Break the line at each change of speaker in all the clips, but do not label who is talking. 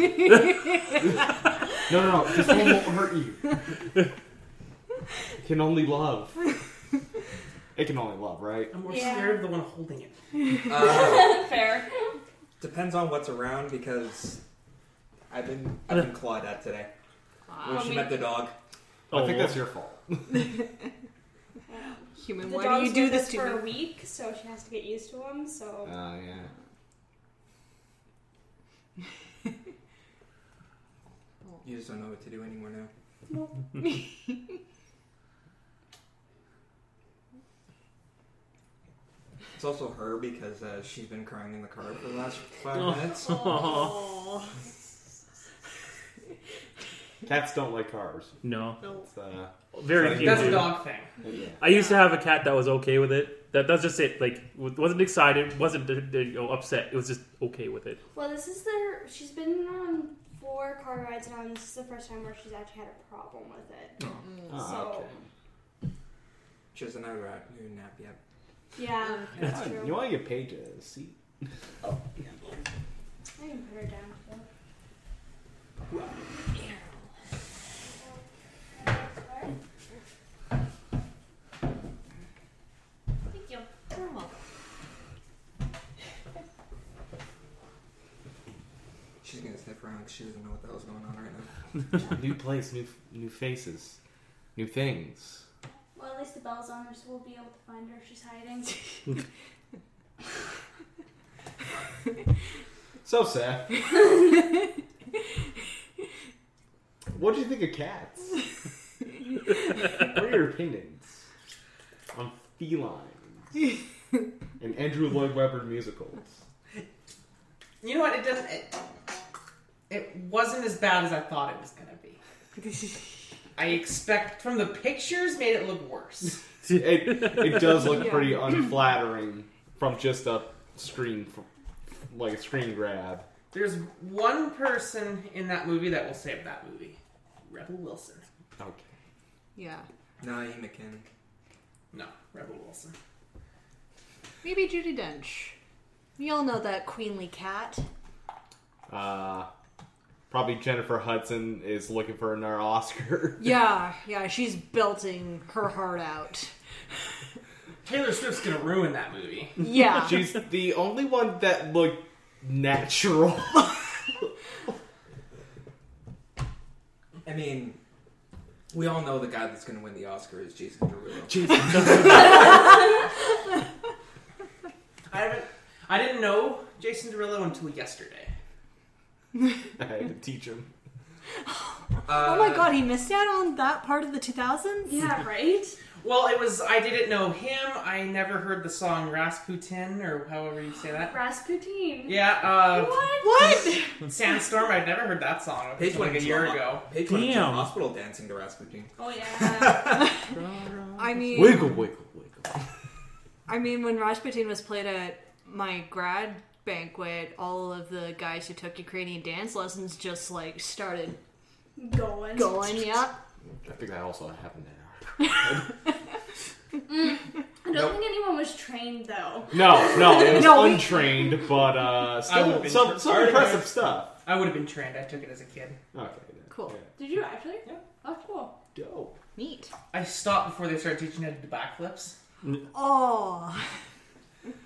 No, no, no. This one won't hurt you. It can only love. It can only love, right?
I'm more
Yeah.
scared of the one holding it.
Uh,
Fair.
depends on what's around because I've been I've been clawed at today. When
Wow.
she met the dog.
I think
well.
that's your fault.
The
Human, why do
dog's
you do
with
this
us
to
for a
me?
week, so she has to get used to him. So
Oh, yeah.
You just don't know what to do anymore now. It's also her because uh, she's been crying in the car for the last five minutes.
Aw.
Cats don't like cars.
No,
No.
It's, uh,
very
Sorry.
few.
That's
do.
a dog thing.
yeah.
I used to have a cat that was okay with it. That that's just it. Like w- wasn't excited, wasn't uh, you know, upset. It was just okay with it.
well, this is their. She's been on four car rides now, and this is the first time where she's actually had a problem with it.
Oh, okay.
She doesn't have a new nap yet.
Yeah, that's
You
true.
want- You want your page to see?
I can put her down. Thank you.
She's gonna sniff around 'cause she doesn't know what the hell's going on right now.
new place, new new faces, new things.
Well, at least the bell's on her, so we'll be able to find her if she's hiding.
So Seth,
Mm.
what do you think of cats? what are your opinions on felines and Andrew Lloyd Webber musicals?
You know what? It doesn't. It, it wasn't as bad as I thought it was gonna be. I expect from the pictures made it look worse.
It it does look
Yeah.
pretty unflattering from just a screen, fr- like a screen grab.
There's one person in that movie that will save that movie. Rebel Wilson.
Okay.
Yeah.
Nah, you McKinnon.
No, Rebel Wilson.
Maybe Judy Dench. We all know that queenly cat.
Uh, probably Jennifer Hudson is looking for another Oscar.
Yeah, yeah, she's belting her heart out.
Taylor Swift's gonna ruin that movie.
Yeah.
She's the only one that looked natural.
I mean, we all know the guy that's gonna win the Oscar is Jason Derulo.
I haven't. I didn't know Jason Derulo until yesterday.
I had to teach him.
oh
Uh,
my god, he missed out on that part of the 2000s?
yeah, right?
Well, it was. I didn't know him. I never heard the song Rasputin or however you say that.
Rasputin.
Yeah. Uh,
What?
What?
Sandstorm. I'd never heard that song. It was
Paige went
like a year
to-
ago.
Paige went to
Damn.
hospital dancing to Rasputin.
Oh, yeah.
I mean,
Wiggle, wiggle, wiggle.
I mean, when Rasputin was played at my grad banquet, all of the guys who took Ukrainian dance lessons just like started
Going.
going. Yeah,
I think that also happened there.
I don't think anyone was trained, though.
No, no, it was
No, we-
untrained, but uh,
would've
still
been
some,
tr-
some
I would've
impressive
been-
stuff.
I would have been trained. I took it as a kid.
Okay.
Cool.
Did you actually?
Yeah.
Oh, cool.
Yeah. Dope.
neat.
I stopped before they started teaching how to do backflips.
Oh,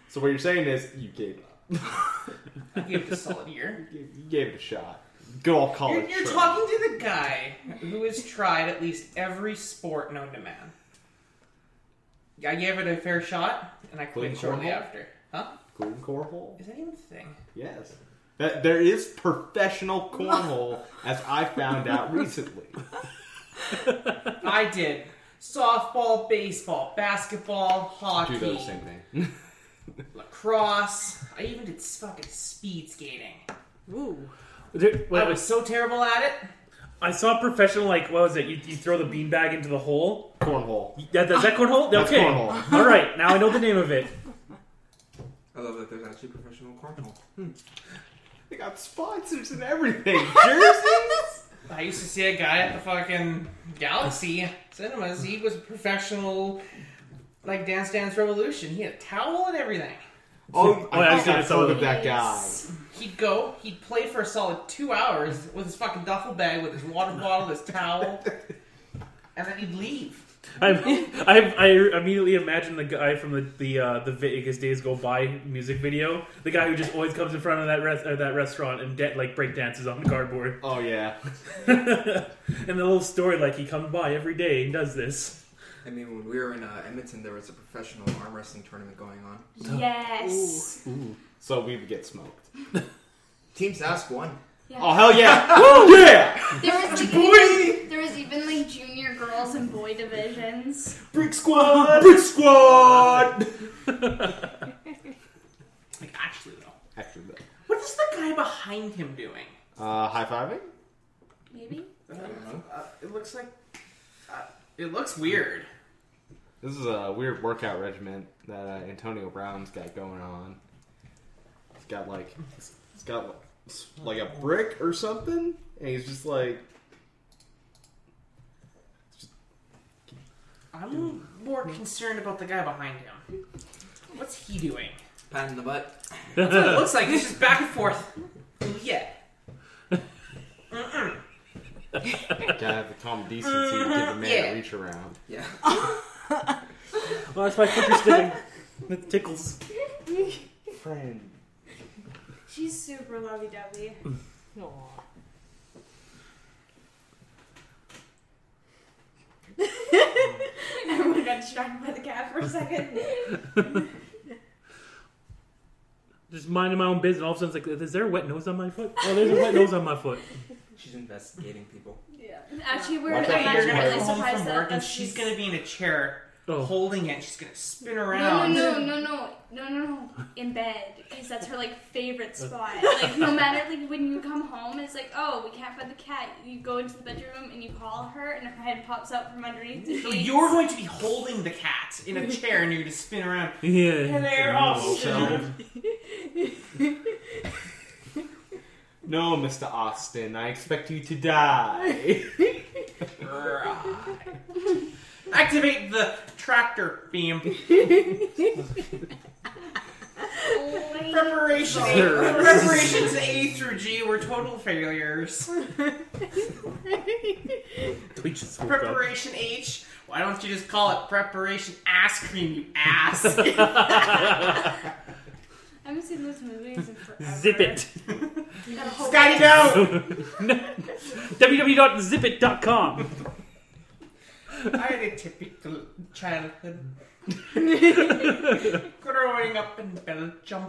So what you're saying is you gave up.
I gave it a solid year.
You you gave it a shot. Go all
You're,
college.
you're
try.
talking to the guy who has tried at least every sport known to man. I gave it a fair shot, and I quit
Including
shortly
cornhole?
after. Huh?
Golden cornhole.
Is that even a thing?
Yes. That there is professional cornhole, as I found out recently.
I did softball, baseball, basketball, hockey,
thing.
lacrosse. I even did fucking speed skating.
ooh,
There- well,
I was so terrible at it.
I saw a professional like what was it? You, you throw the beanbag into the hole.
Cornhole.
That, that's that cornhole.
That's
okay.
cornhole.
All right, now I know the name of it.
I love that there's actually professional cornhole.
They got sponsors and everything. Jerseys.
I used to see a guy at the fucking Galaxy Cinemas. He was a professional, like Dance Dance Revolution. He had a towel and everything.
Oh,
yeah,
I
I've
think
seen
I've
it some of
heard of
them.
that guy.
He'd go, he'd play for a solid two hours with his fucking duffel bag, with his water bottle, his towel, and then he'd leave.
I'm, I'm, I immediately imagine the guy from the the, uh, the Vegas Days Go By music video, the guy who just always comes in front of that res- uh, that restaurant and de- like break dances on cardboard,
Oh yeah.
and the little story like he comes by every day and does this.
I mean, when we were in uh, Edmonton, there was a professional arm wrestling tournament going on.
Yes.
So we would get smoked.
Team Sask won.
Oh hell yeah! Woo, yeah!
There was even, there was even like junior girls and boy divisions.
Brick squad. Brick squad.
Like, actually, though.
After that,
What is the guy behind him doing?
uh, high fiving.
Maybe.
I don't know.
Uh, it looks like. Uh, it looks weird.
This is a weird workout regimen that uh, Antonio Brown's got going on. He's got like, he's got like a brick or something, and he's just like,
I'm more concerned about the guy behind him. What's he doing?
Pat in the butt.
That's what it looks like. He's just back and forth. Ooh, yeah. Mm-mm.
gotta have the common decency to give a man
Yeah.
a reach around.
Yeah.
Well, that's my finger sticking. It tickles.
Friend.
She's super lovey dovey. Everyone got distracted by the cat for a second.
Just minding my own business. All of a sudden, it's like, is there a wet nose on my foot? Oh, there's a wet nose on my foot.
She's investigating people.
yeah. Actually, we're
Watch
I'm
out, you're
actually
gonna
really
come home
surprised
from
that,
work
that
and she's gonna be in a chair
Oh,
holding it. She's gonna spin
No,
around.
no, no, no, no, no, no, no. In bed, because that's her like favorite spot. Like no matter like when you come home, it's like oh we can't find the cat. You go into the bedroom and you call her, and her head pops out from underneath the
So
sheets.
you're going to be holding the cat in a chair and you're gonna spin around.
yeah.
They're awesome.
No, Mr. Austin, I expect you to die.
Activate the tractor beam.
Oh
Preparations A,
Sure.
preparations A through G were total failures.
We just woke up.
Preparation H, why don't you just call it preparation ass cream, you ass?
I haven't seen those movies in forever.
Zip it.
Gotta hope-
Scotty, no!
www.zipit.com.
I had a typical childhood. Growing up in Belgium,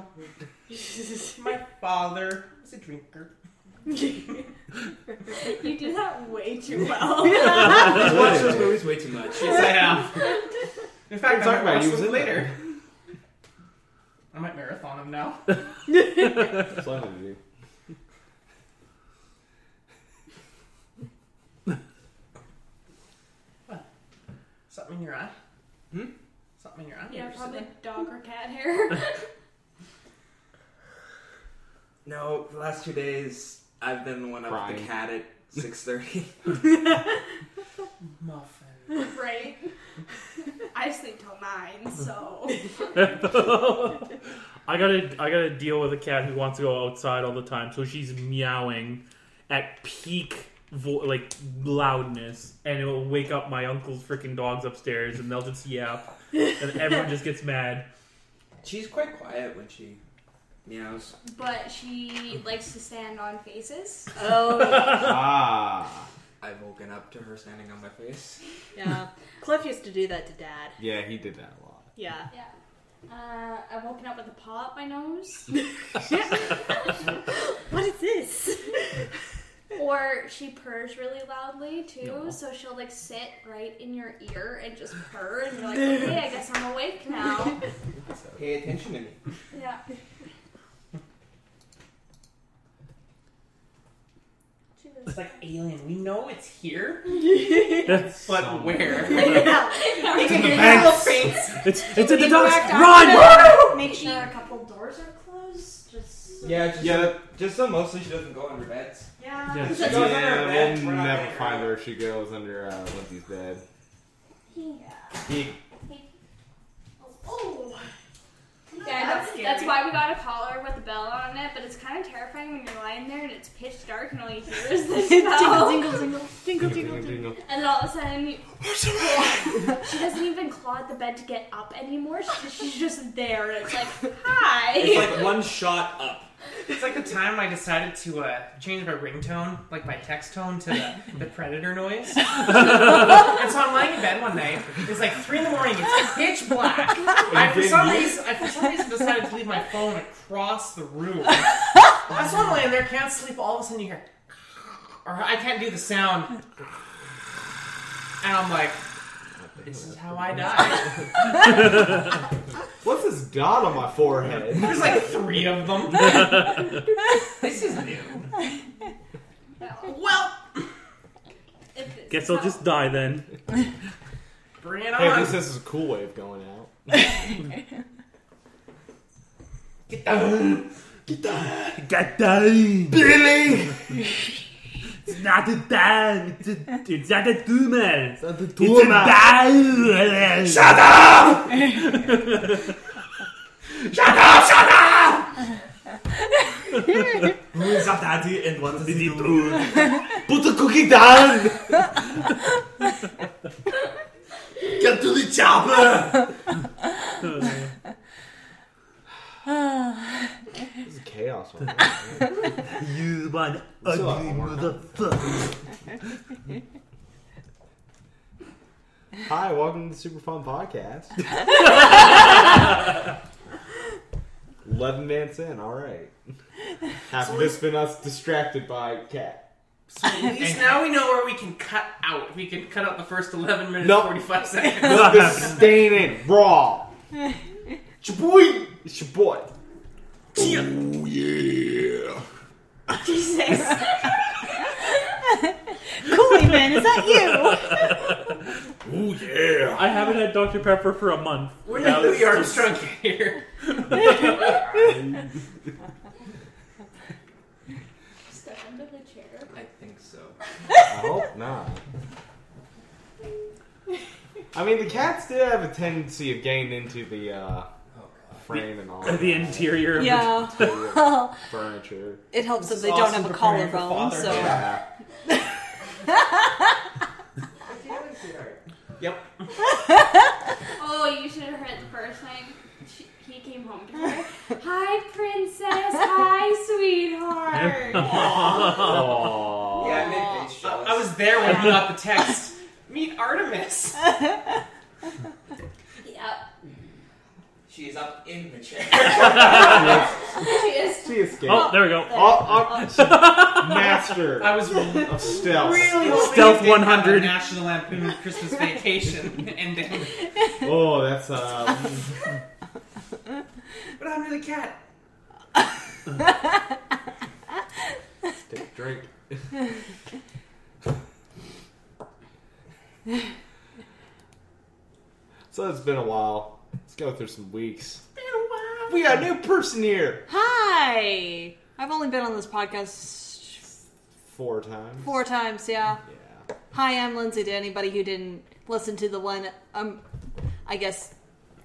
my father was a drinker.
You do that way too well.
She's watched those movies way too much.
Yes, I have. In
What are you
fact, I might
talking about?
watch
He was
them
in there.
later. I might marathon him now.
That's what I'm gonna do.
Something in your eye?
Hmm?
Something in your eye?
yeah,
You're
probably
sitting-
dog or cat hair.
No, the last two days I've been the one up with
Crying.
the cat at six thirty.
Muffin.
right. I sleep till nine, so
I gotta I gotta deal with a cat who wants to go outside all the time, so she's meowing at peak vo- like loudness, and it will wake up my uncle's freaking dogs upstairs, and they'll just yap, and everyone just gets mad.
She's quite quiet when she meows.
but she likes to stand on faces.
Oh,
Ah,
I've woken up to her standing on my face.
yeah. Cliff used to do that to Dad.
yeah, he did that a lot.
Yeah.
Yeah. Uh, I've woken up with a paw up my nose.
What is this?
or she purrs really loudly too, so she'll like sit right in your ear and just purr, and you're like, okay, I guess I'm awake now.
So pay attention to me.
yeah. She
It's
was-
like alien. We know it's here, but
Somewhere.
where?
yeah.
Make a
banks.
little faint.
It's it's at the
You
dogs.
act out.
Run!
Make sure a couple doors are closed. Just
Yeah, just,
Yeah, that-
just so mostly she doesn't go under beds.
yeah.
Yeah.
She
yeah,
goes "Oh, under her bed.
we'll
we're not
never
getting her
find
out.
her if she goes under uh, Lindsay's bed.
Yeah.
He
Oh. Yeah, I know.
scary.
That's why we got a collar with a bell on it, but it's kind of terrifying when you're lying there and it's pitch dark and all you hear is this
Jingle,
bell.
jingle, jingle, jingle, jingle, jingle.
And then all of a sudden, you, she doesn't even claw at the bed to get up anymore. She, she's just there, and it's like, hi.
It's like one shot up.
It's like the time I decided to uh, change my ringtone, like my text tone, to the, the predator noise. and so I'm lying in bed one night. It's like three in the morning. It's pitch black. I, for
didn't
some
you?
reason, I for some reason decided to leave my phone across the room. That's why I'm laying there, can't sleep. All of a sudden, you hear, or I can't do the sound, and I'm like, this is how I die.
What's this dot on my forehead?
There's like three of them. this is new.
No.
Well.
If it's-
Guess I'll just die then.
Bring it
hey, at
on.
least this is a cool way of going out.
Get the-
Get down!
Billy!
It's not a time! It's, a, it's not a tumor!
Not the
It's a die! Shut up!
Who is that daddy and what does he do?
Put the cookie down! Get to the chopper! This is chaos. Right now.
You one
So,
uh,
ugly I'm working.
motherfucker!
Hi, welcome to the Super Fun Podcast. 11 minutes in, alright. Half of this been us distracted by Cat.
So at least now we know where we can cut out. We can cut out the first 11 minutes
Nope.
45 seconds.
No disdaining, raw. It's your boy! It's your boy.
Jesus.
Coolie Man, is that you?
Oh yeah!
I haven't had Dr. Pepper for a month.
We're not Louis Armstrong here.
Step under the chair.
I think so.
I hope not. I mean, the cats did have a tendency of getting into the uh,
Oh god.
frame and all
The interior of the-
Yeah.
interior
Well,
furniture.
it helps if they
Awesome
don't have a
preparing for
collarbone,
father.
so.
Yeah. Yep.
Oh, you should have heard the first time she, he came home to her. Hi, princess. Hi, sweetheart.
Aww.
Yeah, I made face jealous.
I was there when you got the text. Meet Artemis.
yep.
She is up in the chair.
She is.
She escaped.
Oh, there we go.
Oh, oh, master
I was really
of stealth.
hoping
Stealth
you didn't have
100.
a National Lampoon Christmas Vacation ending.
Oh, that's um,
What happened to the cat?
take a drink. so it's been a while. Let's go through some weeks. We got a new person here.
Hi! I've only been on this podcast
Four times.
four times, yeah.
Yeah.
Hi, I'm Lindsay. To anybody who didn't listen to the one, um, I guess,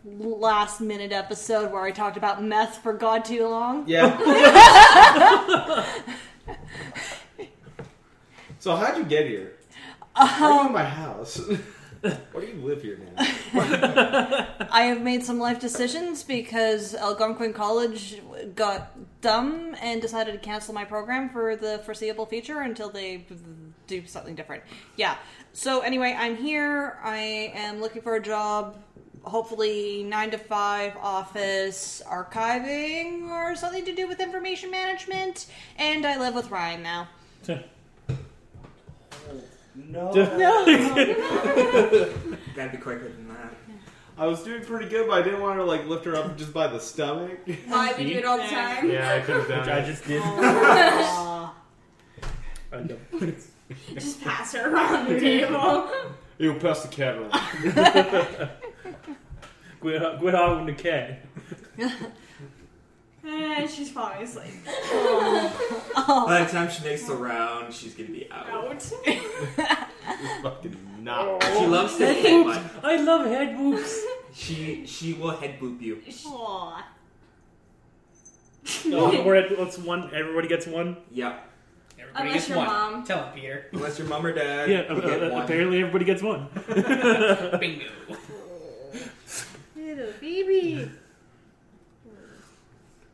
last minute episode where I talked about meth for God too long.
Yeah. so how'd you get here? Why are you in my house? Why do you live here now?
I have made some life decisions because Algonquin College got dumb and decided to cancel my program for the foreseeable future until they do something different. Yeah. So anyway, I'm here. I am looking for a job. Hopefully, nine to five office archiving or something to do with information management. And I live with Ryan now.
No.
That'd be quicker than that.
I was doing pretty good, but I didn't want to like lift her up just by the stomach.
I would do it all the time.
Yeah, I could have
Which I just did.
Aw.
I know.
Just pass her around the table.
You pass the cat around.
Good good on the cat.
Eh, she's falling asleep.
By the time she makes the round, she's gonna be out.
Out.
It's fucking not.
She loves to hit
I love head whoops.
She she will head boop you.
Aw.
No, Oh, we're at let's one. Everybody gets one.
Yeah.
Everybody
Unless
gets
your
one.
mom.
Tell him, Peter.
Unless your mom or dad.
Yeah,
you get
uh,
one.
apparently everybody gets one.
Bingo.
Little baby.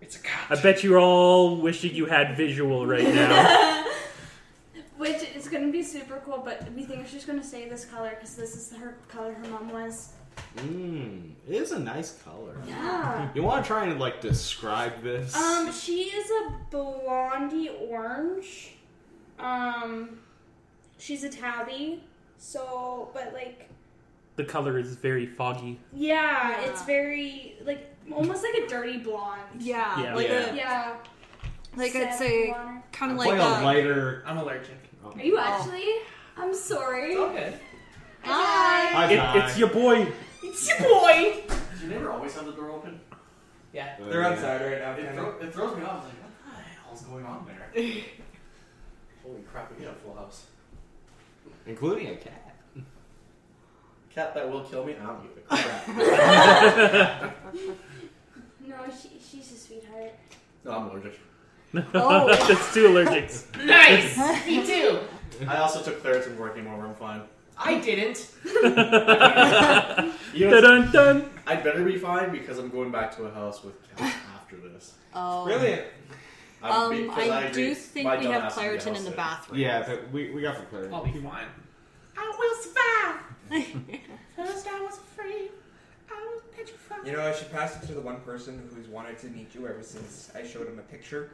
It's a
I
god.
bet you're all wishing you had visual right now.
Which is going to be super cool, but we think she's going to stay this color because this is her color her mom was.
Mmm, it is a nice color.
Yeah.
You want to try and like describe this?
Um, she is a blondie orange. Um, she's a tabby. So, but like,
the color is very foggy.
yeah,
Yeah.
it's very like almost like a dirty blonde.
Yeah,
Yeah.
like
Yeah.
a
Yeah.
like
Sad
I'd say
blonde.
kind of
like,
like uh,
a
a
lighter.
I'm allergic.
Are you
Oh.
actually? I'm sorry.
It's all good.
Hi.
High
It,
five.
it's your boy.
It's your boy.
Do you never always have the door open?
Yeah.
Oh,
They're
yeah.
outside right now.
It,
kinda.
thro- it throws me off. Like, what the hell's going on there? Holy crap! We got a full house.
including a cat.
Cat that will kill me. I don't give a crap.
No, she, she's a sweetheart.
no, I'm allergic.
Oh.
That's two allergics.
Nice. Me too.
I also took Claritin and working over. I'm fine.
I didn't.
You know,
Dun dun.
I'd better be fine because I'm going back to a house with cat after this.
Oh.
Brilliant.
I'm
Um,
because
I
agree.
do think
My
we
dumb
have
ass would be a
Claritin
house
in the
sitter.
bathroom.
Yeah, but we, we got some clarity.
I'll be fine. I will survive. First I was afraid. I was petrified.
You know, I should pass it to the one person who's wanted to meet you ever since I showed him a picture.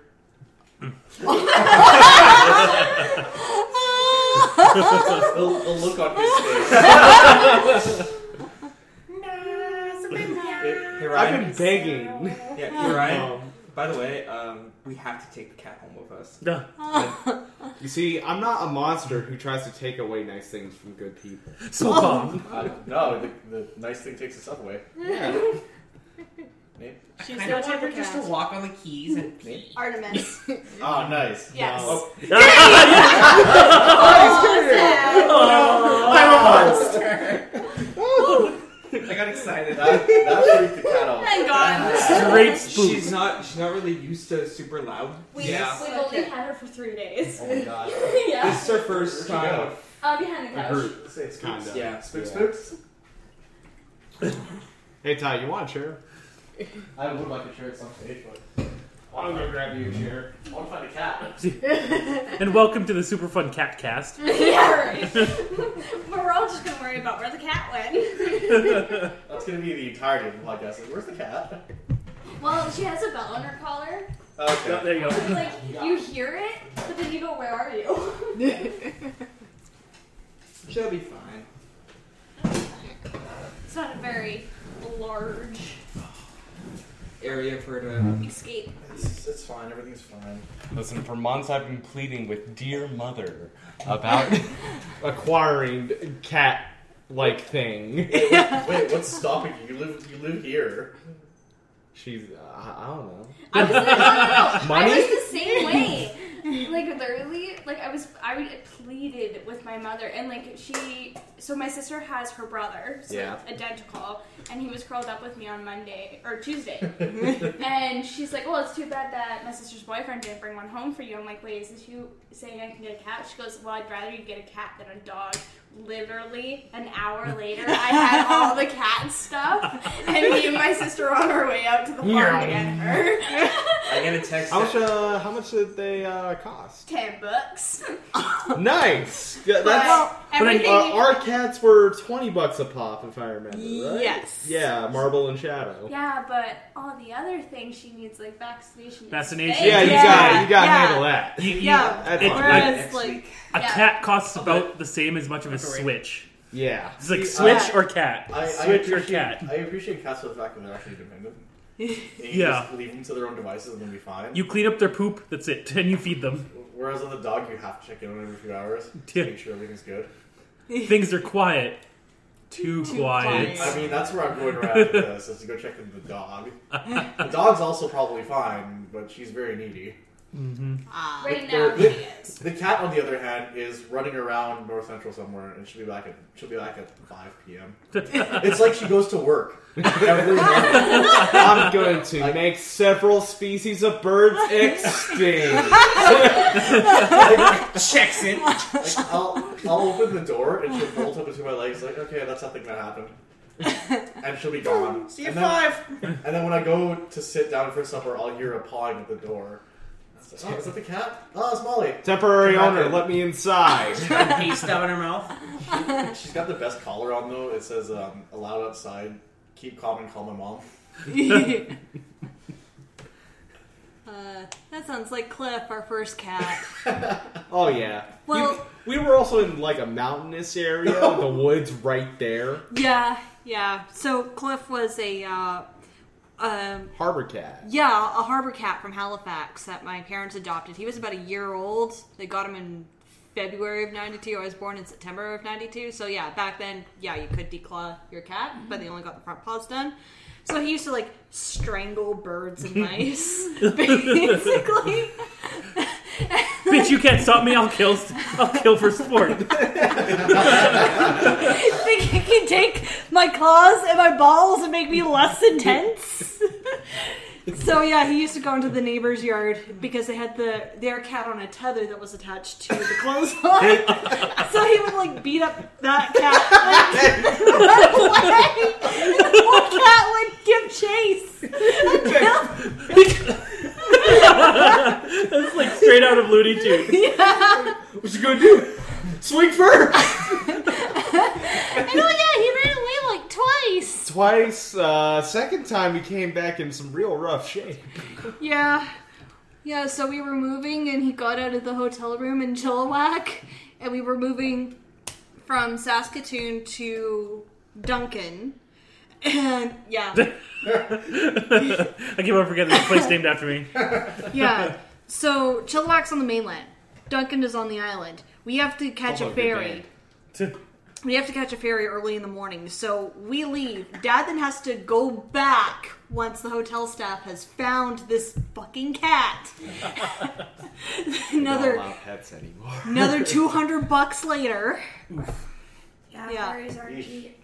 The, the look on his face.
Hey, hey,
I've
Ryan.
been begging.
Yeah, hey, Ryan.
Um,
Oh.
By the way, um, we have to take the cat home with us.
Duh.
you see, I'm not a monster who tries to take away nice things from good people.
So bomb.
Uh, no, the, the nice thing takes itself away.
Yeah.
Maybe.
She's
I
gonna
don't
take
want
her
her just to
cat.
walk on the keys and
Me?
Artemis.
Oh, nice.
Yes.
No.
Oh,
I got excited.
That, that freaked the cat out.
Thank God.
Straight spook.
She's not. She's not really used to super loud.
We,
Yeah.
We've only had her for three days.
Oh my god.
yeah.
This is her first
Where'd she
time.
go?
of-
Uh, behind the couch.
A group.
Say it's
Kinda.
spooks.
Yeah.
Spook
Yeah.
spooks?
Hey Ty, you want a chair?
I would like a chair at some stage, but
I'm gonna grab you a chair.
I want to find a cat.
And welcome to the super fun cat cast.
yeah, right. but we're all just gonna worry about where the cat went.
That's going to be the entirety of the podcast. Like, where's the cat?
well, she has a bell on her collar.
Okay.
there you go.
Like you hear it, but then you go, "Where are you?"
She'll be fine.
it's not a very large
Area for her
escape.
It's, it's fine. Everything's fine.
Listen, for months I've been pleading with dear mother about acquiring cat like thing.
Wait, what's stopping you? You live, you live here.
She's uh, I I don't know.
I was, no, no, no.
Money?
I was the same way. Like literally, like I was, I would- I pleaded with my mother, and like she, so my sister has her brother, so
Yeah.
identical, and he was curled up with me on Monday or Tuesday, and she's like, "Well, it's too bad that my sister's boyfriend didn't bring one home for you." I'm like, "Wait, is this you saying I can get a cat?" She goes, "Well, I'd rather you get a cat than a dog." Literally an hour later, I had all the cat stuff, and me and my sister were on our way out to the farm to get her.
I get a text.
How much uh, how much did they uh, cost?
ten bucks.
nice. Yeah,
But
that's
everything.
Uh, our cats were twenty bucks a pop, if I remember. Right?
Yes.
Yeah, Marble and Shadow.
yeah, but all the other things she needs, like vaccination. and
Vaccination.
spay.
Yeah, you
Yeah.
got to you got to
Yeah.
handle that.
You- you-
Yeah.
That's
It-
fine.
I-
Whereas,
Next
like,
week.
a
Yeah.
cat costs about the same as much of a switch.
yeah.
It's like switch
Yeah.
or cat.
I, I
Switch or
appreciate-
cat.
I appreciate cats for the fact that they're actually dependent. They can
Yeah.
Just leave them to their own devices and they'll be fine.
You clean up their poop, that's it, and you feed them.
Whereas on the dog, you have to check in on it every few hours
Yeah.
to make sure everything's good.
Things are quiet. Too, quiet.
quiet.
I mean, that's where I'm going around with this, is to go check in the dog. The dog's also probably fine, but she's very needy.
Mm-hmm.
Ah.
Right now,
There-
she is.
The cat, on the other hand, is running around North Central somewhere, and she'll be back at she'll be back at five p.m. it's like she goes to work. Every morning.
I'm going to make several species of birds extinct.
Checks in.
Like, I'll I'll open the door, and she'll bolt up between my legs, like, okay, that's nothing that happened, and she'll be gone.
See you at
and, then,
five.
and then when I go to sit down for supper, I'll hear a pawing at the door. It's like, oh, is that the cat? Oh, it's Molly.
Temporary
Come back
owner,
in.
let me inside.
Paste up in her mouth.
She's got the best collar on though. It says um, "Allowed outside." Keep calm and call my mom.
uh, that sounds like Cliff, our first cat.
Oh yeah.
Well-
You- we were also in like a mountainous area, the woods right there.
yeah, yeah. So Cliff was a, uh, um,
Harbor cat.
yeah, a harbor cat from Halifax that my parents adopted. He was about a year old. They got him in February of '92. I was born in September of '92. So yeah, back then, yeah, you could declaw your cat, but they only got the front paws done. So he used to like strangle birds and mice, basically.
Bitch, you can't stop me. I'll kill. I'll kill for sport.
think you can take my claws and my balls and make me less intense? so yeah, he used to go into the neighbor's yard because they had the their cat on a tether that was attached to the clothesline. so he would like beat up that cat like, run away. And the poor cat would give chase. Until,
That's like straight out of Looney Tunes.
yeah.
What you gonna do? Swing first.
And oh yeah, he ran away like twice.
Twice. Uh, second time he came back in some real rough shape.
Yeah. Yeah, so we were moving and he got out of the hotel room in Chilliwack and we were moving from Saskatoon to Duncan. And yeah.
I keep on forgetting this place named after me.
Yeah. So Chilliwack's on the mainland. Duncan is on the island. We have to catch
Oh,
a
good
ferry. We have to catch a ferry early in the morning. So we leave. Dad then has to go back once the hotel staff has found this fucking cat.
Not
Another
allow pets anymore.
Another 200 bucks later.
Yeah,
Yeah.
furries are
Yeesh.
cheap.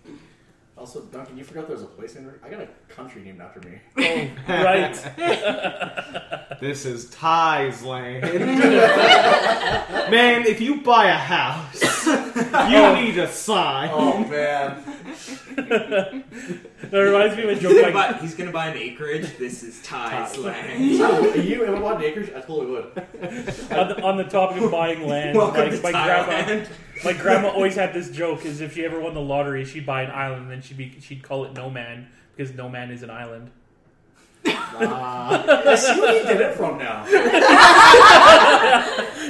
Also, Duncan, you forgot there was a place named. I got a country named after me.
Right.
Oh, This is Ty's land. Man, if you buy a house, you need a sign.
oh,
Oh.
man.
That reminds me of a
He's
joke
gonna,
by
buy, he's gonna buy an acreage. This is Ty's
Ty's.
land.
Are you ever bought an acreage? I totally would.
on the, on the topic of buying land.
Welcome
Like,
to
my grandma,
Thailand.
my grandma always had this joke: is if she ever won the lottery, she'd buy an island, and then she'd be she'd call it No Man because No Man is an island.
I see where you did it from now.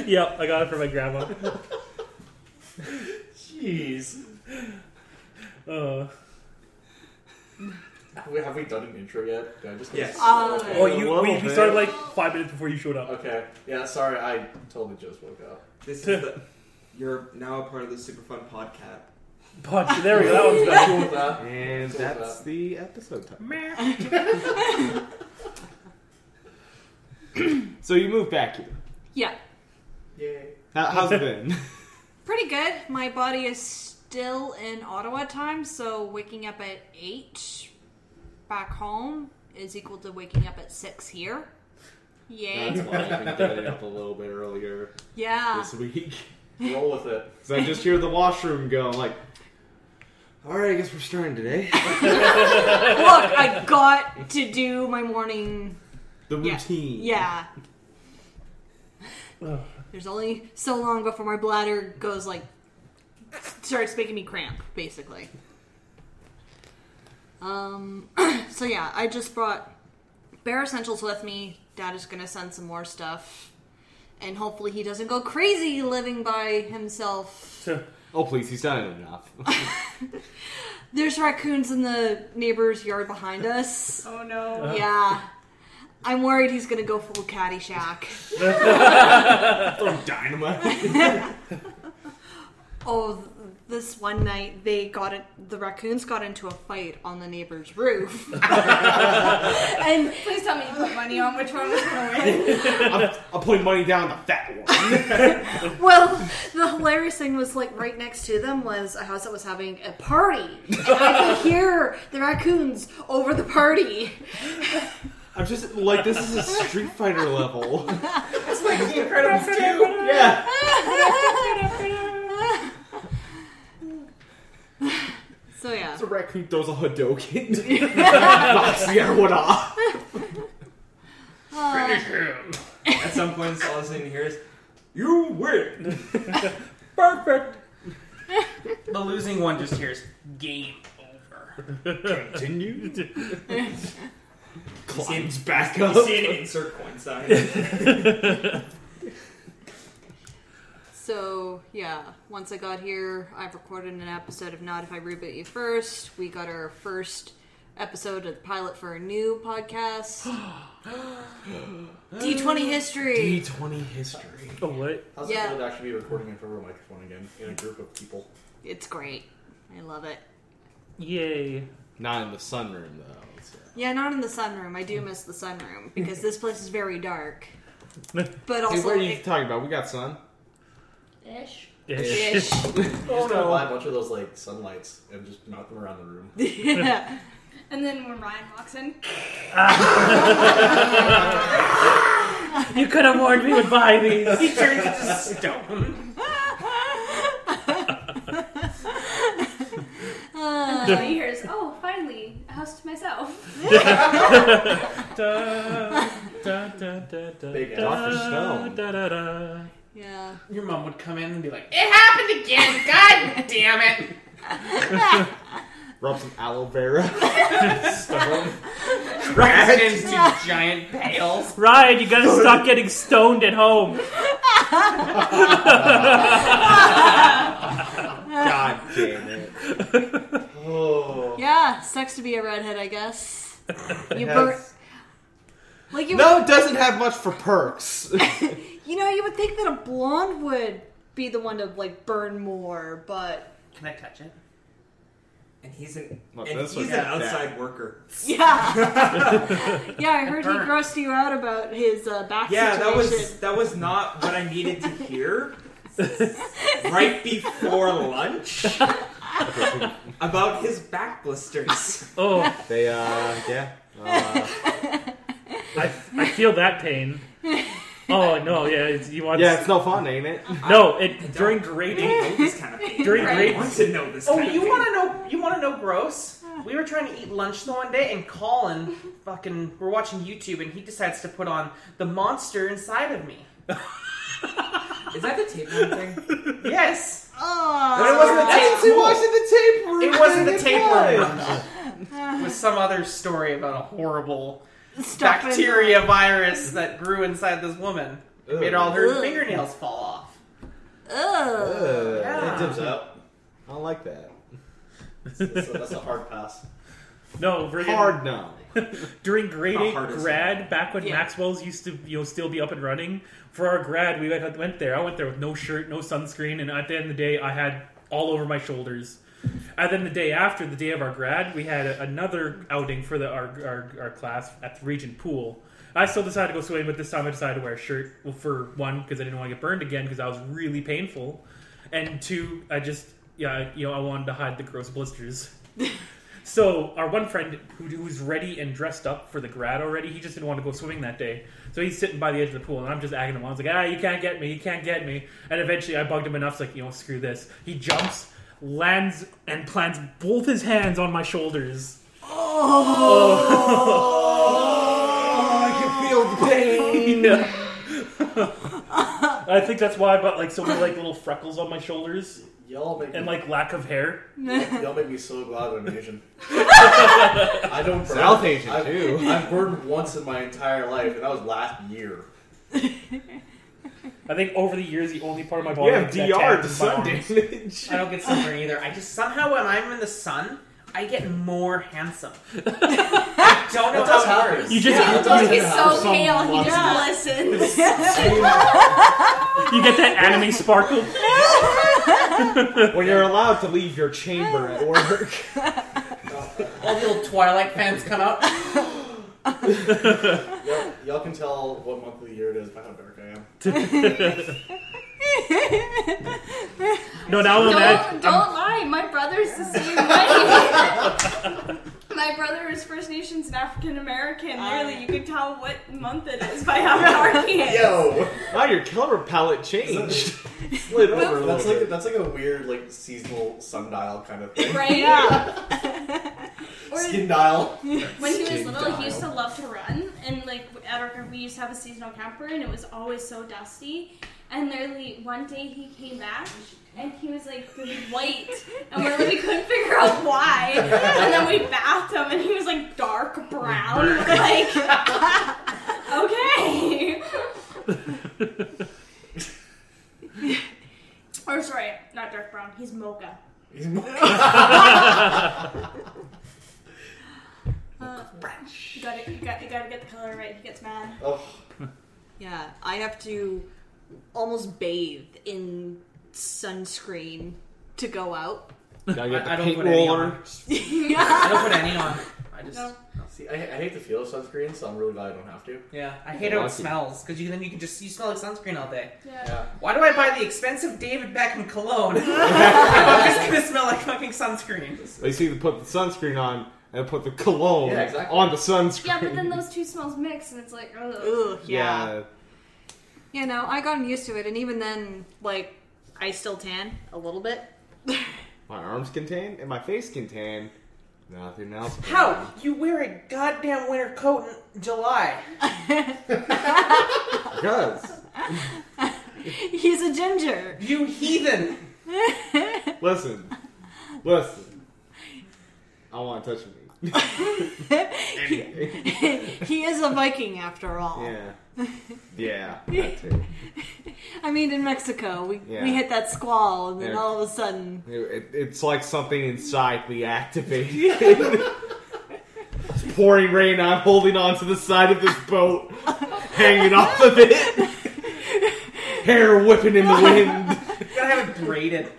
Yep, I got it from my grandma.
Jeez.
Uh,
Have we, have we done an intro yet? Did I just
Yes.
Uh,
oh,
okay.
you
little
we, we
bit.
started like five minutes before you showed up.
okay. Yeah. Sorry, I totally just woke up.
This is the. You're now a part of the super fun podcast.
But there we go. That one's better.
I'm cool with that.
And
Cool with
that's
that.
the episode time. So you moved back here.
Yeah.
Yay.
How, how's it been?
Pretty good. My body is still in Ottawa time, so waking up at 8 back home is equal to waking up at 6 here. Yay.
why I've been getting up a little bit earlier
Yeah.
this week.
Roll with it.
So I just hear the washroom go. I'm like, all right, I guess we're starting today.
Look, I got to do my morning.
The
Yeah.
routine.
Yeah.
Ugh.
There's only so long before my bladder goes like starts making me cramp, basically. Um so yeah, I just brought bare essentials with me. Dad is gonna send some more stuff. And hopefully he doesn't go crazy living by himself.
So,
Oh please, he's done it enough.
There's raccoons in the neighbor's yard behind us.
Oh no.
Uh-huh. Yeah. I'm worried he's gonna go full Caddyshack.
Throw dynamite.
Oh, this one night they got it, the raccoons got into a fight on the neighbor's roof, and
Please tell me you put money on which one was gonna win.
I'm, I'm putting money down on the fat one.
well, the hilarious thing was like right next to them was a house that was having a party, and I could hear the raccoons over the party.
I'm just like this is a Street Fighter level.
It's like the Incredibles 2.
yeah.
so yeah,
The raccoon throws a Hadoken, knocks the other one off.
Uh,
At some point, all I didn't hear is, "You win." Perfect.
The losing one just hears game over.
Continue.
Climbs
back
You see an insert coin sign.
So yeah, once I got here, I recorded an episode of Not If I Reboot You First. We got our first episode of the pilot for a new podcast, D20 History.
D20 history.
Oh, what?
How's
Yeah.
it feel to actually be recording in front of a microphone again in a group of people?
It's great. I love it.
Yay.
Not in the sunroom though. so-
Yeah, not in the sunroom. I do miss the sunroom because this place is very dark. But
Hey,
also,
what are you
it-
talking about? We got sun.
Ish.
ish.
You just gotta buy a bunch of those like sunlights and just mount them around the room.
yeah.
And then when Ryan walks in,
You could have warned me would buy these.
He turns into stone.
and
Uh,
all you hear is, "Oh, finally, a house to myself."
Da, da, da, da, da,
Big
da,
Dr. Stone.
da, da, da.
Yeah.
Your mom would come in and be like, It happened again! God damn it!
Rub some aloe vera. Stone.
Crashed into giant pails.
Ryan, you gotta stop getting stoned at home.
God damn it.
Oh.
Yeah, sucks to be a redhead, I guess. You bur-
Yes.
like you
No, it doesn't have much for perks.
You know, you would think that a blonde would be the one to like burn more, but
Can I touch it?
And he's an
Look,
and
this
he's
one's
an
like that.
outside worker.
yeah, yeah. I heard he
Burn.
grossed you out about his uh, back
Yeah, that
situation.
was that was not what I needed to hear right before lunch about his back blisters.
Oh,
They, uh, yeah. Uh,
I, I feel that pain. Oh no, yeah, it's, you want?
yeah, it's no fun, ain't it?
no, it during
During grading, know this kind of pain.
During
I
grades-
want to know this.
Oh,
kind
you
of
want to know? You want to know? Gross. We were trying to eat lunch the one day, and Colin, fucking, we're watching YouTube, and he decides to put on the monster inside of me.
to? Is that the tape one thing?
Yes,
Aw.
but it wasn't the
It wasn't the
tape.
tape room.
It wasn't the
thing, was.
tape room. It was some other story about a horrible
Stuff in-
bacteria virus that grew inside this woman. It made all her
Ugh.
fingernails fall off.
Ugh.
Ugh,
Yeah.
It dips out.
So,
I don't like that.
that's, a, that's a hard pass.
no friggin-
Hard no.
during grade
How
eight
hard is
grad back when
Yeah.
Maxwell's used to you know still be up and running for our grad we went, went there I went there with no shirt no sunscreen and at the end of the day I had all over my shoulders and then the day after the day of our grad we had a, another outing for the our, our, our class at the Regent Pool I still decided to go swimming but this time I decided to wear a shirt well, for one because I didn't want to get burned again because that was really painful and two I just yeah you know I wanted to hide the gross blisters. So our one friend who, who was ready and dressed up for the grad already, he just didn't want to go swimming that day. So he's sitting by the edge of the pool, and I'm just agging him on. I was like, ah, you can't get me, you can't get me. And eventually, I bugged him enough. It's like, you know, screw this. He jumps, lands, and plants both his hands on my shoulders.
Oh! I
Oh!
can feel the pain.
Yeah. I think that's why I've got like so many like little freckles on my shoulders
Y'all make
and
me,
like lack of hair.
y'all make me so glad I'm Asian. I don't burn.
South Asian,
I've,
too.
I've burned once in my entire life, and that was last year.
I think over the years, the only part of my body
You have
that's
DR
got tats
to
is my
sun
arms.
damage.
I don't get sunburn either. I just somehow when I'm in the sun, I get more handsome. I don't know
That does
how it
happen.
works.
You just
Yeah,
you,
it does
Look, it's so
Some
pale. He
monster.
just listens.
you get that anime sparkle.
when you're allowed to leave your chamber at work.
All the old Twilight fans come out.
Y'all, y'all can tell what month of the year it is by how dark I am.
No, now I'm
Don't,
imagine.
don't lie. My brother's the same way. My brother is First Nations and African American.
Ah,
Literally, you can tell what month it is by how dark he is.
Yo,
Wow, your color palette changed.
slid over.
a
That's
little
like
bit.
that's like a weird like seasonal sundial kind of thing.
Right?
Yeah.
Or
Skin dial.
when he was little,
dial.
he used to love to run, and like at our camp, we used to have a seasonal camper, and it was always so dusty. And literally, one day he came back. And he was like white, and we we couldn't figure out why. And then we bathed him, and he was like dark brown. We're Like, okay. or sorry, not dark brown. He's mocha. Uh, you gotta, you gotta, you gotta get the color right. He gets mad.
oh,
Yeah, I have to almost bathe in sunscreen to go out.
Gotta get the
I, I don't
paint
put any
roller.
on. I don't put any on. I just
No.
see, I, I hate the feel of sunscreen, so I'm really glad I don't have to.
yeah. I hate how it
Lucky.
smells because you then you can just you smell like sunscreen all day.
Yeah.
Yeah.
Why do I buy the expensive David Beckham cologne? I'm just gonna smell like fucking sunscreen.
They see to put the sunscreen on and put the cologne
Yeah, exactly.
on the sunscreen.
Yeah, but then those two smells mix, and it's like, oh.
Ugh, yeah.
Yeah.
You know, I got used to it, and even then, like, I still tan a little bit.
My arms can tan and my face can tan. Nothing else. can
How you wear a goddamn winter coat in July?
tan. Because
He's a ginger.
You heathen!
listen, listen. I want to touch me.
he is a Viking after all.
Yeah. Yeah. That too.
I mean, in Mexico, we,
Yeah.
we hit that squall, and then
Yeah.
all of a sudden,
It- it's like something inside me activated. it's pouring rain. I'm holding on to the side of this boat, hanging off of it. Hair whipping in the wind.
You gotta have it braided.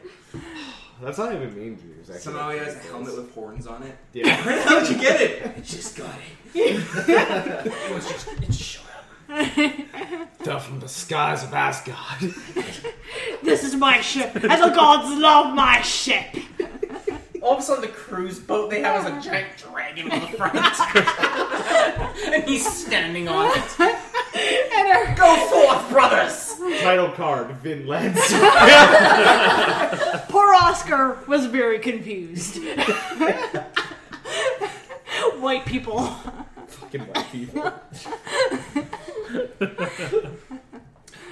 That's not even mean to you. Zach.
Somehow he has a helmet with horns on it.
Yeah.
How'd you get it? I just got it. it was just, it showed up.
Fell from the skies of Asgard.
this is my ship, and the gods love my ship.
All of a sudden, the cruise boat they have is a giant dragon on the front, and he's standing on it.
And our
Go forth, brothers!
Title card, Vin Lance.
poor Oscar was very confused. White people.
Fucking white people. What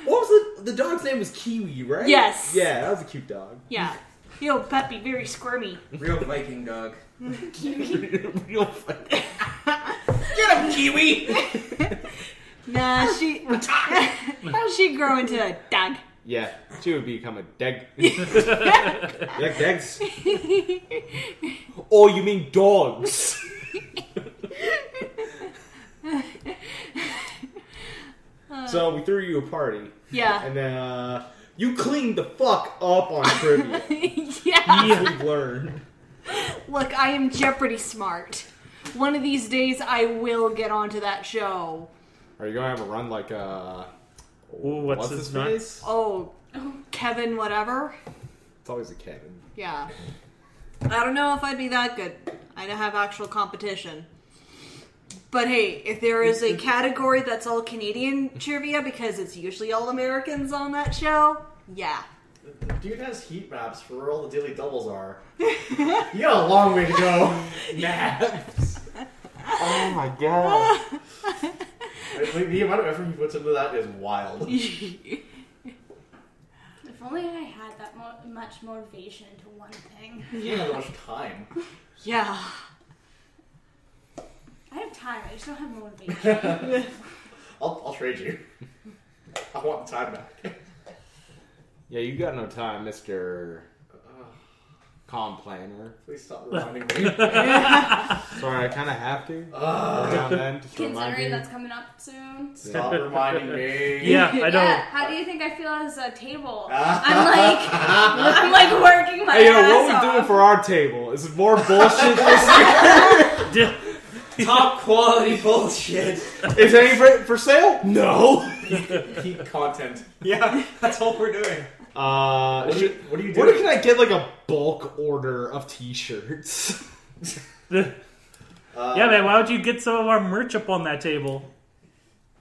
was the the dog's name was Kiwi, right?
Yes.
Yeah, that was a cute dog.
Yeah. Yo, Peppy, very squirmy.
Real Viking dog.
Real fucking
Get up, Kiwi!
Nah, she. How'd she grow into a dog?
Yeah, she would become a deg. yeah, degs. Oh, you mean dogs? so we threw you a party,
Yeah.
and then uh, you cleaned the fuck up on trivia.
yeah.
We've learned.
Look, I am Jeopardy smart. One of these days, I will get onto that show.
Are you gonna have a run like uh?
Ooh, what's his nut?
face?
Oh, Kevin, whatever.
It's always a Kevin.
Yeah. I don't know if I'd be that good. I don't have actual competition. But hey, if there is a category that's all Canadian trivia because it's usually all Americans on that show, yeah.
The dude has heat maps for where all the daily doubles are. you got a long way to go.
Naps. oh my god.
the, the amount of effort he puts into that is wild.
If only I had that mo- much motivation into one thing.
He doesn't have that much time.
yeah.
I have time. I just don't have motivation.
I'll, I'll trade you. I want the time back.
Yeah, you got no time, Mister. complainer.
Ah, Please stop reminding me.
Sorry, I kind of have to.
Ugh.
Now and then, just to remind
Considering
you.
that's coming up soon.
Stop reminding me.
Yeah, I know.
Yeah, how do you think I feel as a table? I'm like, I'm like working my
Hey, yo,
ass
what
off.
we doing for our table? Is it more bullshit this year?
Di-
Top quality bullshit.
Is any for, for sale? No.
Peak content.
Yeah, that's all we're doing.
Uh,
What are
should,
you, what are you
where
doing?
can I get like a bulk order of t-shirts?
Uh,
yeah, man, why would you get some of our merch up on that table?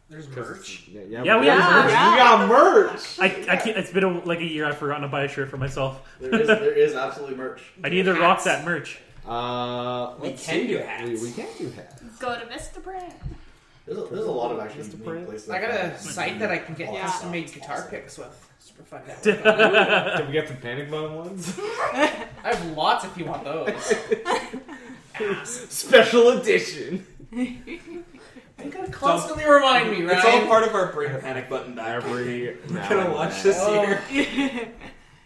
There's merch.
Yeah,
Yeah, we
got
have
merch.
merch.
We got merch.
I, I can't, it's been a, like a year. I've forgotten to buy a shirt for myself.
There is, there is absolutely merch.
I need to rock that merch.
Uh,
We
let's
can
see.
do hats.
We, we can do hats.
Go to Vista Brand.
There's a, there's a lot of actually
Mr.
neat
Pratt?
places.
I got a site that I can get
Yeah.
custom made guitar picks with. Super fun. to have.
I've
Did we get the panic button ones?
I have lots if you want those.
Special edition.
You gotta constantly remind me, right?
It's all part of our brain panic button back.
Every
We're gonna watch this
Oh.
year.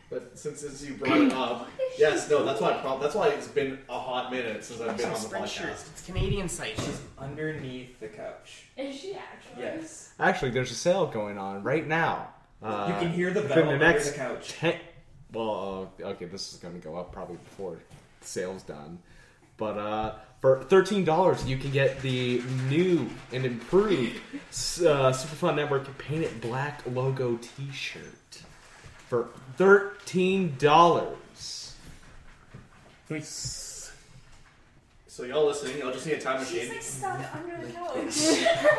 But since, since you brought it up, yes, no, that's why. I prob- that's why it's been a hot minute since I've been
Some
on the
spring
podcast.
shirts. It's Canadian site.
Underneath the couch.
Is she actually?
Yes.
Actually, there's a sale going on right now. Uh,
you can hear the
within
bell
the
under
next
the couch.
ten. Well, uh, okay, this is going to go up probably before the sale's done. But uh, for thirteen dollars, you can get the new and improved S- uh, Superfund Network painted black logo T-shirt for thirteen dollars.
So y'all listening, y'all just need a time
She's
machine.
like stuck under the couch.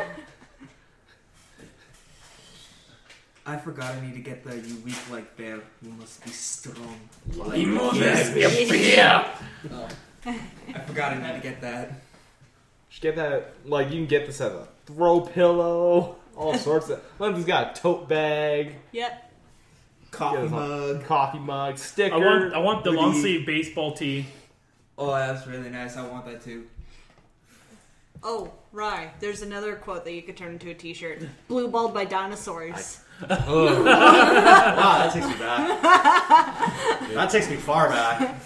I forgot I need to get the you weak like bear. You must be strong. I forgot I need to get that.
Just get that like you can get this as a throw pillow, all sorts of. One of these got a tote bag.
Yep.
Coffee
Yeah,
mug.
coffee mug, sticker.
I want I want the
Woody.
long sleeve baseball tee.
Oh, that's really nice. I want that too.
Oh, Rye, there's another quote that you could turn into a t shirt Blue balled by dinosaurs.
Oh,
Wow, that takes me back. that takes me far back.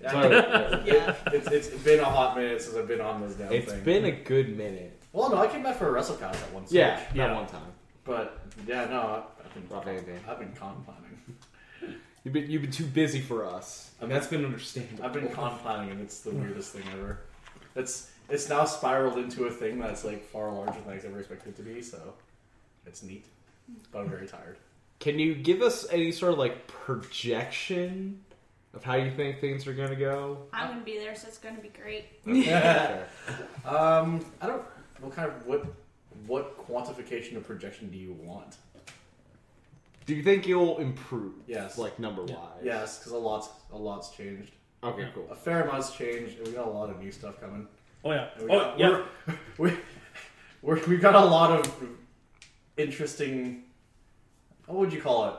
Yeah, I
Sorry,
know.
yeah.
Yeah.
it's, it's been a hot minute since I've been on this damn
It's
thing.
been a good minute.
well, no, I came back for a WrestleCast at one stage.
Yeah,
Yeah.
that one time.
but yeah, no, I- I've been
Rough anything.
I've been con planning.
You've been you've been too busy for us.
I've
And
been-
that's been understandable.
I've been con planning, and it's the weirdest thing ever. It's it's now spiraled into a thing that's like far larger than I ever expected it to be. So it's neat, but I'm very tired.
Can you give us any sort of like projection of how you think things are gonna go?
I'm gonna be there, so it's gonna be great.
Okay.
Um, I don't. What kind of what what quantification of projection do you want?
Do you think you'll improve?
Yes.
Like number wise.
Yes, because a lot's a lot's changed.
Okay, cool.
A fair amount's changed, and we got a lot of new stuff coming.
Oh yeah.
And we
Oh
got,
yeah.
We're, we're, we're, we've got a lot of interesting. What would you call it?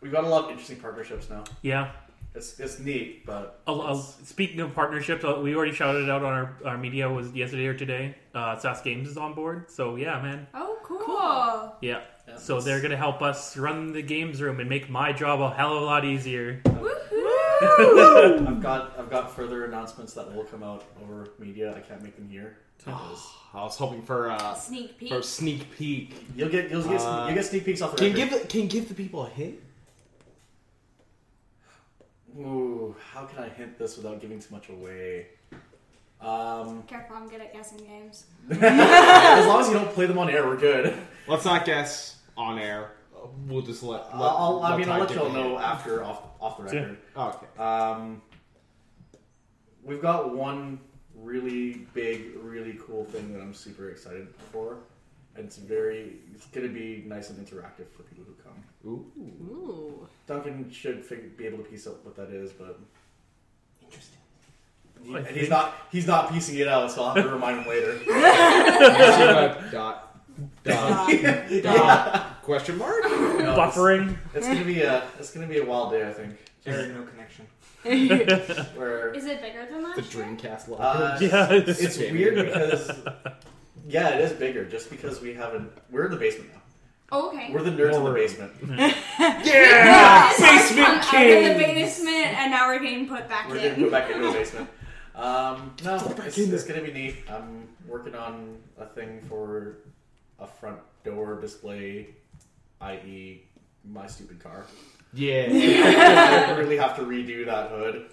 We've got a lot of interesting partnerships now.
Yeah.
It's it's neat, but
A- a- speaking of partnerships, uh, we already shouted out on our, our media was yesterday or today. Uh, SAS Games is on board, so yeah, man,
Oh, cool.
yeah.
Yeah,
So they're gonna help us run the games room and make my job a hell of a lot easier.
Woohoo!
I've got I've got further announcements that will come out over media. I can't make them here. because
I was hoping for uh
Sneak peek.
for a sneak peek.
You'll get you'll get
Uh,
some, you'll get sneak peeks off the
Can you
record.
give the, can you give the people a hint?
Ooh, how can I hint this without giving too much away? Um,
Careful, I'm good at guessing games.
as long as you don't play them on air, we're good.
Let's not guess on air. We'll just let. let
I'll, I'll, I mean, I'll
Ty
let
give
y'all
the hint.
know after off off the record.
Okay.
Um, we've got one really big, really cool thing that I'm super excited for. And it's very, it's gonna be nice and interactive for people who come.
Ooh.
Ooh.
Duncan should fig- be able to piece out what that is, but
Interesting.
he-
I
and
think-
he's not he's not piecing it out, so I'll have to remind him later.
dot dot dot, question mark.
No, it's-
Buffering.
It's gonna be a it's gonna be a wild day, I think.
There is no connection.
Where
Is it bigger than last
The
year?
Dreamcast
uh,
locker.
Yes.
it's weird because yeah, it is bigger just because we haven't. We're in the basement now,
Oh, okay.
We're the nerds in the
Horror.
basement.
Yeah!
Basement king. Out of the basement, and now we're getting put back
We're gonna
in.
go back into the basement. Um, no, it's,
in
it's gonna be neat. I'm working on a thing for a front door display, i.e., my stupid car.
Yeah.
I really have to redo that hood,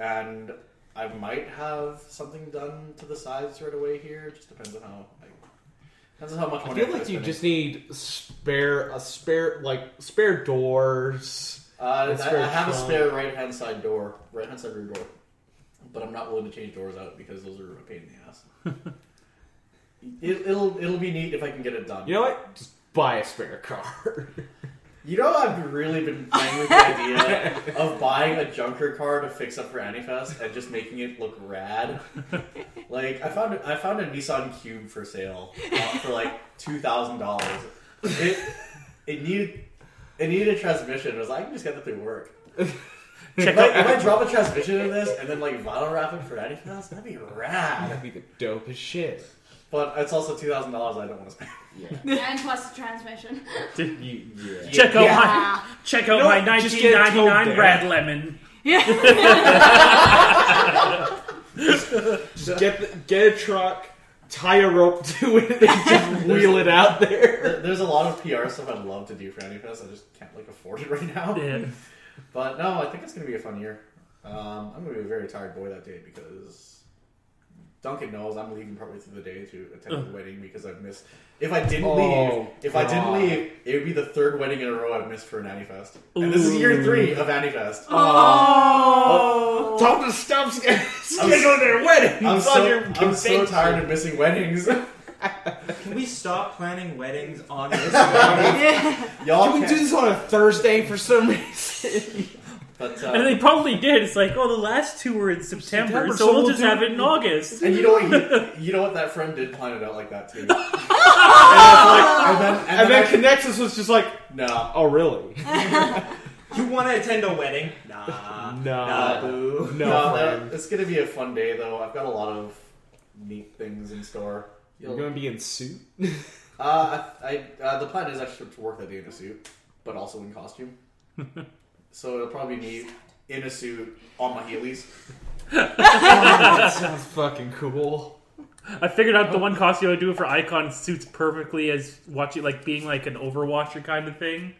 and I might have something done to the sides right away here. Just depends on how. Like, depends on how much
I
money
feel
I'm
like you
spending.
just need spare a spare like spare doors.
Uh,
That's
I,
very
I have a
strong.
spare right hand side door, right hand side rear door, but I'm not willing to change doors out because those are a pain in the ass. it, it'll it'll be neat if I can get it done.
You know what? Just buy a spare car.
You know, I've really been playing with the idea of buying a junker car to fix up for Anifest and just making it look rad. Like I found I found a Nissan Cube for sale uh, for like two thousand dollars. It it needed it needed a transmission. I was like, I can just get that through work.
Check
If I,
out
if I drop a transmission in this and then like vinyl wrap it for anything else, that'd be rad.
That'd be the dopest shit.
But it's also two thousand dollars I don't want to spend.
and plus the transmission.
You, yeah.
check out
Yeah.
my check out
No,
my
just get a tote
1999
bag.
Red Lemon.
Yeah.
Just get the, get a truck, tie a rope to it, and just wheel it out there.
There- There's a lot of PR stuff I'd love to do for Anifest. I just can't like afford it right now.
Yeah.
But no, I think it's gonna be a fun year. Um, I'm gonna be a very tired boy that day because Duncan knows I'm leaving probably through the day to attend the wedding because I've missed. If I didn't leave,
Oh,
if I didn't
God.
leave, it would be the third wedding in a row I've missed for an Anifest, and this is year
Ooh.
three of Anifest.
Oh, time to stop sch- scheduling their wedding.
I'm
It's
so,
on your
I'm so
convention.
tired of missing weddings.
Can we stop planning weddings on this wedding?
Y'all
Can we
can't-
do this on a Thursday for some reason?
But, uh,
And they probably did. It's like, oh, the last two were in September,
September, so
so, we'll
we'll
just
do-
have it in August.
and you know what? You, you know what? That friend did plan it out like that too. and, it's like, and then, and
and
then Uh,
then Connexus was just like,
I- no,
oh really?
You want to attend a wedding? Nah.
No.
Nah, boo.
No,
no.
friend.
that- It's gonna be a fun day though. I've got a lot of neat things in store.
You're gonna be in suit?
Uh, I, I uh, the plan is actually to work that day in a suit, but also in costume. so it'll probably be in a suit on my heelys.
that sounds fucking cool.
I figured out the one costume I do for Icon suits perfectly as watching, like being like an Overwatcher kind of thing.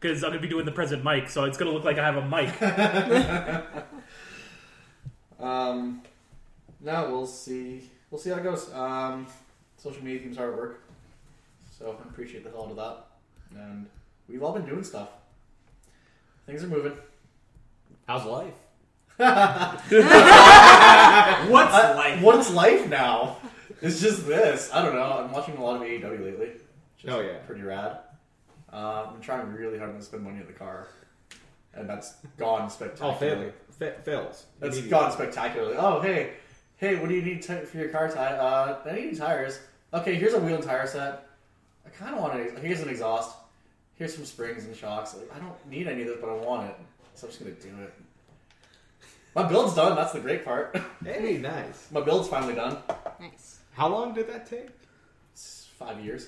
Because I'm gonna be doing the present mic, so it's gonna look like I have a mic.
Um, no, we'll see. We'll see how it goes. Um, social media teams hard work, so I appreciate the hell out of that. And we've all been doing stuff. Things are moving.
How's life?
What's
I-
life?
What's life now? It's just this. I don't know. I'm watching a lot of AEW lately. which is
Oh, yeah.
pretty rad. Uh, I'm trying really hard not to spend money on the car, and that's gone
Oh,
spectacularly.
failing. Fa- fails.
That's
Immediately.
gone spectacularly. Oh, hey, hey, what do you need ti- for your car tie? Uh, I need tires. Okay, here's a wheel and tire set. I kind of want it. Here's an exhaust. Here's some springs and shocks. Like, I don't need any of this, but I want it, so I'm just gonna do it. My build's done. That's the great part.
Hey, nice.
My build's finally done.
nice.
How long did that take?
It's five years.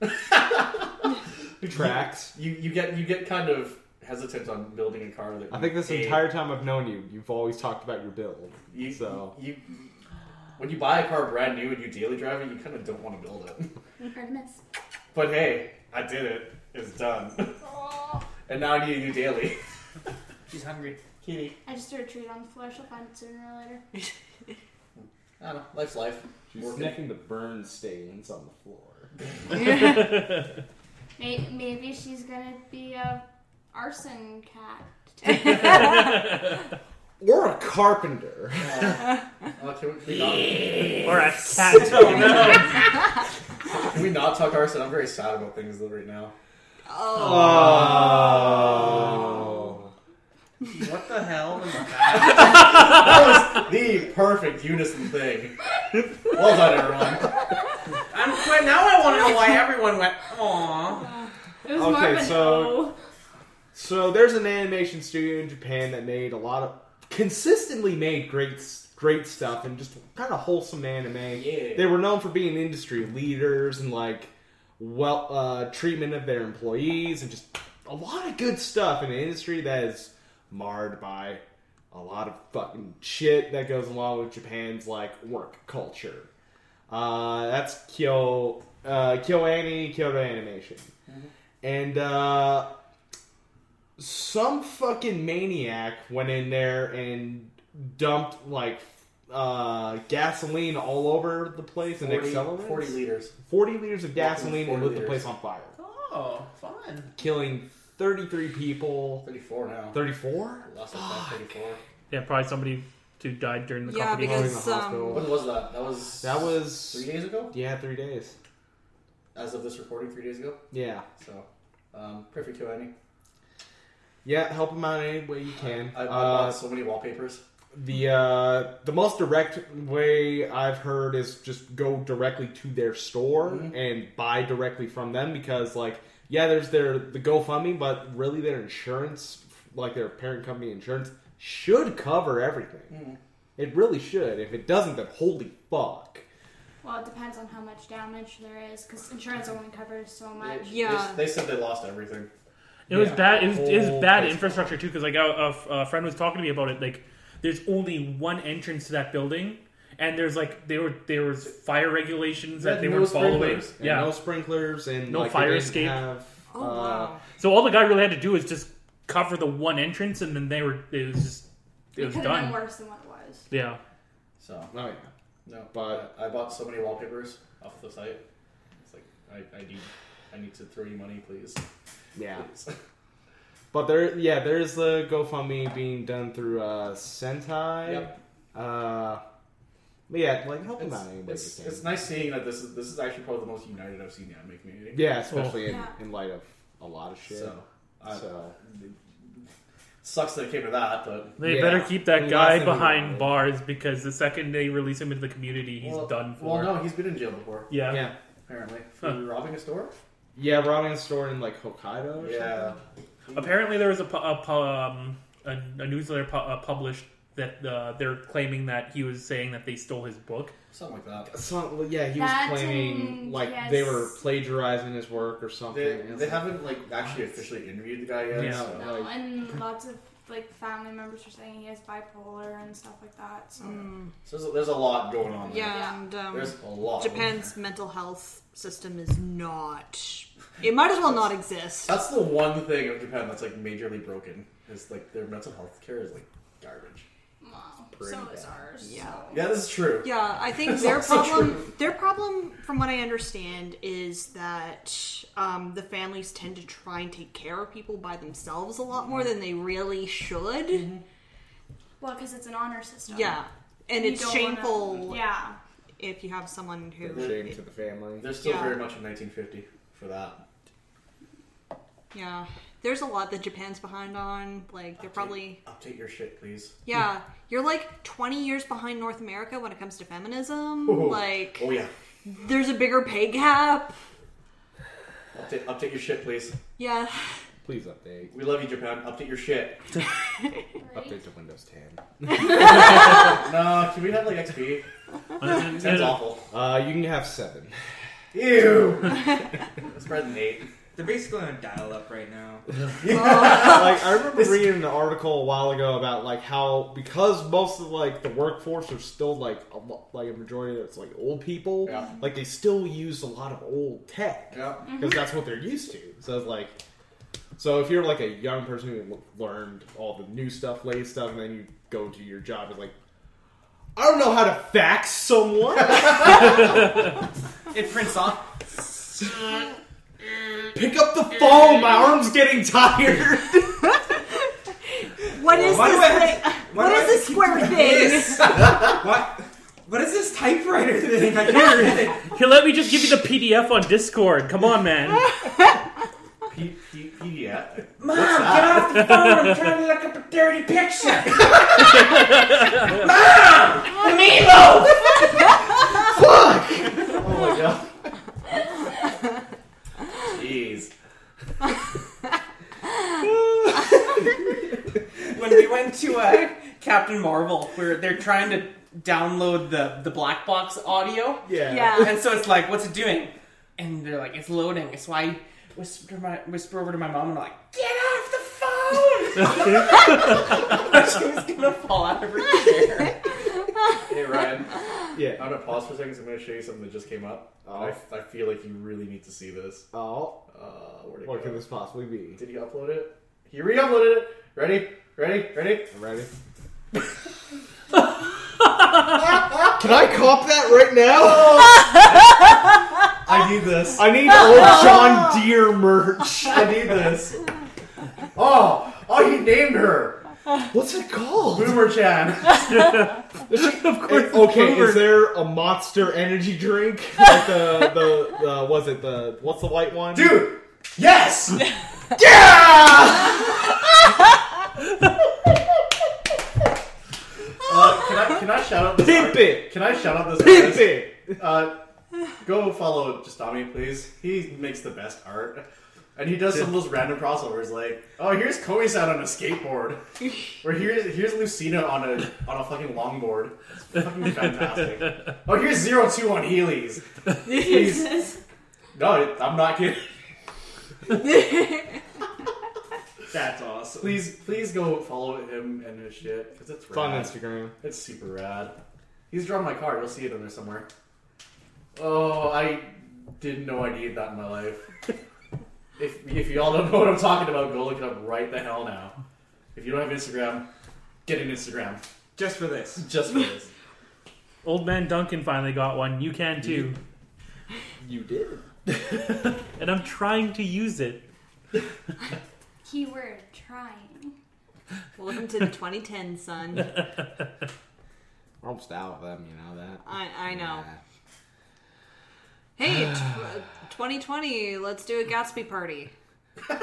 Tracks.
You you get you get kind of hesitant on building a car that
I think this
you-
entire time I've known you, you've always talked about your build.
you,
so-
you when you buy a car brand new and you daily drive it, you kind of don't want to build it.
Artemis.
But hey, I did it. It's done. and now I need a new daily.
She's hungry.
Kitty.
I just threw a treat on the floor. She'll find it sooner or later.
I don't know. Life's life.
She's
Working.
sniffing the burn stains on the floor.
May- Maybe she's gonna be a arson cat.
Or a carpenter.
Uh, can, we, can, we
or a
Oh,
cat.
not, can we not talk arson? I'm very sad about things though right now.
Oh.
Oh.
What the hell? Is
That was the perfect unison thing. Well done, everyone.
I'm quit. Now I want to know why everyone went, aww.
It was
Okay,
more of an
so-
O.
So there's an animation studio in Japan that made a lot of consistently made great great stuff and just kind of wholesome anime.
Yeah.
They were known for being industry leaders and like well uh, treatment of their employees, and just a lot of good stuff in an industry that is marred by a lot of fucking shit that goes along with Japan's like work culture. Uh, that's Kyo uh, KyoAni Kyoto Animation, and uh, some fucking maniac went in there and dumped like uh, gasoline all over the place and
40,
accelerated
40 liters.
40 liters of gasoline and lit
40
the
liters.
place on fire,
Oh, fun.
killing 33 people.
34 now.
34?
Last time, 34.
Yeah, probably somebody who died during the
Yeah,
company.
because-
Going to the
um,
hospital.
When was that? That was
That
three
was
days ago.
yeah, three days.
As of this recording, three days ago.
Yeah,
So, um, perfect to any.
yeah. Help them out any way you can.
I, I
Uh,
bought so many wallpapers.
the uh, the most direct way I've heard is just go directly to their store
Mm-hmm.
and buy directly from them because like yeah there's their the GoFundMe but really their insurance like their parent company insurance should cover everything.
Mm-hmm.
It really should. If it doesn't, then holy fuck.
Well, it depends on how much damage there is, because insurance only covers so much.
They-
Yeah.
They, they said they lost everything.
It was
Yeah.
bad. It was, it
Whole
was bad
place.
infrastructure too. Because like a, a f- a friend was talking to me about it. Like, there's only one entrance to that building, and there's like there were there was fire regulations that
Had
they
no
were following.
sprinklers.
And
Yeah.
no sprinklers and
No
like, they
fire
didn't
escape.
Have,
Oh
uh,
wow!
So all the guy really had to do was just cover the one entrance, and then they were it was just it
It
was
could have been
done.
worse than what it was.
Yeah.
So
Oh yeah.
no,
But-
I, I bought so many wallpapers off the site. It's like I, I need, I need to throw you money, please.
Yeah.
Please.
But there, yeah, there is the GoFundMe being done through uh, Sentai.
Yep.
Uh, but yeah, like help them
It's,
out any way
it's,
you can.
it's nice seeing that this is this is actually probably the most united I've seen the anime community.
yeah, especially in,
Yeah.
in light of a lot of shit.
So, I,
So.
sucks that it came to that, but
They
Yeah.
better keep
The
that
last
guy
thing we
behind
wanted.
bars because the second they release him into the community, he's
well,
done for.
Well, no, he's been in jail before
Yeah.
yeah,
apparently for
Huh.
robbing a store.
yeah, robbing a store in like Hokkaido. Or
Yeah,
Apparently, there was a pu- a, pu- um, a, a newsletter pu- uh, published that uh, they're claiming that he was saying that they stole his book.
something like that.
something. So, yeah, he was
That's
claiming
in-
like
yes.
they were plagiarizing his work or something.
They,
It's like-
they haven't like actually officially interviewed the guy yet.
Yeah.
so-
No,
Like-
and lots of like family members are saying he has bipolar and stuff like that. So
So there's a, there's a lot going on. There.
Yeah, and um,
There's a lot.
Japan's mental health system is not. It might as well not exist.
That's the one thing of Japan that's like majorly broken. Is like their mental health care is like garbage.
wow,
Pretty
so is
bad.
ours.
Yeah.
so-
Yeah, this is true.
Yeah, I think
That's
their
also
problem.
true.
Their problem, from what I understand, is that um, the families tend to try and take care of people by themselves a lot more than they really should.
Well, because it's an honor system.
Yeah, and
You
it's
don't wanna-
shameful
yeah.
if you have someone who.
shame to the family.
They're still
Yeah.
very much in 1950 for that.
Yeah, there's a lot that Japan's behind on. Like they're
Update-
probably
update your shit, please.
yeah. You're like 20 years behind North America when it comes to feminism.
Oh.
Like
Oh yeah,
there's a bigger pay gap.
update update your shit, please.
Yeah.
Please update.
We love you, Japan. Update your shit.
Update to Windows 10.
No, can we have like XP?
Uh,
That's awful.
Uh, you can have seven.
Ew. That's better than eight.
They're basically on dial up right now.
like I remember reading an article a while ago about like how because most of like the workforce are still like a, lo- like a majority of it's like old people,
Yeah.
like they still use a lot of old tech because
Yeah.
that's what they're used to. So it's like, so if you're like a young person who l- learned all the new stuff, latest stuff, and then you go to your job, it's like. I don't know how to fax someone.
It prints off.
Pick up the phone. My arm's getting tired.
What is
Why do I
this?
have
thing?
to- why
What
do I
is
have to
this
keep
square
doing
thing?
this? what? What is this typewriter thing? I can't read it.
Here, let me just give you the PDF on Discord. Come on, man.
P- P- PDF.
Mom, get off the phone! Oh, I'm trying to look up a dirty picture. Mom, Milo.
Oh my god. Jeez.
when we went to uh, Captain Marvel, where they're trying to download the, the black box audio,
Yeah.
Yeah.
and so it's like, what's it doing? and they're like, it's loading. So I whisper, to my, whisper over to my mom and I'm like, get off the phone! she was gonna fall out of her chair.
Hey Ryan,
Yeah.
I'm gonna pause for a second. 'cause I'm gonna show you something that just came up.
Oh.
I, I feel like you really need to see this.
Oh,
Uh, where'd it
what
go?
could this possibly be?
Did he upload it? He re-uploaded it. Ready? Ready? Ready?
Ready? Can I cop that right now?
I need this.
I need old John Deere merch.
I need this. Oh, oh, he named her
What's it called?
Boomer Chan.
of course.
Okay,
Boomer.
is there a monster energy drink? Like the the uh, was it the what's the white one?
Dude, yes.
Yeah!
Uh, can I can I shout out this?
Pimp it!
Can I shout out this?
Pimp
artist?
it!
Uh, go follow Justami, please. He makes the best art. And he does some of those random crossovers, like, oh, here's Koei-san on a skateboard, or here's here's Lucina on a on a fucking longboard. It's fucking fantastic. oh, here's Zero Two on Heelys. He's- no, it- I'm not kidding.
That's awesome.
Please, please go follow him and his shit because it's
It's on
rad.
Instagram.
It's super rad. He's drawn my car. You'll see it in there somewhere. Oh, I didn't know I needed that in my life. if if you all don't know what I'm talking about, go look it up right the hell now. If you don't have Instagram, get an Instagram
Just for this.
just for this.
Old man Duncan finally got one. You can too.
You did.
And I'm trying to use it.
Keyword trying.
Welcome to 2010, son.
We're almost out of them, you know that.
I, I know.
Yeah.
Hey, tw- 2020, let's do a Gatsby party.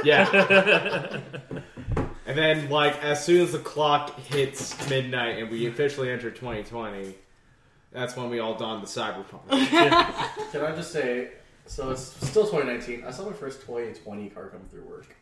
Yeah. and then, like, as soon as the clock hits midnight and we officially enter 2020, that's when we all don the cyberpunk.
Can I just say? So it's still 2019. I saw my first 2020 car come through work.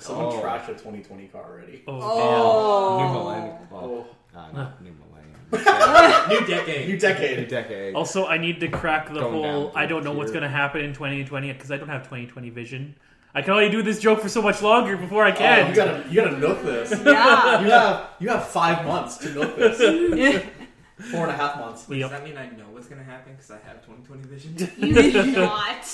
Someone
Oh.
trashed a 2020 car already.
Oh.
New millennium. Well,
Oh,
uh, not new millennium.
New decade.
new
New
decade.
decade.
Also, I need to crack the
Going
whole
down to
I don't know what's
here.
going to happen in 2020 because I don't have 2020 vision. I can only do this joke for so much longer before I
Oh,
can.
you gotta, you gotta milk this. You
Yeah.
have, you have five months to milk this. Four and a half months.
Wait,
Yep.
Does that mean I know what's gonna happen because I have 2020 vision?
You did not.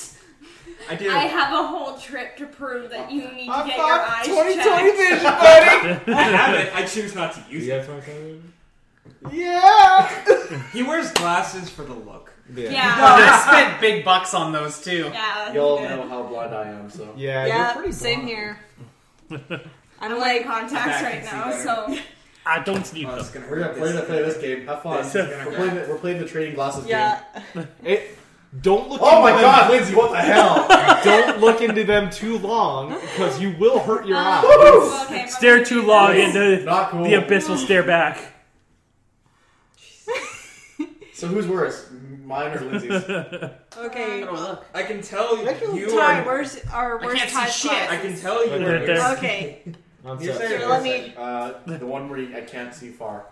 I do.
I have a whole trip to prove that you need to
I'm
get your
fucked.
eyes
2020
checked.
vision, buddy!
I have it. I choose not to use it.
have 2020 vision? Yeah!
He wears glasses for the look.
Yeah.
Oh,
Yeah.
I spent big bucks on those too.
Yeah, that's
Y'all
good.
know how blind I am, so.
Yeah, you're
Yeah,
pretty
same
blind.
here.
I'm
I'm
wearing
like,
contacts
I
right
can see
now,
better.
so
I don't sleep
Oh,
them.
it's gonna
We're gonna,
hurt.
we're gonna play this
hurt.
game. Have fun.
This is gonna
We're
hurt.
playing, the, we're playing the trading glasses
yeah.
game.
It, don't look
Oh my
into
god, Lindsay, what the hell?
them, Don't look into them too long because you will hurt your
Uh,
eyes.
okay, I'm
Stare
gonna
too
do
long
this.
and the,
Not cool.
the abyss will stare back.
So who's worse? Mine or Lindsay's?
Okay.
Oh, look.
I can tell you
Time.
are.
Where's our
I
worst
can't see
time
shit.
slot?
I can tell you
Right
are.
there.
Okay.
On
You're
set.
saying-
So let me.
Uh, the one where you, I can't see far.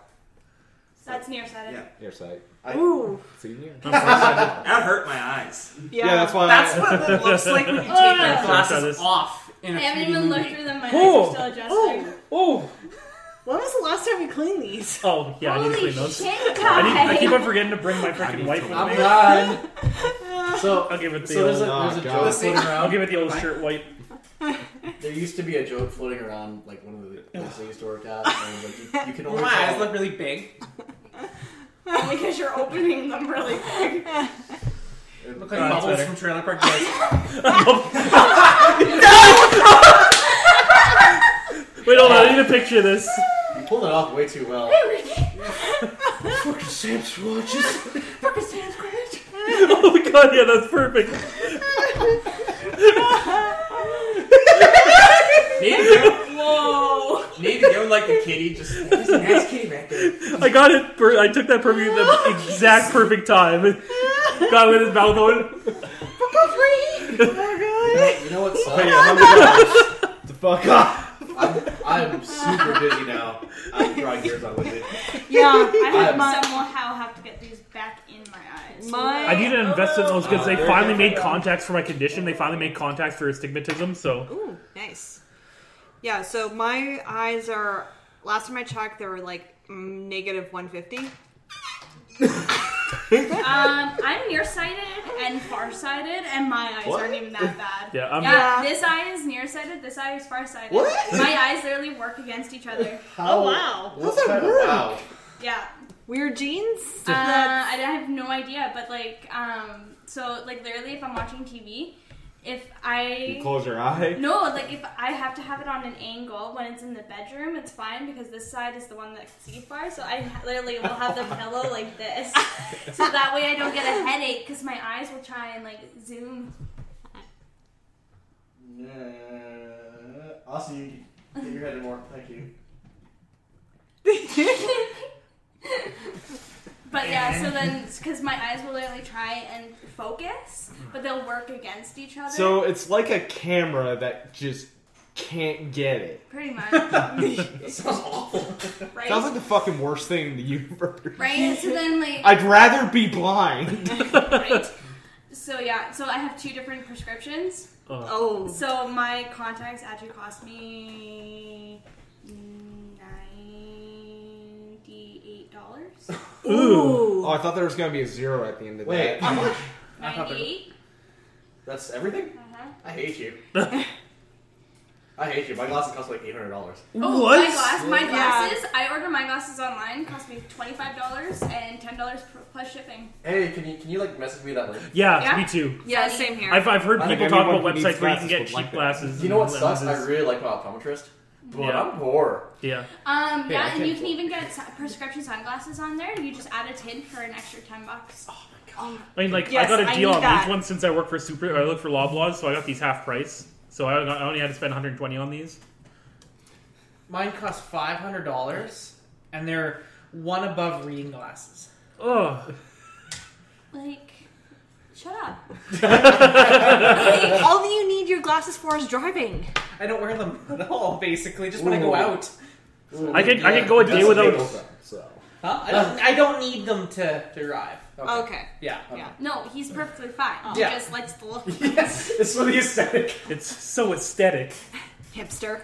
That's nearsighted.
Yeah.
Your side.
I,
Ooh.
Senior.
That hurt my eyes.
Yeah.
Yeah,
Uh,
that's why.
That's
I,
what it looks like when you take your
yeah.
glasses
This-
off in
I
a
haven't
3D
even
movie.
looked through them. My eyes
Oh.
are still adjusting.
Oh,
When was the last time you cleaned these?
oh yeah, I need to
Holy
clean those.
shit,
I, need, I
guys!
keep on forgetting to bring my
need
freaking
to
wife with
look.
I'm
me.
blind. So,
I'll give it the
so there's a,
old,
Oh,
there's a
God.
joke floating
I'll
around.
give it the old shirt wipe.
There used to be a joke floating around, like one of the places I used to work at. And like, you, you can
Well,
only
my eyes
tell.
look really big.
because you're opening them really quick.
Look
Oh,
like
Look
that's
bubbles
better.
from Trailer Park Boys.
Wait, hold on, I need a picture of this.
You pulled it off way too well.
fucking Sam's watches.
Oh my god, yeah, that's perfect.
Need to go,
Whoa!
need to go like the kitty. Just there's a nice kitty back there.
I got it. Per- I took that perfect, the exact perfect time. Got it with his mouth open.
You know what
Pay you
sucks?
$100 to fuck off.
I'm, I'm super busy now. I'm drawing yours on with it.
Yeah. I
I
have
have
my.
somehow have to get these back in my eyes.
My-
I need to invest in those because they
Very
finally made
different.
contacts for my condition. They finally made contacts for astigmatism. So
Ooh, nice. Yeah, so my eyes are. Last time I checked, they were like mm, negative 150.
Um, I'm nearsighted and farsighted, and my eyes
What?
aren't even that bad.
Yeah, I'm-
Yeah.
this eye is nearsighted. This eye is farsighted.
What?
My eyes literally work against each other.
How,
wow.
What's
How's that work?
Wow.
Yeah.
Weird jeans?
Uh,
That's-
I have no idea, but like, um, so like literally, if I'm watching TV, if I
You close your eye.
No, like if I have to have it on an angle when it's in the bedroom, it's fine because this side is the one that can see far. So I ha- literally will have the pillow like this, so that way I don't get a headache because my eyes will try and like zoom.
Uh, Austin, you get your head in more. Thank you.
But yeah, so then because my eyes will literally try and focus, but they'll work against each other.
So it's like a camera that just can't get it.
pretty much,
That sounds awful.
Sounds like
right?
the fucking worst thing in the universe.
Right. So then like
I'd rather be blind.
right. So yeah, so I have two different prescriptions.
uh,
oh.
So my contacts actually cost me ninety-eight dollars.
oh, I thought there was gonna be a zero at the end of
Wait,
that.
I thought they-
Ninety-eight.
that's everything?
Uh-huh.
I hate you. I hate you. My glasses cost like eight hundred dollars.
Oh,
What?
my glass, my
Yeah.
glasses. I order my glasses online. Cost me twenty-five dollars and ten dollars plus shipping.
Hey, can you can you like message me that link?
yeah,
Yeah.
me too.
Yeah, same here.
I've, I've heard
I think
people talk about
everyone who needs
websites where you can
glasses
get
would
cheap
like that.
glasses.
You know what
and
sucks? I
lenses.
really like my optometrist, but
Yeah.
I'm poor.
Yeah,
Um,
Hey, I
yeah, and
can't
you can
afford-
even get su- prescription sunglasses on there. You just add a tin for an extra ten bucks.
I mean, like
Yes,
I got
I
a deal
need
on
that.
these ones since I work for Super. I look for Loblaws, so I got these half price. So I, got, I only had to spend 120 on these.
Mine cost five hundred dollars, and they're one above reading glasses.
Oh,
Like, shut up.
All you need your glasses for is driving.
I don't wear them at all, basically, just when I go
Ooh.
out.
I could I could go a day
That's
without.
illegal, though, So.
Huh? I don't. I don't need them to to drive.
Okay.
Yeah.
Yeah.
No, he's perfectly fine. He
Yeah.
just likes the look.
Yes, it's for the aesthetic.
It's so aesthetic.
Hipster.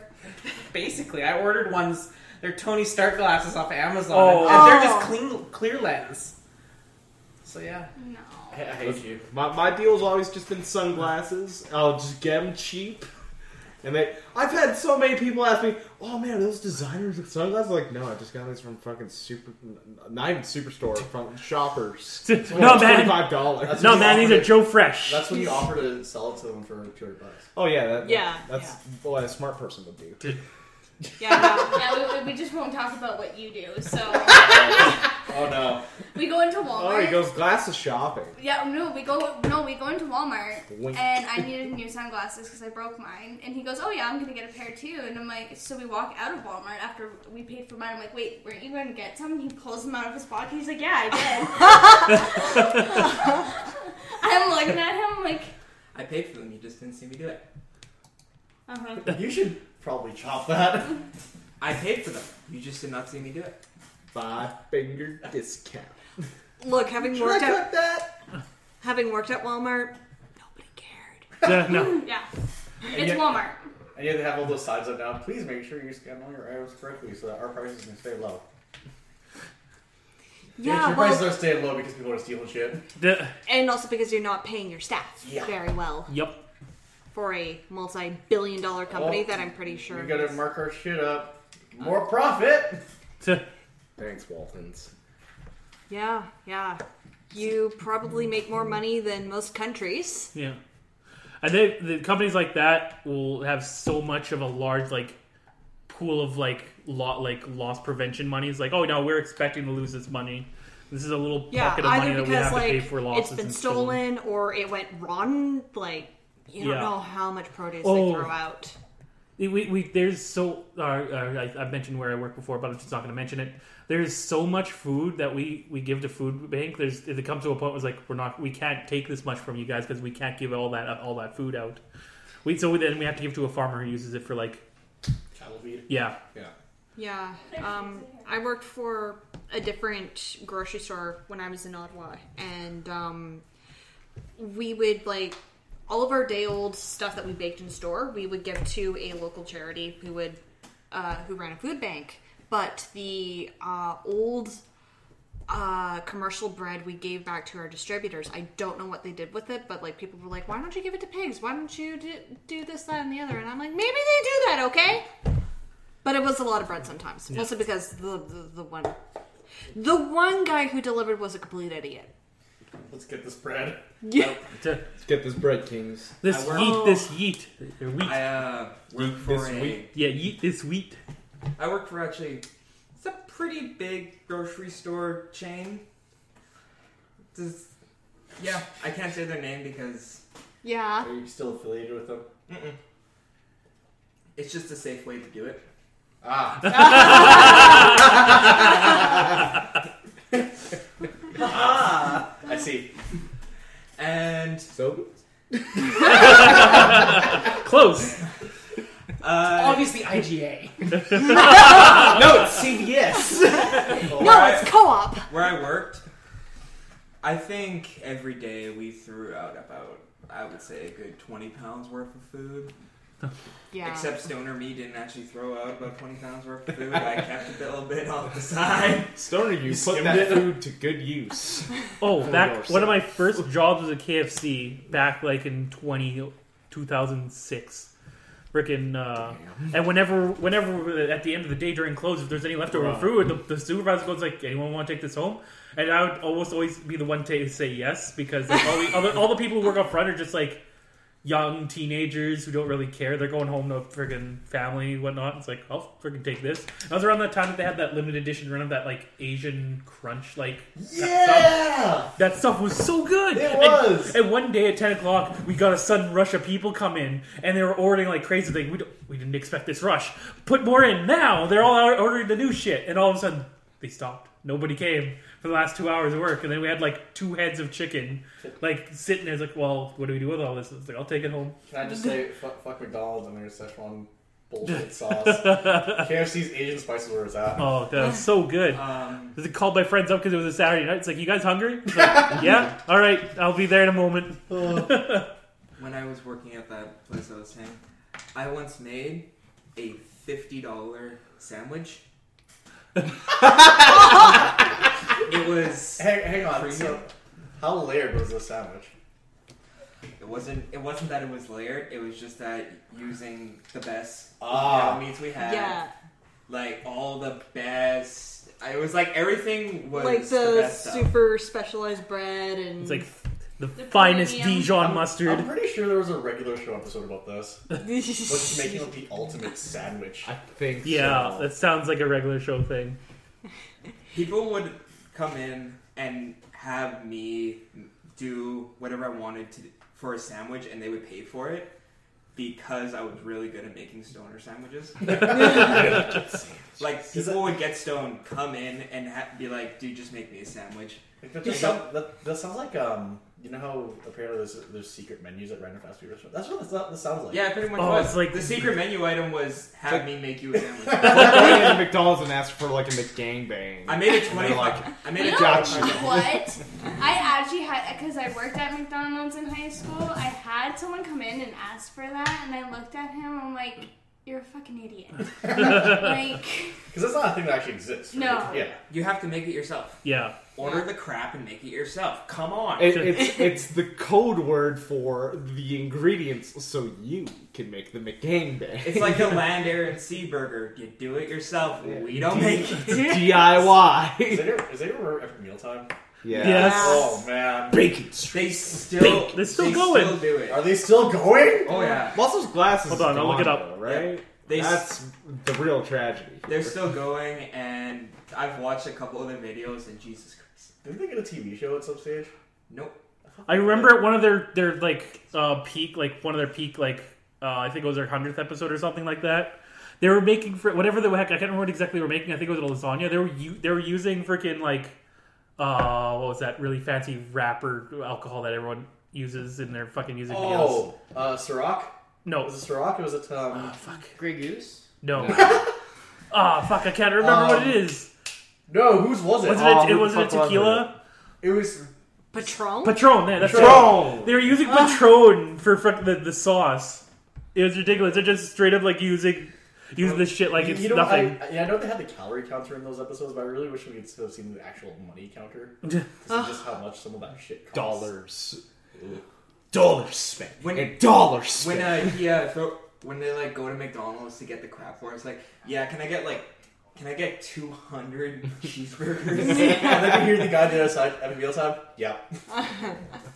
Basically, I ordered ones. They're Tony Stark glasses off Amazon,
Oh.
and they're just
Oh.
clean, clear lens. So yeah.
No.
I, I hate you.
My, my deal's always just been sunglasses. I'll just get them cheap. And they, I've had so many people ask me, "Oh man, are those designers with sunglasses?" Like, no, I just got these from fucking super, n- not even superstore, from shoppers.
no man,
twenty-five dollars.
no man, these are Joe Fresh.
That's when you offer to sell it to them for two hundred bucks.
Oh yeah, that,
Yeah,
that's what a smart person would do.
Yeah, no.
Yeah, we, we just won't talk about what you do. So
Oh no.
we go into
Oh,
Walmart.
he goes glasses shopping.
yeah, no, we go no, we go into Walmart,
Wink.
and I needed new sunglasses because I broke mine. And he goes, "Oh yeah, I'm gonna get a pair too." And I'm like, so we walk out of Walmart after we paid for mine. I'm like, "Wait, weren't you going to get some?" And he pulls them out of his pocket. He's like, "Yeah, I did." I'm looking at him like,
I paid for them. You just didn't see me do it.
"Uh-huh."
You should probably chop that.
I paid for them. You just did not see me do it.
Five finger discount.
Look, having
Should I
worked at
cut that?
having worked at Walmart, nobody cared.
Yeah, no,
Yeah, it's
yeah.
Walmart.
And yet they have all those signs up now. Please make sure you scan all your items correctly so that our prices can stay low.
Yeah,
your prices
well,
are staying low because people are stealing shit.
The-
and also because you're not paying your staff
Yeah.
very well
yep.
for a multi-billion dollar company
Well,
that I'm pretty sure.
We gotta
is-
mark our shit up. More profit.
To-
Thanks, Waltons.
Yeah, yeah. You probably make more money than most countries.
Yeah, and they the companies like that will have so much of a large like pool of like lot like loss prevention money. It's like, oh no, we're expecting to lose this money. This is a little
Yeah,
pocket of money
either
that we have
because
to pay
like
for losses.
it's been
and stolen.
stolen or it went rotten. Like you don't
Yeah.
know how much produce
Oh.
they throw out.
We, we, there's so uh, uh, I, I've mentioned where I work before, but I'm just not going to mention it. There's so much food that we, we give to food bank. There's it comes to a point where it's like we're not we can't take this much from you guys because we can't give all that all that food out. We so then we have to give to a farmer who uses it for like
Cattle feed.
yeah
Yeah.
Yeah. Um, I worked for a different grocery store when I was in Ottawa, and um, we would like all of our day old stuff that we baked in store. We would give to a local charity who would uh, who ran a food bank. But the uh, old uh, commercial bread we gave back to our distributors. I don't know what they did with it, but like people were like, "Why don't you give it to pigs? Why don't you do, do this, that, and the other?" And I'm like, "Maybe they do that, okay?" But it was a lot of bread sometimes, mostly because the, the the one, the one guy who delivered was a complete idiot.
Let's get this bread.
Yeah,
To-
Let's get this bread, kings.
this
I work-
yeet, this yeet, Or wheat.
I uh, worked for
This
a.
week.
yeah, yeet this wheat.
I worked for actually it's a pretty big grocery store chain. This, yeah, I can't say their name because
yeah.
Are you still affiliated with them?
mm-mm. it's just a safe way to do it.
Ah. I see.
And
So
Close.
uh,
Obviously, IGA.
no, it's CVS.
No, it's co-op.
where I worked, I think every day we threw out about I would say a good twenty pounds worth of food.
Yeah,
Except Stoner Me didn't actually throw out about twenty pounds worth of food. I kept a little bit off the side.
Stoner, you, put
skimmed
that
it?
food to good use.
Oh,
Four
back
dollars.
one of my first jobs was a KFC back like in 20, 2006. Frickin',
Oh,
uh, and whenever, whenever at the end of the day during close, if there's any leftover
Wow.
food, the, the supervisor goes like, "Anyone want to take this home?" And I would almost always be the one to say yes because like, all, the, all, the, all the people who work up front are just like young teenagers who don't really care. They're going home to friggin' family and whatnot. It's like, I'll friggin' take this. I was around that time that they had that limited edition run of that like Asian crunch like
Yeah!
that stuff was so good.
It
And-
was.
And, one day at ten o'clock, we got a sudden rush of people come in, and they were ordering like crazy. Like we don't, we didn't expect this rush. Put more in now. They're all out ordering the new shit, and all of a sudden they stopped. Nobody came for the last two hours of work, and then we had like two heads of chicken, like sitting there. It's like, well, what do we do with all this? It's like, I'll take it home.
Can I just say, fuck, fuck McDonald's and their Szechuan bullshit sauce. KFC's Asian spices where it's at.
Oh, that was so good.
Um,
I called my friends up because it was a Saturday night. It's like, you guys hungry? It's like, yeah. All right, I'll be there in a moment.
when I was working at that place I was saying, I once made a fifty dollar sandwich. it was
Hang, hang on.
Premium.
So, how layered was this sandwich?
it wasn't it wasn't that it was layered, it was just that using the best
Ah.
ground meats we had.
yeah.
Like all the best it was like everything was
Like
the,
the
best stuff.
super specialized bread and
It's like the,
The
finest
premium.
Dijon
I'm-
mustard.
I'm pretty sure there was a regular show episode about this. Was making like, the ultimate sandwich.
I think.
Yeah,
so.
that sounds like a regular show thing.
people would come in and have me do whatever I wanted to for a sandwich, and they would pay for it because I was really good at making stoner sandwiches. like people would get stoned, come in, and ha- be like, "Dude, just make me a sandwich."
Like, That, that, that, that sounds like um, you know how apparently there's, there's secret menus at random fast food restaurants. That's what that, that sounds like.
Yeah, pretty much.
Oh,
was.
it's like-
the secret menu item was have
Like-
me make you a sandwich.
Like going into McDonald's and asked for like a McGangbang.
I made a
And they're
twenty.
like,
I made a
No.
twenty.
What? I actually had because I worked at McDonald's in high school. I had someone come in and ask for that, and I looked at him. I'm like, "You're a fucking idiot." like,
because that's not a thing that actually exists. Right?
No.
Yeah.
You have to make it yourself.
Yeah.
Order the crap and make it yourself. Come on.
it, it's it's the code word for the ingredients, so you can make the McGangbang.
It's like the land, air, and sea burger. You do it yourself.
Yeah.
We don't make it.
Is
DIY.
it is it ever every mealtime?
Yeah.
Yes.
Oh man.
Bacon.
They still,
Bake. They're still
they
going.
Still do
Are
it.
they still going?
Oh yeah,
Muscle's glasses.
Hold on,
is
I'll look
gone,
it up.
though, right?
they s-
That's the real tragedy.
they're still going, and I've watched a couple of their videos, and Jesus Christ,
Didn't they get a TV show at some stage?
nope.
I remember at one of their their like uh, peak like one of their peak like uh, I think it was their hundredth episode or something like that. They were making for whatever the heck I can't remember what exactly they were making. I think it was a lasagna. They were u- they were using freaking like uh what was that really fancy wrapper alcohol that everyone uses in their fucking music videos.
Oh, uh, Ciroc.
No, Ah,
Was it Ciroc? Or was it um?
Grey Goose.
no. Ah, fuck! I can't remember
Um,
what it is.
No, whose was it?
Was it?
Oh,
A,
who
it
the
was it
fuck
a tequila?
it? It was.
Patron?
Patron. Yeah, that's it.
Patron.
They were using
Ah.
Patron for fuck the, the sauce. It was ridiculous. They're just straight up like using using this shit like it's
you know,
nothing.
I, yeah, I know they had the calorie counter in those episodes, but I really wish we could still have seen the actual money counter. to see
Ah.
just how much some of that shit costs.
Dollars. Dollars spent.
When-
and dollars
When
spent.
uh, he uh, throw, when they like go to McDonald's to get the crab for, it's like, yeah, can I get like, can I get two hundred cheeseburgers,
and then you hear the guy on the other side at meal time. Yep.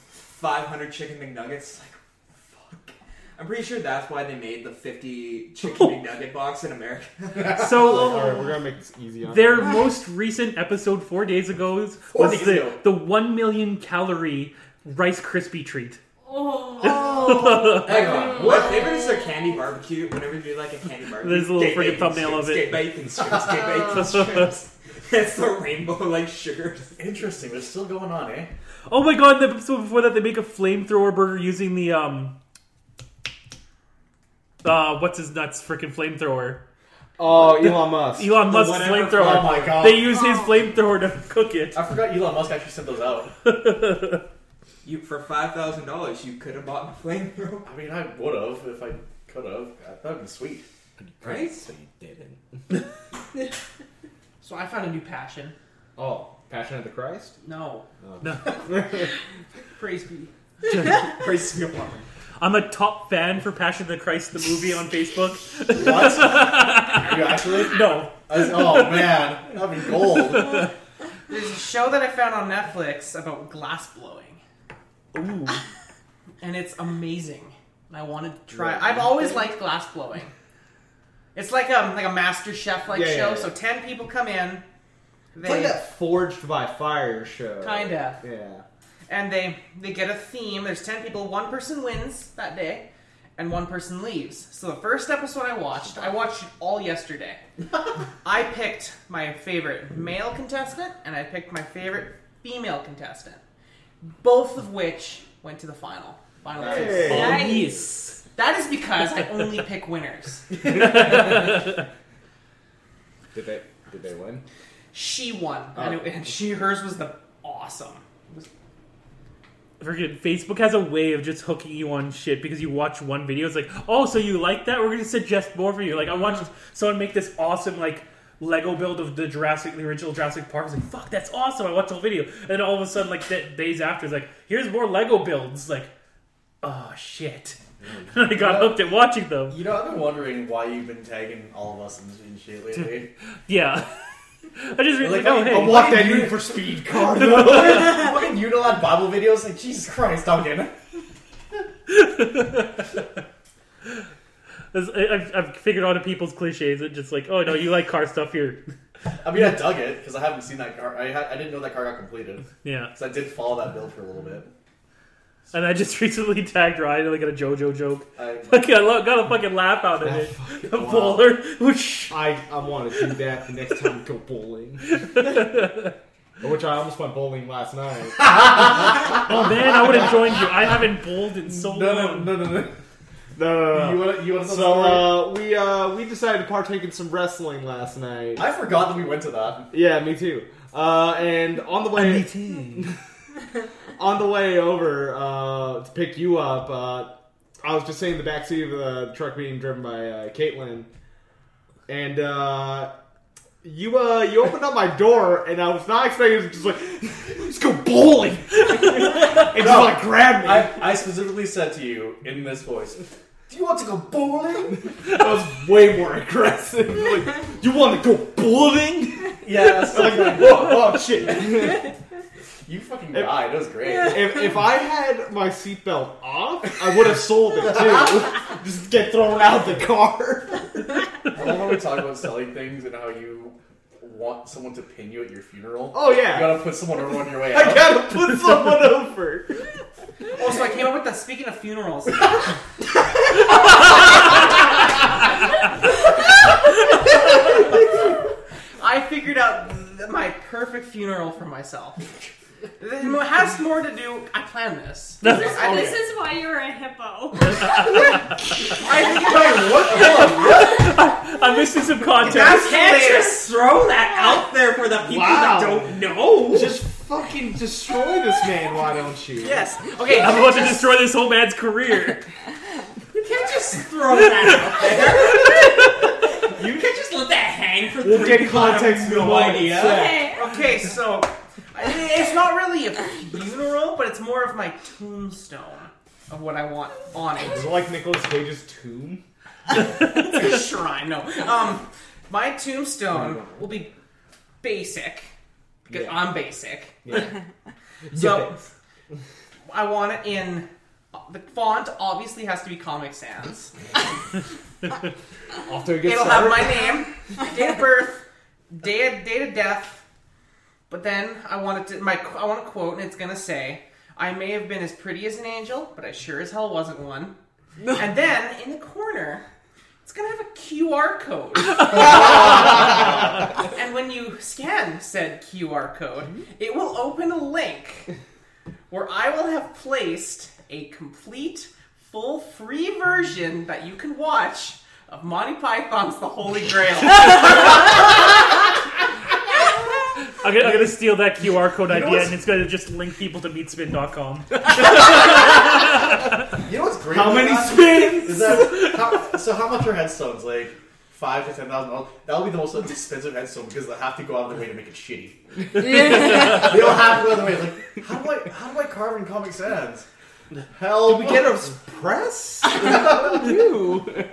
five hundred chicken McNuggets? Like, fuck. I'm pretty sure that's why they made the fifty chicken McNugget box in America.
All right,
So
we're gonna make this easy on
their most recent episode four days ago was
days
the
ago.
the one million calorie Rice crispy treat.
Oh.
Hang on. What? Favorite is their candy barbecue. Whenever you do like a candy barbecue,
There's a little
get
friggin'
bacon
thumbnail of
strips,
it.
Get bacon strips. Get
Uh. Oh,
bacon strips. It's the rainbow like sugars.
Interesting. But it's still going on, eh?
Oh my god! The episode before that, they make a flamethrower burger using the um. Uh, what's his nuts? Freaking flamethrower.
Oh, Elon Musk.
Elon Musk's
whatever-
flamethrower.
Oh my god.
They use his flamethrower to cook it.
I forgot Elon Musk actually sent those out.
You for five thousand dollars, you could have bought a flamethrower,
I mean, I would have if I could have. That would have been sweet.
right?
you didn't.
So I found a new passion.
Oh, Passion of the Christ?
No.
No.
Praise be.
Praise be upon him.
I'm a top fan for Passion of the Christ the movie on Facebook.
What? Are you actually?
No.
I was- oh man, that'd be gold.
There's a show that I found on Netflix about glass blowing,
Ooh.
and it's amazing. And I wanted to try. I've always liked glass blowing. It's like um like a Master Chef like
Yeah, yeah,
show.
yeah.
So ten people come in. They,
It's like that Forged by Fire show.
Kinda.
Yeah.
and they they get a theme. There's ten people. One person wins that day, and one person leaves. So the first episode I watched, I watched it all yesterday. I picked my favorite male contestant, and I picked my favorite female contestant. Both of which went to the final. Final two.
Hey.
Yes.
That is because I only pick winners.
Did they did they win?
She won, and, it, and she hers was the awesome. It was
Freaking Facebook has a way of just hooking you on shit because you watch one video. It's like, oh, so you like that? We're going to suggest more for you. Like, I watched someone make this awesome, like, Lego build of the Jurassic, the original Jurassic Park. I was like, fuck, that's awesome. I watched the whole video. And then all of a sudden, like, th- days after, it's like, here's more Lego builds. Like, oh, shit. I got hooked at watching them.
You know, I've been wondering why you've been tagging all of us in, in shit lately.
Yeah. I just
Like,
like, oh,
I-
hey.
I want- What
that
did you-
Need for Speed car.
Fucking Unilad Bible videos, like Jesus Christ, Duncan.
This- I- I've, I've figured out people's cliches. It's just like, oh no, you like car stuff here.
I mean, I dug it because I haven't seen that car. I, ha- I didn't know that car got completed,
Yeah.
so I did follow that build for a little bit.
And I just recently tagged Ryan and I got a JoJo joke.
I,
Like, I lo- got a fucking laugh out of it. The
wow.
bowler. Whoosh.
I, I want to do that the next time we go bowling. Which I almost went bowling last night.
Oh man, I would have joined you. I haven't bowled in so long.
no, no, no. No, no,
you
no.
want to? You want to?
So uh, we uh, we decided to partake in some wrestling last night.
I forgot that we went to that.
Yeah, me too. Uh, and on the way, on the way over uh, to pick you up, uh, I was just sitting in the backseat of the truck being driven by uh, Caitlin, and uh, you uh, you opened up my door, and I was not expecting. It was just like, let's go bowling, and just
No.
like grabbed me.
I, I specifically said to you in this voice, "Do you want to go bowling?"
I was way more aggressive. like, you want to go bowling?
Yes.
I was like, whoa, oh shit.
you fucking died. It was great.
If, if I had my seatbelt off, I would have sold it too. Just get thrown out the car.
I love how we talk about selling things and how you want someone to pin you at your funeral.
Oh
You
yeah,
gotta put someone over on your way
I
out.
gotta put someone over.
Also, Oh, I came up with that. Speaking of funerals, I figured out th- my perfect funeral for myself. It has more to do. I planned this.
This,
I
this
did.
is why you're a hippo.
I
Like, what? the-
I'm missing some context.
That's-
Can't just throw that out there for the people
Wow.
that don't know.
Just fucking destroy this man, why don't you?
yes. Okay.
I'm about to destroy this whole man's career.
You can't just
throw that out there. you can just let that hang for
We'll
three
get
people that have
context in a
No
moment.
idea.
Yeah.
Okay.
Okay, so I- it's not really a funeral, but it's more of my tombstone of what I want on
Is
it.
it like Nicolas Cage's tomb?
It's a shrine, no. Um, my tombstone will be basic. 'cause
Yeah.
I'm basic.
Yeah.
So I want it in the font. Obviously, has to be Comic Sans.
Off to a good
It'll
start.
have my name, date of birth, day of, date of death. But then I want it to my I want a quote, and it's gonna say, "I may have been as pretty as an angel, but I sure as hell wasn't one." And then in the corner, it's gonna have a QR code. and when you scan said QR code, it will open a link where I will have placed a complete, full, free version that you can watch of Monty Python's The Holy Grail.
I'm gonna, I'm gonna steal that QR code
know
idea
what's-
and it's gonna just link people to meatspin.com.
You know what's great?
How
about
many
that?
spins?
Is that how, so? How much are headstones? Like five to ten thousand dollars. That'll be the most expensive headstone because they have to go out of their way to make it shitty. They don't have to go out of their way. It's Like how do I how do I carve in Comic Sans? Hell,
Did we get a press? you.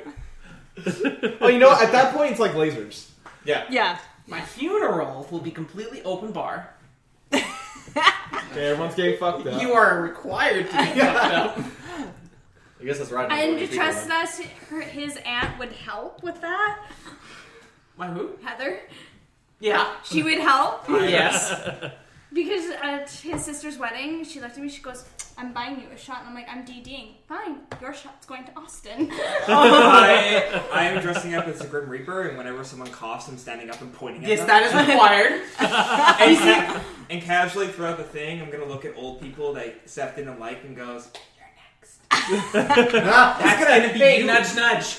oh, you know, at that point, it's like lasers.
yeah.
yeah.
My funeral will be completely open bar.
Okay, everyone's getting fucked up.
You are required to be fucked up.
I guess that's right.
And to trust us, her, his aunt would help with that.
My who?
Heather,
Yeah.
she would help
Yes.
because at his sister's wedding, she looked at me. She goes, "I'm buying you a shot," and I'm like, "I'm DDing." Fine, your shot's going to Austin.
I, I am dressing up as the Grim Reaper, and whenever someone coughs, I'm standing up and pointing at
yes,
them.
that is required.
and, ca- and casually throughout the thing, I'm gonna look at old people that Seth didn't like and goes, "You're next." That's gonna be
Hey,
you.
nudge, nudge.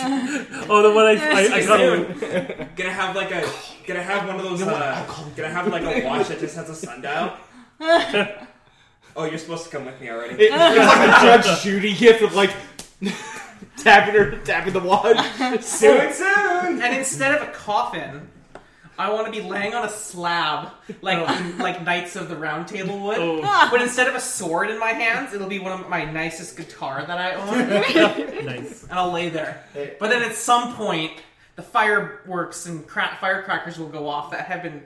Oh, the one I, I, I got a
Gonna have like a gonna have one of those. Uh, gonna have like a watch that just has a sundial. oh, you're supposed to come with me already.
It- it's like a Judge Judy gift of like tapping her, tapping the watch.
Soon, soon.
And instead of a coffin, I want to be laying on a slab like like Knights of the Round Table would.
Oh,
But instead of a sword in my hands, it'll be one of my nicest guitar that I own,
oh, nice.
and I'll lay there.
Hey.
But then at some point, the fireworks and cra- firecrackers will go off that have been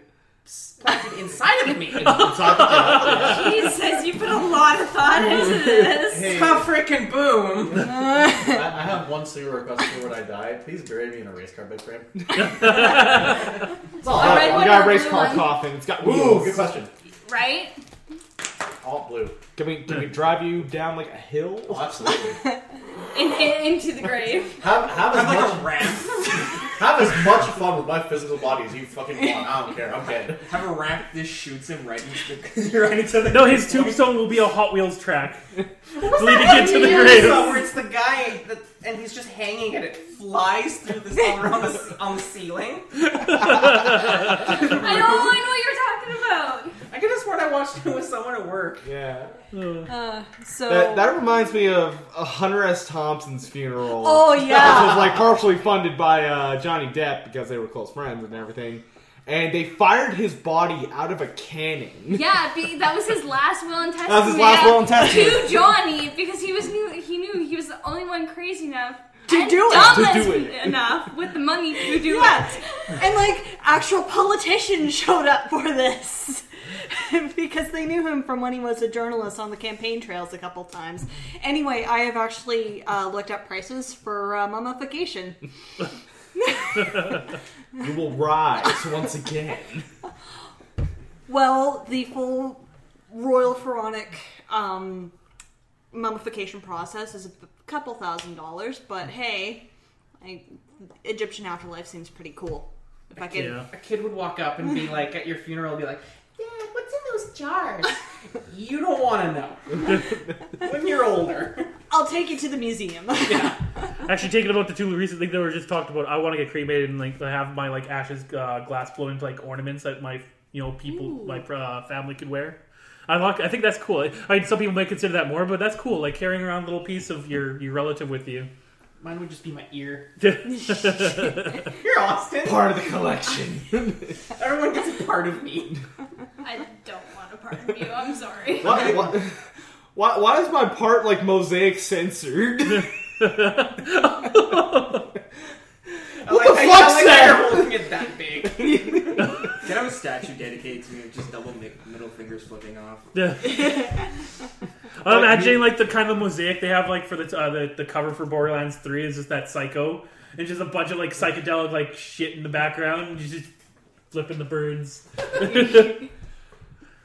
s- planted inside of me. It's
he says you put a lot of thought into this.
Hey,
a
I,
freaking boom!
I have one single request for when I die. Please bury me in a race car bed frame.
A
Uh,
red
we
one
got
or
a race
blue
car
one,
coffin. It's got
Ooh,
wheels.
good question.
right?
All blue.
Can we can we drive you down like a hill?
Oh, absolutely.
In, in, into the grave.
Have have as
Have like a
much
ramp.
have as much fun with my physical body as you fucking want. I don't care. I'm dead.
Have a ramp. This shoots him right into the right into the.
No, his tombstone will be a Hot Wheels track. Leading into the
So
grave.
where it's the guy that, and he's just hanging and it flies through this on the, s- on the ceiling.
I know, I know what you're talking about.
I could have sworn I watched it with someone at work.
Yeah.
Uh, so.
That, that reminds me of uh, Hunter S. Thompson's funeral.
oh
Which was
yeah.
like partially funded by uh, Johnny Depp because they were close friends and everything. And they fired his body out of a cannon.
Yeah, be, that was his last will and testament.
That was his last will and testament.
to Johnny because he was new. He knew he was the only one crazy enough
To
and
do it.
dumb
To do
as-
it.
enough with the money to do
Yeah.
it.
and like actual politicians showed up for this because they knew him from when he was a journalist on the campaign trails a couple times. Anyway, I have actually uh, looked up prices for uh, mummification.
You will rise once again.
Well, the full royal pharaonic um, mummification process is a couple thousand dollars, but hey, I, Egyptian afterlife seems pretty cool. If I could,
Yeah.
A kid would walk up and be like, at your funeral, be like, Dad, what's in those jars? you don't want to know. when you're older.
I'll take you to the museum.
Actually, taking about the two recent things that were just talked about, I want to get cremated and like have my like ashes uh, glass blown into like ornaments that my you know people
Ooh.
my uh, family could wear. I like. I think that's cool. I mean, some people might consider that more, but that's cool. Like carrying around a little piece of your your relative with you.
Mine would just be my ear.
I
You're Austin.
Part of the collection.
Everyone gets a part of me.
I don't want a part of you. I'm sorry.
why, why, why, why is my part like mosaic censored?
What
the fuck's that?
You're holding it that big.
Can I have a statue dedicated to me? Just double mi- middle fingers flipping off.
am imagining like the kind of mosaic they have like for the, uh, the the cover for Borderlands Three is just that psycho and just a bunch of like psychedelic like shit in the background and you just flipping the birds.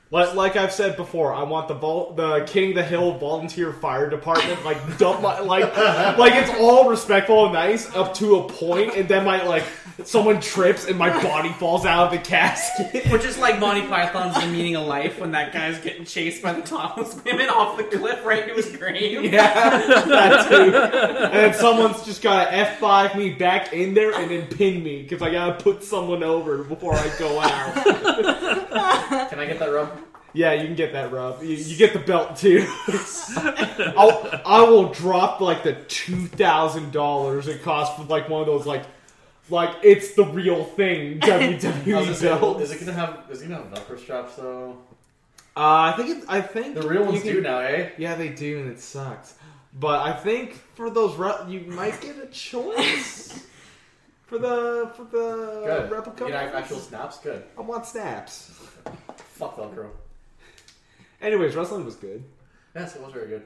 Like, like I've said before, I want the vol- the King of the Hill volunteer fire department like dump my like like it's all respectful and nice up to a point, and then my like someone trips and my body falls out of the casket.
Which is like Monty Python's The Meaning of Life when that guy's getting chased by the topless women off the cliff right into his grave.
Yeah, that too. And then someone's just gotta f five me back in there and then pin me because I gotta put someone over before I go out.
Can I get that rub?
yeah, you can get that rub. You, you get the belt too. I'll, I will drop like the two thousand dollars it costs for like one of those like like it's the real thing E
I was
WWE
gonna say,
belt.
is it gonna have is it gonna have Velcro straps though?
Uh, I think it, I think
The real ones
you can-
do now, eh?
Yeah, they do, and it sucks. But I think for those re- you might get a choice for the for the
Good.
replica.
You know, actual snaps, good.
I want snaps.
Fuck Velcro.
Anyways, wrestling was good.
Yes, it was very good.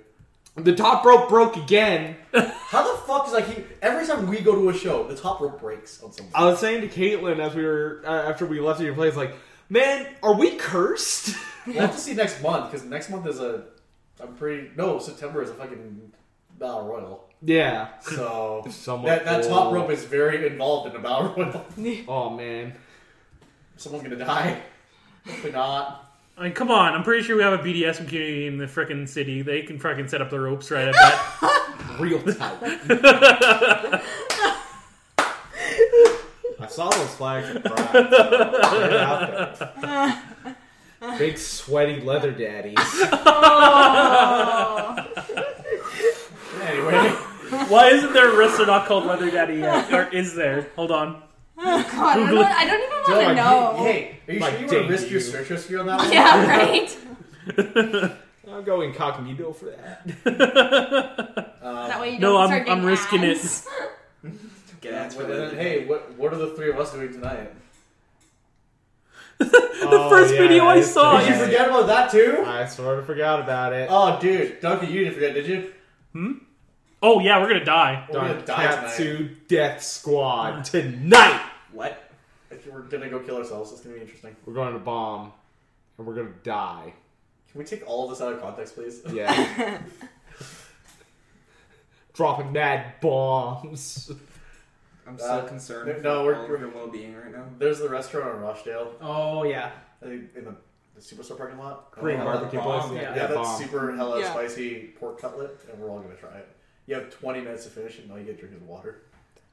The top rope broke again.
How the fuck is like he, every time we go to a show, the top rope breaks on something.
I was saying to Caitlin as we were uh, after we left your place, like, man, are we cursed?
We'll have to see next month because next month is a. I'm pretty no September is a fucking battle royal.
yeah.
So
Someone-
that, that
oh.
top rope is very involved in a battle royal.
Oh man.
Someone's gonna die. Hopefully not.
I mean, come on! I'm pretty sure we have a BDS community in the frickin' city. They can frickin' set up the ropes right at that.
Real tight. I saw those flags and cried. They're out there. Big sweaty leather daddies.
Anyway,
Why isn't there a wrestler not called Leather Daddy yet? Or is there? Hold on.
God, I, don't,
Google it.
want- I don't even
Dylan,
want to know.
Hey, are you
Like,
sure you want
dang
to risk
you.
your search history on that one?
Yeah, right?
I'm going incognito for that.
Uh,
That way you
No,
don't
I'm-
start
I'm
getting
risking it.
ads.
Get ads for
Well, then,
that.
hey, what what are the three of us doing tonight?
The first video I saw
Did Oh, you
is.
forget about that too?
I sort of forgot about it.
Oh, dude, Duncan, you didn't forget, did you?
Oh, yeah, we're gonna die.
We're
Darn
gonna die tonight.
Tattoo Death Squad tonight.
What?
If we're gonna go kill ourselves, it's gonna be interesting.
We're going to bomb, and we're gonna die.
Can we take all of this out of context, please?
Yeah. Dropping mad bombs.
I'm so
Uh,
concerned.
no,
for
no, we're-
all of
we're-
your well-being right now.
There's the restaurant in Rochdale,
Oh, yeah.
I think in the, the superstore parking lot.
Korean
Oh,
barbecue
bomb,
place.
yeah.
Yeah, that's
Uh, bomb.
super hella
Yeah.
spicy pork cutlet, and we're all gonna try it. You have 20 minutes to finish it, and all you get to drink is water.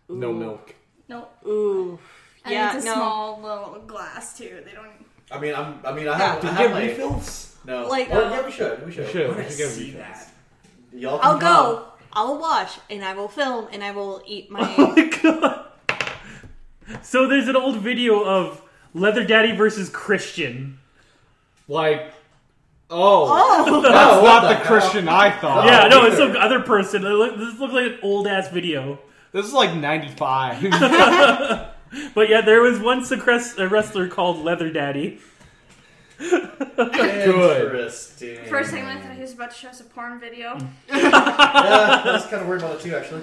No milk.
Nope.
Ooh.
And
Yeah,
it's a
no.
small little glass, too. They don't.
I mean, I'm, I mean, I have,
Do
I
we
have
get
like,
refills?
no.
Like,
Or,
uh,
yeah, we should, we
We
should.
should.
I
We should get
see
refills.
that.
Y'all can
I'll
come.
go. I'll wash and I will film and I will eat my.
Oh my god. So there's an old video of Leather Daddy versus Christian.
Like, oh,
oh!
that's
Oh, what
not
the
the,
hell?
Christian I thought.
yeah, no, it's some other person. It look- This looked like an old ass video.
This is like '95.
But yeah, there was once a, crest- a wrestler called Leather Daddy.
Good.
Interesting.
First thing I thought he was about to show us a porn video.
yeah, I was kind of worried about it too, actually.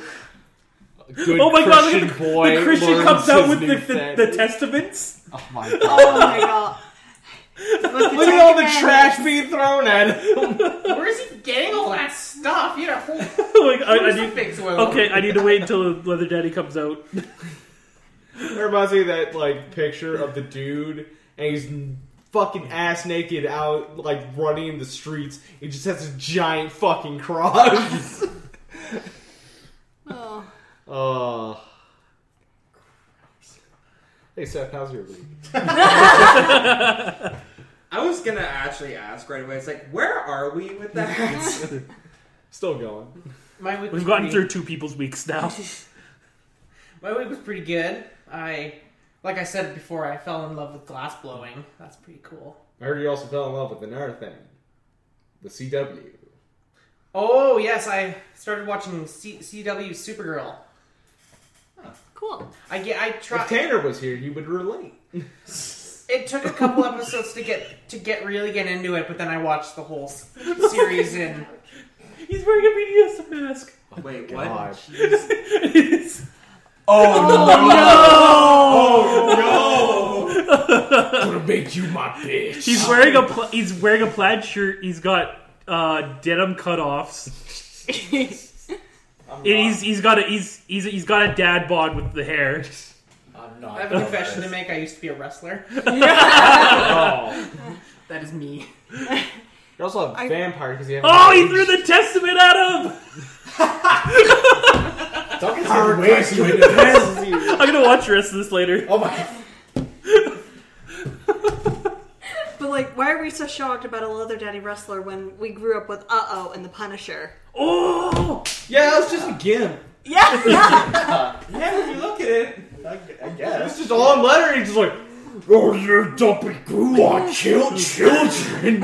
Good
oh my god, look
Christian
at the,
boy.
the Christian
learns
comes out
his
with
new
the, the,
set.
the testaments.
Oh my god!
Oh my god.
Look at all the trash being thrown at him.
Where is he getting all that stuff? You had a whole
like, I, I
crucifix
need,
with him.
okay, I need to wait until Leather Daddy comes out.
It reminds me of that like picture of the dude and he's fucking ass naked out, like running in the streets. It just has a giant fucking cross.
Oh.
Oh. Hey Seth, how's your week?
I was gonna actually ask right away. It's like, where are we with that?
Still going.
My week was
We've gotten
pretty-
through two people's weeks now.
My week was pretty good. I, like I said before, I fell in love with glass blowing. That's pretty cool.
I heard you also fell in love with another thing. The CW.
Oh yes, I started watching C- CW Supergirl.
Cool.
I get, I
If
tried.
Tanner was here, he would relate.
It took a couple episodes to get to get really get into it, but then I watched the whole s- series in.
He's wearing a BDS mask.
Wait, what?
God.
It's-
Oh no! Gonna make you my bitch.
he's wearing a pla- he's wearing a plaid shirt. He's got uh, denim cutoffs.
I'm
And
not-
he's he's got a he's he's he's got a dad bod with the hair.
I'm not.
I have a confession to make. I used to be a wrestler.
Oh.
That is me.
You're also a vampire because you have.
Oh, he threw the testament at him.
Duncan's getting way too into this.
I'm gonna watch the rest of this later.
Oh my.
But like, why are we so shocked about a leather daddy wrestler when we grew up with Uh Oh and the Punisher?
Oh,
Yeah, that was just a gimp.
Yeah.
Yeah, if you look at it.
I, I guess.
It's just all in lettering. Just like, oh, you're dumping goo killed children.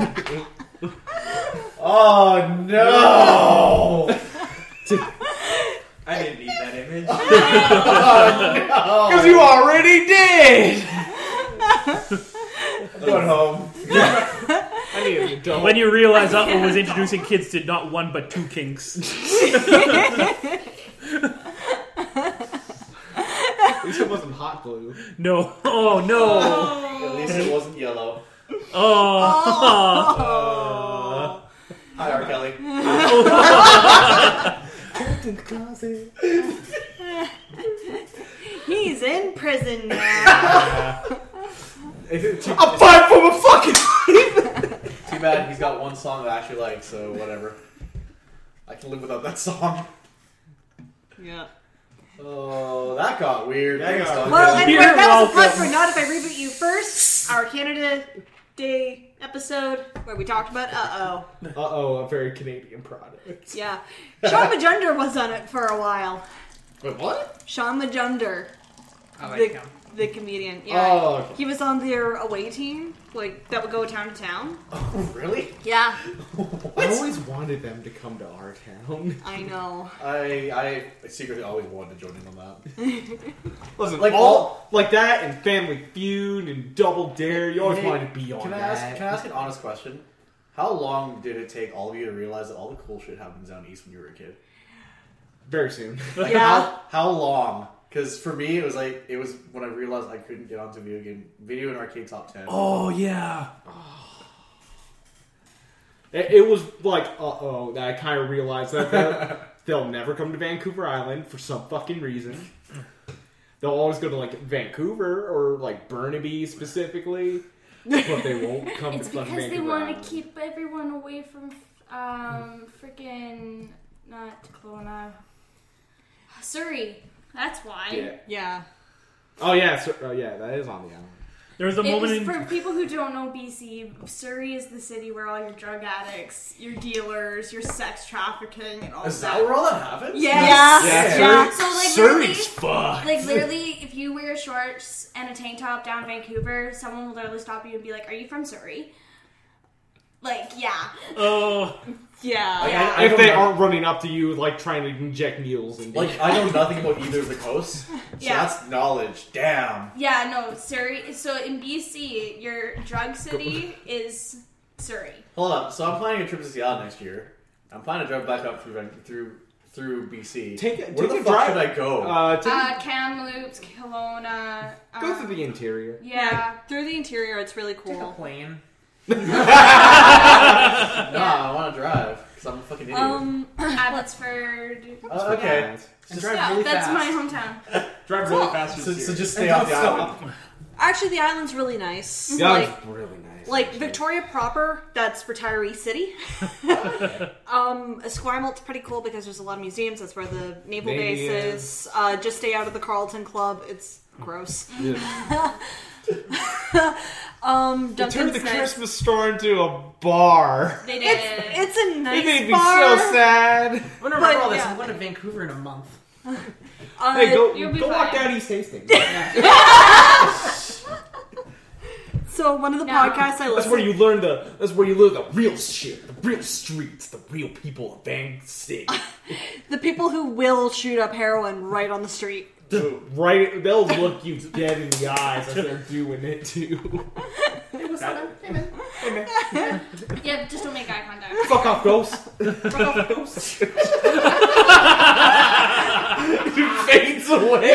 Oh no!
I didn't need that image.
Because you already did.
I'm going home.
I knew you don't.
when you realize Upper was introducing kids to not one but two kinks.
At least it wasn't hot glue.
No, oh no,
At least it wasn't yellow.
oh.
Oh.
Hi, R. Kelly.
He's in prison now.
I'm five for my fucking.
Too bad he's got one song I actually like, so whatever. I can live without that song.
yeah.
Oh, that got weird.
That
Thanks,
got
Duncan.
Well, anyway,
You're
that was a plug
welcome.
for Not If I Reboot You First, our Canada Day episode where we talked about Uh Oh.
Uh oh, a very Canadian product.
Yeah. Sean Majunder was on it for a while.
Wait, what?
Sean Majunder,
I
the,
like him.
the comedian. Yeah.
Oh, okay.
He was on their away team, like that would go town to town.
really?
Yeah.
I always wanted them to come to our town.
I know.
I I secretly always wanted to join in on that.
Listen, like
Like all-
all like that and Family Feud and Double Dare. You always
Hey,
wanted to be on
Can I
that.
ask? Can I ask an honest question? How long did it take all of you to realize that all the cool shit happens down east when you were a kid?
Very soon.
Like,
Yeah.
How, how long? Because for me, it was like it was when I realized I couldn't get onto video game, video and arcade top ten.
Oh yeah.
It, it was like, uh oh, that I kind of realized that they'll, they'll never come to Vancouver Island for some fucking reason. They'll always go to like Vancouver or like Burnaby specifically, but they won't come
It's
to fucking
because they
Vancouver
want
Island.
to keep everyone away from um freaking not Kelowna, Surrey. That's why.
Yeah.
Yeah.
Oh yeah. So, oh yeah. That is on the island.
There was a
It
moment
was
in
for people who don't know BC, Surrey is the city where all your drug addicts, your dealers, your sex trafficking, and all
Is
that.
that where all that happens?
Yes.
Yeah.
Surrey-
So, like,
Surrey's fucked.
Like literally, if you wear shorts and a tank top down Vancouver, someone will literally stop you and be like, "Are you from Surrey?" Like, yeah,
oh
Yeah.
Like,
Yeah.
I, I
if
don't
they
know-
aren't running up to you like trying to inject needles and
like, I know nothing about either of the coasts. So
Yeah.
that's knowledge. Damn.
yeah. No, Surrey. So in BC, your drug city is Surrey.
Hold up. So I'm planning a trip to Seattle next year. I'm planning to drive back up through Van- through through BC.
Take a-
where
take a
the fuck
drive.
should I go?
uh, to
Uh, Kamloops, Kelowna. Um,
go through the interior.
yeah.
Through the interior, it's really
Take a
cool.
plane.
nah, I want to drive because I'm a fucking idiot.
Um.
Abbotsford.
Uh, okay.
Nice.
Just
drive
drive
Yeah,
really
that's
fast.
my hometown.
Drive really
Cool.
fast.
so,
through
so
Surrey.
just stay off the
Stop.
island.
Actually, the island's really nice.
Yeah,
Like,
it's really nice.
like
actually.
Victoria proper, that's retiree city. um, Esquimalt's pretty cool because there's a lot of museums. That's where the naval
Maybe,
base
uh,
is. Uh, just stay out of the Carlton Club. It's gross.
Yeah.
Um,
They turned the
Duncan's nice.
Christmas store into a bar.
They did.
It's, it's a nice
It made me
bar.
so sad.
I'm gonna remember
But,
all this.
yeah.
I'm going to Vancouver in a month.
Uh,
Hey, go,
You'll be
go walk
fine.
down East Hastings.
So one of the
No.
podcasts I
That's where
listened
you learn the. That's where you learn the real shit, the real streets, the real people of Bang City.
the people who will shoot up heroin right on the street.
right, they'll look you dead in the eyes as they're doing it too.
That-
yeah, just don't make eye contact.
Fuck off, ghost.
Fuck off, ghost.
Fades away.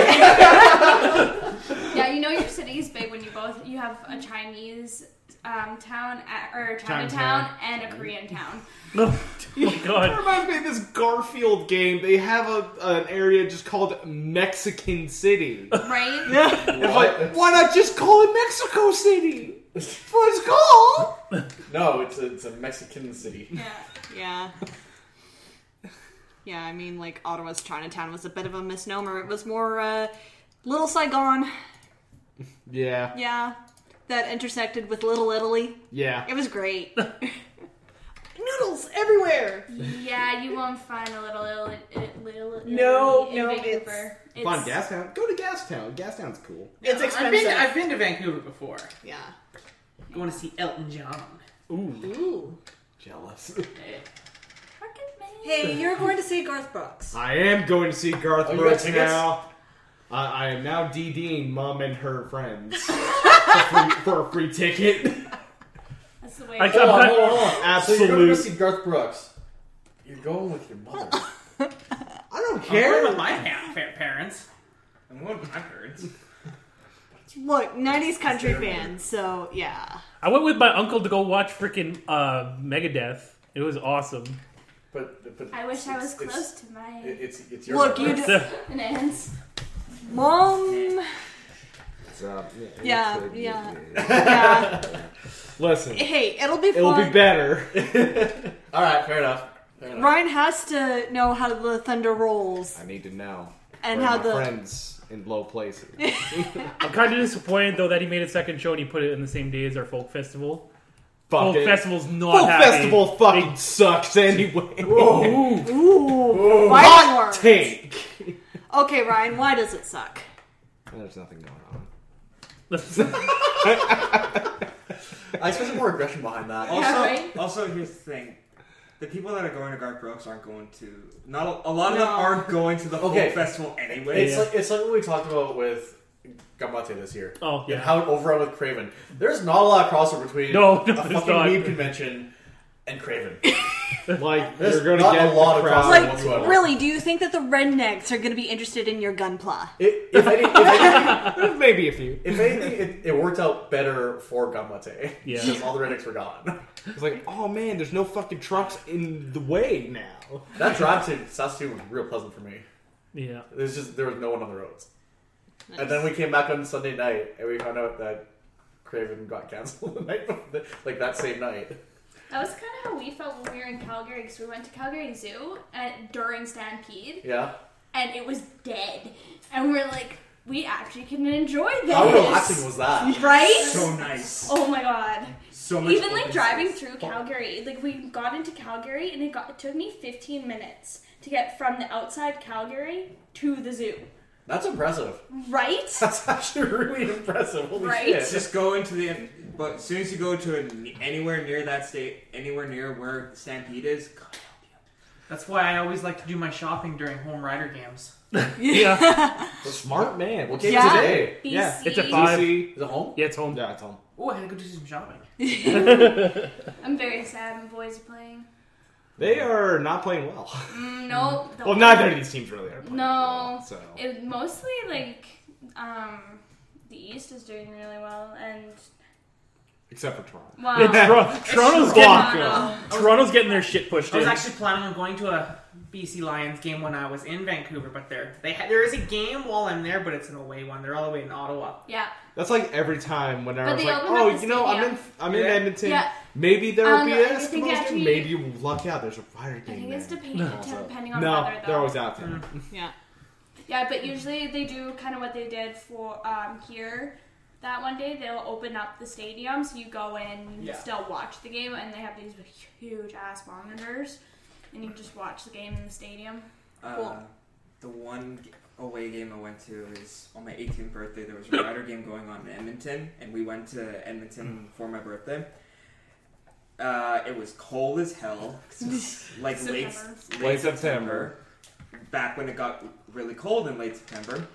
Yeah, you know your city is big when you both you have a Chinese um, town at, or Chinatown
Chinatown.
and a Korean town.
Oh my
It
god.
reminds me of this Garfield game. They have a, an area just called Mexican City.
Right?
It's like, why not just call it Mexico City? That's what it's called.
No, it's a, it's a Mexican city.
Yeah.
Yeah. Yeah, I mean, like Ottawa's Chinatown was a bit of a misnomer. It was more uh, Little Saigon,
Yeah,
yeah, that intersected with Little Italy.
yeah.
It was great. Noodles everywhere.
Yeah, you won't find a little ill, it- little
No,
in
no,
Vancouver. It's,
Come on, Gastown. Go to Gastown. Gastown's cool.
It's
I've
expensive.
been, I've been to Vancouver before.
yeah.
I want to see Elton John.
Ooh,
Ooh.
jealous.
Fucking man.
Hey, you're going to see Garth Brooks.
I am going to see Garth
Oh, you got
Brooks
tickets?
now. I I am now DDing mom and her friends for, free, for a free ticket.
That's the way.
I
it
got-
is.
Hold on, hold on, hold on. So you're going to
Absolute.
see Garth Brooks. You're going with your mother.
I don't
Where
care.
with my pa- pa- parents?
I'm one of my parents.
Look, 90s country fan, so yeah.
I went with my uncle to go watch freaking uh, Megadeth. It was awesome.
But, but
I wish I
it's-
was
it's-
close to my
it- It's, it's, your
Look,
mother.
you just.
nan's.
Mom!
So,
Yeah,
it's a-
yeah. Yeah.
Listen,
Hey, it'll be fun.
it'll be better.
All right, fair enough. Fair enough.
Ryan has to know how the thunder rolls
I need to know.
and
where
how
my
the
friends in low places.
I'm kind of disappointed though that he made a second show and he put it in the same day as our folk festival.
Fuck
folk
it.
festival's not
Folk
happy.
festival fucking sucks anyway.
ooh, fighting
Hot
words.
take.
Okay, Ryan, why does it suck?
There's nothing going on.
I expect more aggression behind that.
Oh,
Also,
right?
also here's the thing. The people that are going to Garth Brooks aren't going to. Not a, a lot of them
No.
aren't going to the folk
Okay.
festival anyway.
It's like it's like what we talked about with Gamate this year.
Oh, yeah.
And how it overrun with Craven. There's not a lot of crossover between
No, no,
a
there's
fucking
not.
weeb convention and Craven.
Like
There's
you're gonna
not
get
a lot
the
of
crowd.
crossover
Like,
whatsoever.
really, do you think that the rednecks are going to be interested in your gunpla?
It, if, any, if, anything,
Maybe a few.
if anything, it, it worked out better for Gamate.
Yeah.
Because all the rednecks were gone.
It's like, oh man, there's no fucking trucks in the way now.
That drive to Saskatoon was real pleasant for me.
Yeah.
There's just there was no one on the roads. And then we came back on Sunday night and we found out that Craven got canceled the night before, the- like that same night.
That was kind of how we felt when we were in Calgary because we went to Calgary Zoo at, during Stampede
Yeah.
and it was dead, and we are like, we actually can enjoy this.
How relaxing was that?
Right?
so nice.
oh my god.
So much.
Even like
open
driving
space.
through Calgary, like we got into Calgary and it got it took me 15 minutes to get from the outside Calgary to the zoo.
That's impressive.
Right?
That's actually really impressive. Holy
Right?
shit.
It's just going to the. But as soon as you go to a, anywhere near that state, anywhere near where Stampede is, God help you.
That's why I always like to do my shopping during home rider games.
Yeah.
Smart man.
What
What's
game
Yeah.
is today?
BC.
Yeah,
it's a five.
Is it home?
Yeah, it's home.
Yeah, it's home.
Oh, I had to go do some shopping.
I'm very sad my boys are playing.
They are not playing well.
Mm, no. the-
Well, neither of these teams really are. Playing
No.
well, so
It mostly like um the East is doing really well and
except for Toronto.
well
Yeah, Tor- Toronto's getting
Toronto.
Toronto's getting their shit pushed
I was
in.
actually planning on going to a BC Lions game when I was in Vancouver, but there they ha- there is a game while I'm there, but it's an away one. They're all the way in Ottawa.
Yeah.
That's like every time whenever
But
I was
they
like,
open up
oh,
the
you know, I'm in,
stadium.
I'm in
Yeah.
Edmonton.
Yeah.
Maybe there will
Um,
be
I
a
think
Eskimos
actually-
game. Maybe you luck out. There's a Ryder
I
game.
think it's
there.
depending, depending on
no,
weather, though. Mm-hmm.
they're always out there.
Yeah.
Yeah, but usually they do kind of what they did for um, here. That one day they'll open up the stadium, so you go in, you can
Yeah.
still watch the game, and they have these huge ass monitors, and you can just watch the game in the stadium.
Uh,
Cool.
the one g- away game I went to is on my 18th birthday. There was a Ryder game going on in Edmonton, and we went to Edmonton for my birthday. Uh, it was cold as hell, 'cause it was, like late,
September.
Late
late September, back when it got really cold in late September.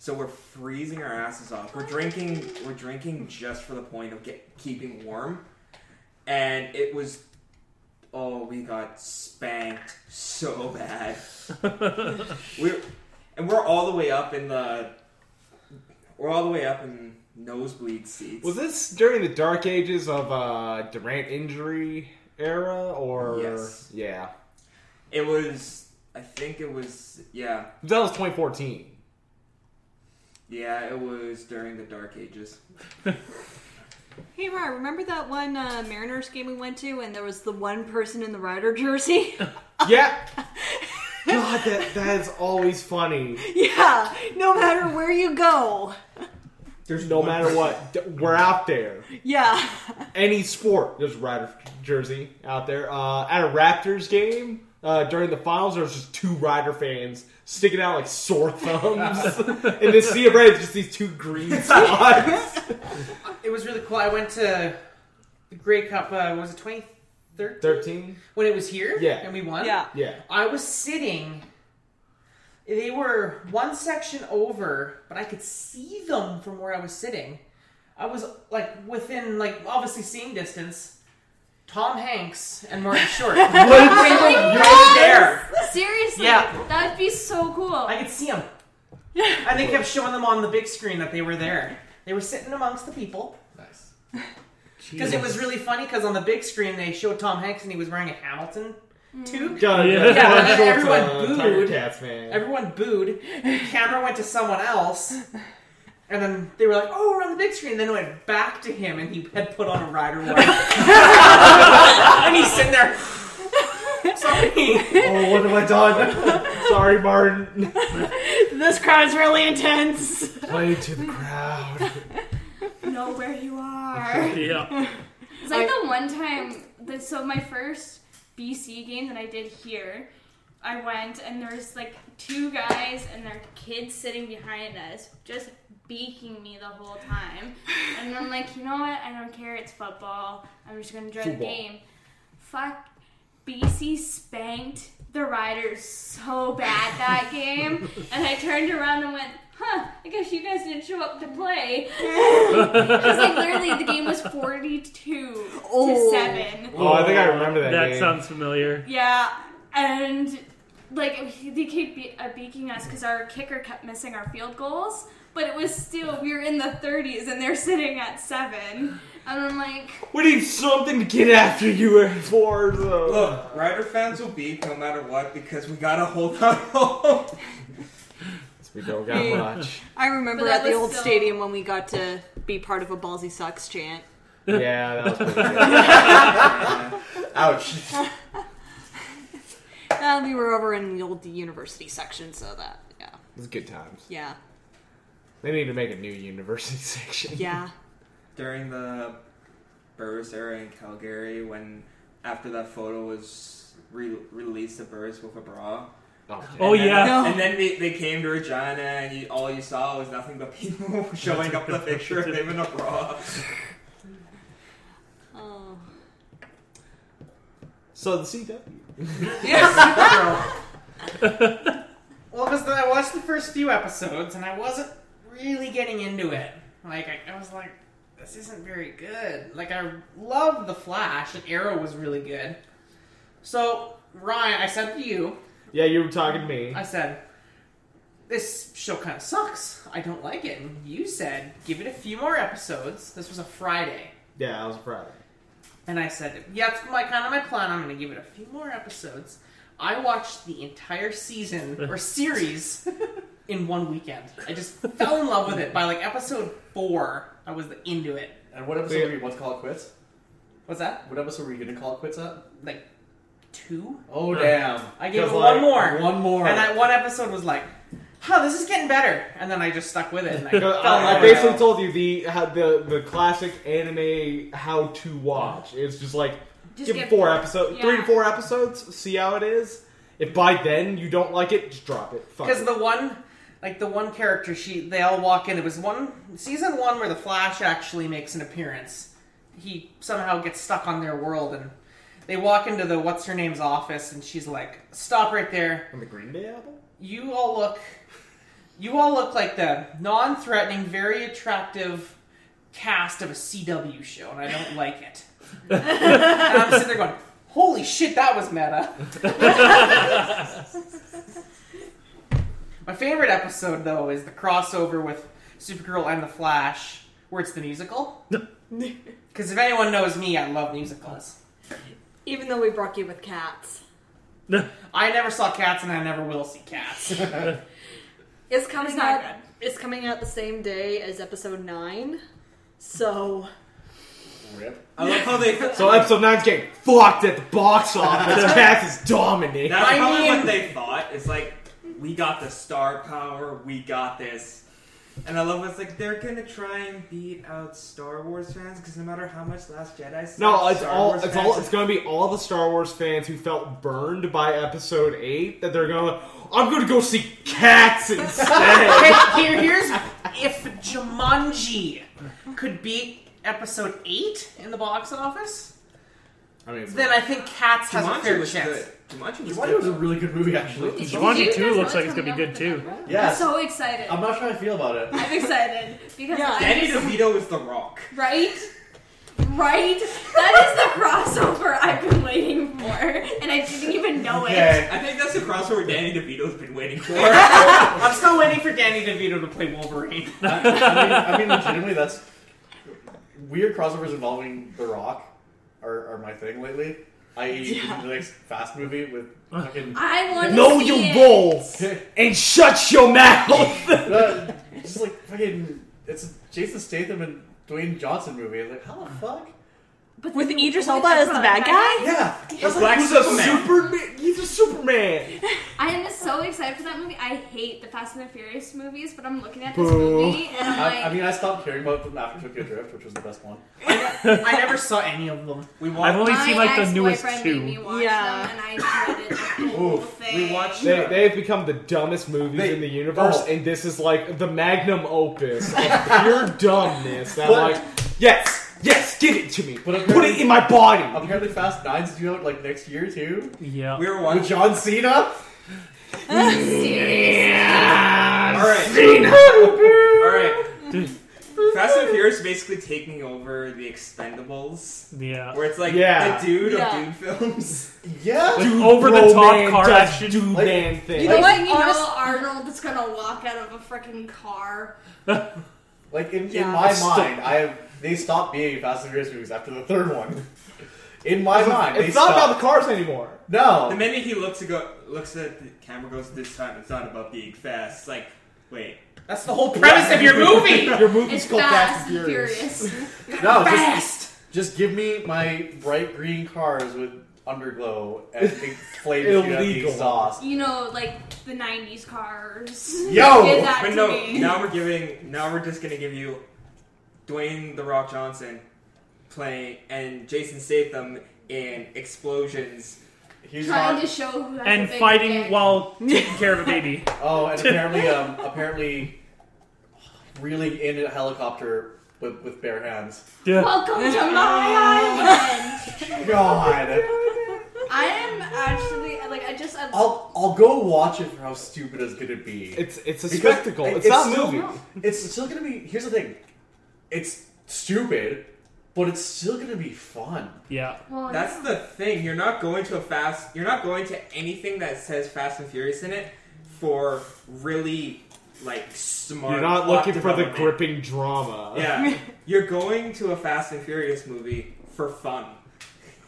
So we're freezing our asses off. We're drinking, we're drinking just for the point of get, keeping warm, and it was. Oh, we got spanked so bad. We're and we're all the way up in the we're all the way up in nosebleed seats.
Was this during the dark ages of uh, Durant injury era or
Yes.
yeah?
It was I think it was yeah.
That was 2014.
Yeah, it was during the dark ages.
Hey, Ra, remember that one uh, Mariners game we went to and there was the one person in the Ryder jersey?
Yeah. God, that that is always funny.
yeah, no matter where you go.
There's
No matter what, d- we're out there.
Yeah.
Any sport, there's a Ryder jersey out there. Uh, at a Raptors game uh, during the finals, there was just two Ryder fans sticking out like sore thumbs, and the sea of red is just these two green spots.
It was really cool. I went to the Grey Cup. Uh, was it 2013
Thirteen.
when it was here?
Yeah.
and we won.
Yeah.
Yeah.
I was sitting. They were one section over, but I could see them from where I was sitting. I was like within, like obviously seeing distance. Tom Hanks and Martin Short. I
Really?
was there.
Seriously?
Yeah.
That'd be so cool.
I could see them. And they kept showing them on the big screen that they were there. They were sitting amongst the people.
Nice.
Because it was really funny because on the big screen they showed Tom Hanks and he was wearing a Hamilton tube.
God,
Yeah.
that's uh,
Yeah,
why
and
shorts
everyone
on Tiger
booed.
Cats, man.
Everyone booed. The camera went to someone else. And then they were like, oh, we're on the big screen. And then it went back to him and he had put on a rider one. and he's sitting there. Sorry.
oh, what have I done? Sorry, Martin.
This crowd's really intense.
Play to the crowd.
know where you are.
Yeah.
It's like the one time, the, so my first BC game that I did here, I went and there's like two guys and their kids sitting behind us, just beaking me the whole time. And I'm like, you know what? I don't care. It's football. I'm just gonna enjoy the
Football.
game. Fuck. BC spanked the Riders so bad that game, and I turned around and went, "Huh? I guess you guys didn't show up to play." Because like literally the game was forty-two
Oh.
to seven.
Oh, I think I remember that.
That
game.
sounds familiar.
Yeah, and like they kept be- uh, beaking us because our kicker kept missing our field goals, but it was still we were in the thirties and they're sitting at seven, and I'm like,
We need something to get after you for. Though.
Look, Ryder fans will beat no matter what because we gotta hold on hope.
we don't got
Hey.
much.
I remember
But that
at the
was
old
still-
stadium when we got to be part of a Ballsy Sucks chant.
Yeah, that was pretty good. Ouch.
Uh, we were over in the old university section, so that, yeah.
It was good times.
Yeah.
They need to make a new university section.
Yeah.
during the Burris era in Calgary when after that photo was re- released of Burris with a bra.
Oh,
Oh,
And then-
yeah.
No.
And then they, they came to Regina, and you, all you saw was nothing but people showing up the picture of him in a bra.
Oh.
So the CW.
Well, because I watched the first few episodes and I wasn't really getting into it. Like, I, I was like, this isn't very good. Like, I loved The Flash and Arrow was really good. So, Ryan, I said to you,
Yeah, you were talking to me.
I said, this show kind of sucks. I don't like it. And you said, give it a few more episodes. This was a Friday.
Yeah, I was Friday.
And I said, yeah, that's my kind of my plan. I'm going to give it a few more episodes. I watched the entire season or series in one weekend. I just fell in love with it. By like episode four, I was into it.
And what episode
Wait.
were you about to call it quits?
What's that?
What episode were you going to call it quits at?
Like two?
Oh, damn.
I gave it
'Cause,
one
like,
more.
One more.
And that one episode was like, huh, this is getting better. And then I just stuck with it. And I fell in
I, I
love with it.
basically told you the how, the the classic anime how to watch. It's just like
Just
give
get-
it four episodes,
yeah.
three to four episodes, see how it is. If by then you don't like it, just drop it. Fuck
Because
it.
the one, like the one character, she they all walk in. It was one season one where the Flash actually makes an appearance. He somehow gets stuck on their world, and they walk into the what's her name's office, and she's like, "Stop right there!
On the Green Day album.
You all look, you all look like the non-threatening, very attractive." Cast of a CW show, and I don't like it. and I'm sitting there going, "Holy shit, that was meta." My favorite episode, though, is the crossover with Supergirl and the Flash, where it's the musical. Because if anyone knows me, I love musicals.
Even though we brought you with cats.
I never saw Cats, and I never will see Cats.
It's coming
It's not
out it's coming out the same day as episode nine. So
Rip.
I love how they. That's
So episode nine's getting fucked at the box office. Cats is dominating.
I
probably
mean-
what they thought. It's like we got the star power. We got this. And I love it's like they're gonna try and beat out Star Wars fans because no matter how much Last Jedi. sucks,
No, it's
Star
all
Wars
it's
fans
all it's gonna be all the Star Wars fans who felt burned by episode eight that they're going. I'm gonna go see Cats instead.
okay, here, here's if Jumanji could beat episode 8 in the box office,
I mean,
then I think Cats has a
Jumanji
fair
was
chance.
good. Jumanji was
Jumanji was a
good.
really good movie, actually.
Did-
Jumanji
did you
two
guys
looks
know
like
coming
it's gonna be
out
good,
with
too.
that one?
Yes.
I'm so excited.
I'm
I'm,
not sure how I feel about it.
excited because
Yeah.
I
Danny
just-
DeVito is the Rock.
right, right. That is the crossover I've been waiting for, and I didn't even know it.
I think that's the crossover Danny DeVito's been waiting for.
I'm still waiting for Danny DeVito to play Wolverine.
I, I mean, I mean, legitimately, that's weird crossovers involving The Rock are, are my thing lately. I
Yeah.
the next Fast movie with fucking
I want to
know
see
your
it.
roles and shut your mouth.
uh, just like fucking it's a Jason Statham and Dwayne Johnson movie. It's like how the fuck?
But
with
then-
Idris
with
Elba as the bad guy?
Yeah,
The Black
he's a
Superman.
Superman. He's a Superman.
I am so excited for that movie. I hate the Fast and the Furious movies, but I'm looking at this
Boo.
movie and I'm like,
I, I mean, I stopped caring about them after Tokyo Drift, which was the best one.
I never saw any of them.
We
I've
watched.
only
my
seen like the newest
ex-boyfriend
two.
Made me watch
Yeah.
them, and I dreaded the whole
Oof.
thing.
We watched.
They, they've become the dumbest movies
They-
in the universe,
oh.
and this is like the magnum opus of pure dumbness. That
But-
like, yes, yes, give it to me.
But
Put it in my body.
Apparently, Fast Nine's due out like next year too.
Yeah.
We were
With
watching.
John Cena.
All right, all right. Fast and Furious basically taking over the Expendables,
Yeah.
where it's like
Yeah.
the dude
Yeah.
of dude films.
Yeah.
With over the top car action.
dude
Like,
man thing.
You know
Like,
what? You
honest-
know Arnold is gonna walk out of a freaking car.
Like in, in
Yeah.
my
Stop.
mind, I have, they stopped being Fast and Furious movies after the third one. In my mind,
it's
they
not about the
stopped.
cars anymore.
The
no.
minute he looks to go, looks at the camera, goes this time. It's not about being fast. It's like, wait,
That's the whole premise of your movie!
Your movie's
It's
called
fast and furious.
No, just,
Fast!
just give me my bright green cars with underglow and inflated
Illegal.
exhaust.
you know, like the '90s cars.
Yo!
Did that
but
to
no.
me.
Now we're giving. Now we're just gonna give you Dwayne the Rock Johnson playing and Jason Statham in explosions.
He's
Trying
not-
to show who has
And
the big
fighting
dick.
while taking care of a baby.
Oh, and apparently, um, apparently, really in a helicopter with, with bare hands.
Yeah.
Welcome to my island.
God,
I am actually like I just I,
I'll I'll go watch it for how stupid it's gonna be.
It's it's a
Because
spectacle.
it-
It's, not a
still-
movie.
It's still gonna be. Here's the thing. It's stupid, but it's still gonna be fun.
Yeah.
well,
That's the thing. You're not going to a fast. You're not going to anything that says Fast and Furious in it for really like smart.
You're not
plot
looking for the
development.
gripping drama.
Yeah, you're going to a Fast and Furious movie for fun.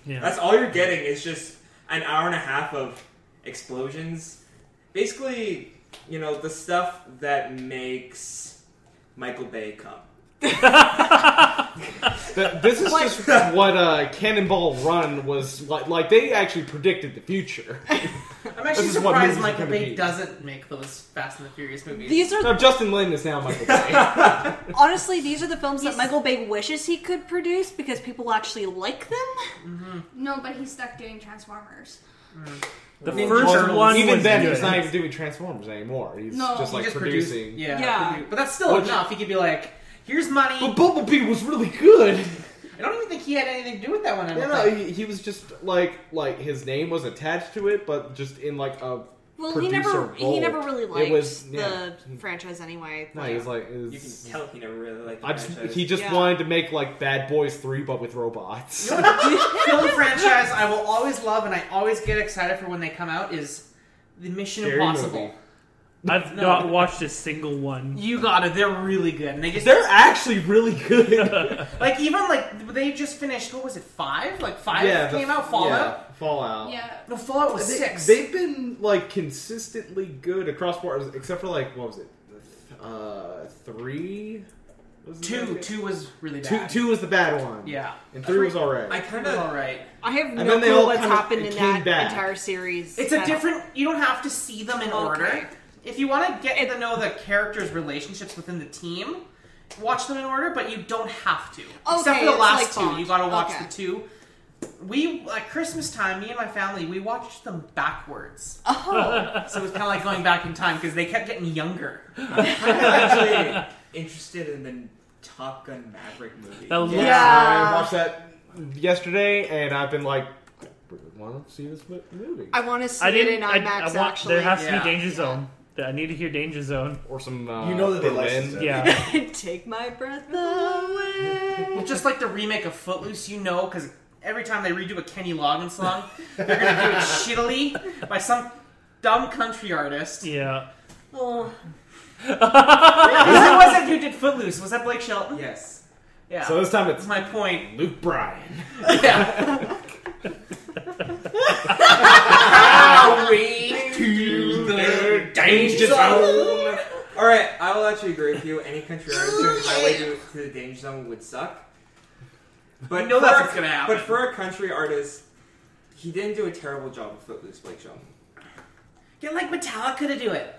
Yeah.
That's all you're getting is just an hour and a half of explosions. Basically, you know, the stuff that makes Michael Bay come.
Th- this is just what uh, Cannonball Run was like. Like they actually predicted the future.
I'm actually
This is what
surprised
movies
Michael
can be.
Bay doesn't make those Fast and the Furious movies.
These are
No, Justin Lin is now Michael Bay.
honestly, these are the films that
Yes.
Michael Bay wishes he could produce because people actually like them.
No, but he's stuck doing Transformers.
The
Ninja
first
Turtles.
one
even
was
then,
good.
he's not even doing Transformers anymore. He's
No,
just
He
like
just produced-
producing.
yeah,
Yeah.
produ- but that's still
Which-
enough. He could be like, "Here's money."
But Bumblebee was really good.
I don't even think he had anything to do with that one. I
No,
don't
no,
think.
he, he was just like like his name was attached to it, but just in like a
Well,
producer
he never
role.
he never really liked
It was yeah.
the franchise anyway.
No, he was like it
You can
was,
tell he never really liked the
I just
franchise.
he just
Yeah.
wanted to make like Bad Boys Three, but with robots.
film franchise I will always love and I always get excited for when they come out is the Mission
Scary
Impossible.
movie.
I've
No.
not watched a single one.
You got it. They're really good, and they just
They're actually really good.
like even like they just finished. What was it? Five? Like five
the-
came out. Fallout.
yeah, Fallout.
Yeah.
No, Fallout was six.
They, have been like consistently good across boards, except for like what was it? Uh, three. Was the
two,
bad-
two was really
Two,
bad.
two was the bad one.
Yeah,
and three was alright.
I
it
kind
was
of
all right.
I have no
then they all
clue what's
kinda
happened in
came
that
back.
entire series.
It's a
at
different. You don't have to see them in
Okay.
order. If you want to get to know the characters' relationships within the team, watch them in order. But you don't have to. Except
Okay,
for the
it's
last
like
two,
Bond.
you got to watch
Okay.
the two. We at Christmas time, me and my family, we watched them backwards.
all. Oh,
So it was kind of like going back in time because they kept getting younger.
actually interested in the Top Gun Maverick movie.
That looks-
Yeah,
Yeah.
I watched that yesterday, and I've been like, I really want to see this mo- movie
I want to see
I
it in
didn't. I,
IMAX.
I want,
actually,
there has to
Yeah.
be Danger Zone. I need to hear Danger Zone.
or some. Uh,
You know that they
Berlin.
licensed it.
Yeah.
take my breath away.
Well, just like the remake of Footloose, you know, because every time they redo a Kenny Loggins song, they're going to do it shittily by some dumb country artist.
Yeah.
Oh.
Who was it who did Footloose? Was that Blake Shelton?
yes.
Yeah.
So this time it's
That's my point.
Luke Bryan.
Yeah.
To the danger zone.
All right, I will actually agree with you. Any country artist doing Highway to, to the Danger Zone would suck. But
You know
for
that's
a-
what's gonna happen.
But for a country artist, he didn't do a terrible job with Footloose, Blake Shelton.
Get like Metallica to do it.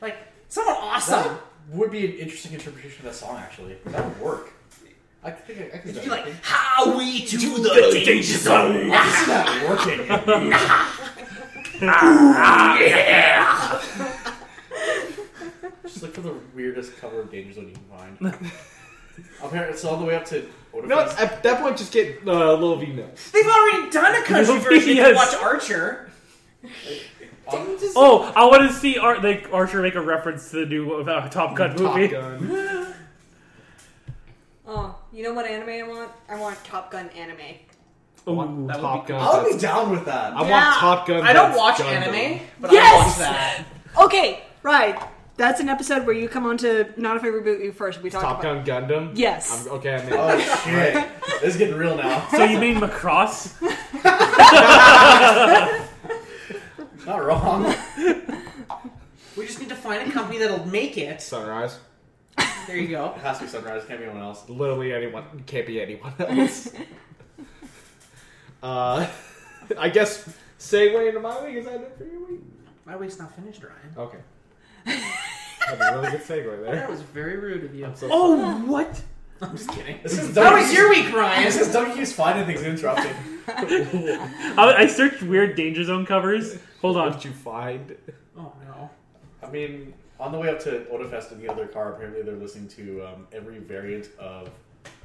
Like, someone awesome.
would be an interesting interpretation of that song. Actually, that would work. I think I, I could.
Be like, how we to the
danger zone.
I see that working. Just look for the weirdest cover of Danger Zone you can find. Apparently, it's all the way up to. Oda
No,
Fest.
at that point, just get uh, Lil V Mills.
They've already done a country
Yes.
version. You can watch Archer.
Oh, I want to see Ar- like Archer make a reference to the new uh, Top Gun movie.
Top Gun.
Oh, you know what anime I want? I want Top Gun anime.
I want
That would
Top
be-
Gun.
I would
that's-
be down with that.
I
Yeah.
want Top Gun.
I don't
that's
watch
Gundam.
anime, but I
Yes!
watch that.
Okay, right. That's an episode where you come on to not if I reboot you first. We talk
Top
about
Gun Gundam.
yes.
I'm, okay, I mean,
Oh shit! This is getting real now.
So you mean Macross?
Not wrong.
We just need to find a company that'll make it.
Sunrise.
There you go.
It has to be Sunrise. It can't be anyone else.
Literally anyone can't be anyone else. uh, I guess segue into my week. Is that it for your week?
My week's not finished, Ryan.
Okay. That's a really good segue there.
That was very rude of you.
I'm so
oh, what? I'm just kidding.
This is
That
W-
was your week, Ryan.
This is WQ's finding things and interrupting.
I, I searched weird Danger Zone covers. Hold
What
on.
did you find?
Oh no.
I mean, on the way up to Odafest in the other car, apparently they're listening to um, every variant of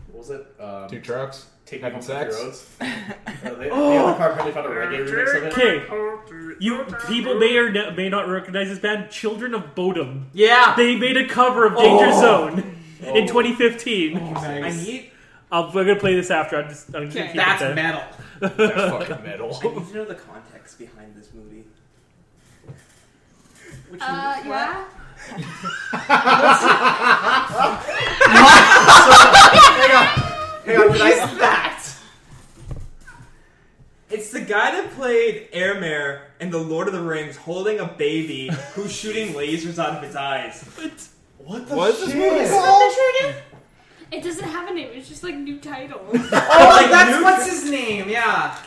what was it? Um,
Two trucks.
Take Me
having
Home Country
sex.
Roads. Uh, they- The other car apparently found a reggae remix of it.
Okay. You people may or ne- may not recognize this band, Children of Bodom.
Yeah.
They made a cover of Danger Zone in
Oh,
2015.
I need,
I'll, we're gonna play this after. I'm just. I'm just gonna
Okay.
keep
That's
it
metal.
That's fucking metal.
I need to know the context behind this movie.
Uh, yeah.
Hang on, hang on, did I-
That.
It's It's the guy that played Air Mare in The Lord of the Rings holding a baby who's shooting lasers out of his eyes.
What the
What is
shit?
this movie
What's the picture again? It doesn't have a name. It's just like new titles.
Oh,
Like
that's
Newt-
what's his name? Yeah.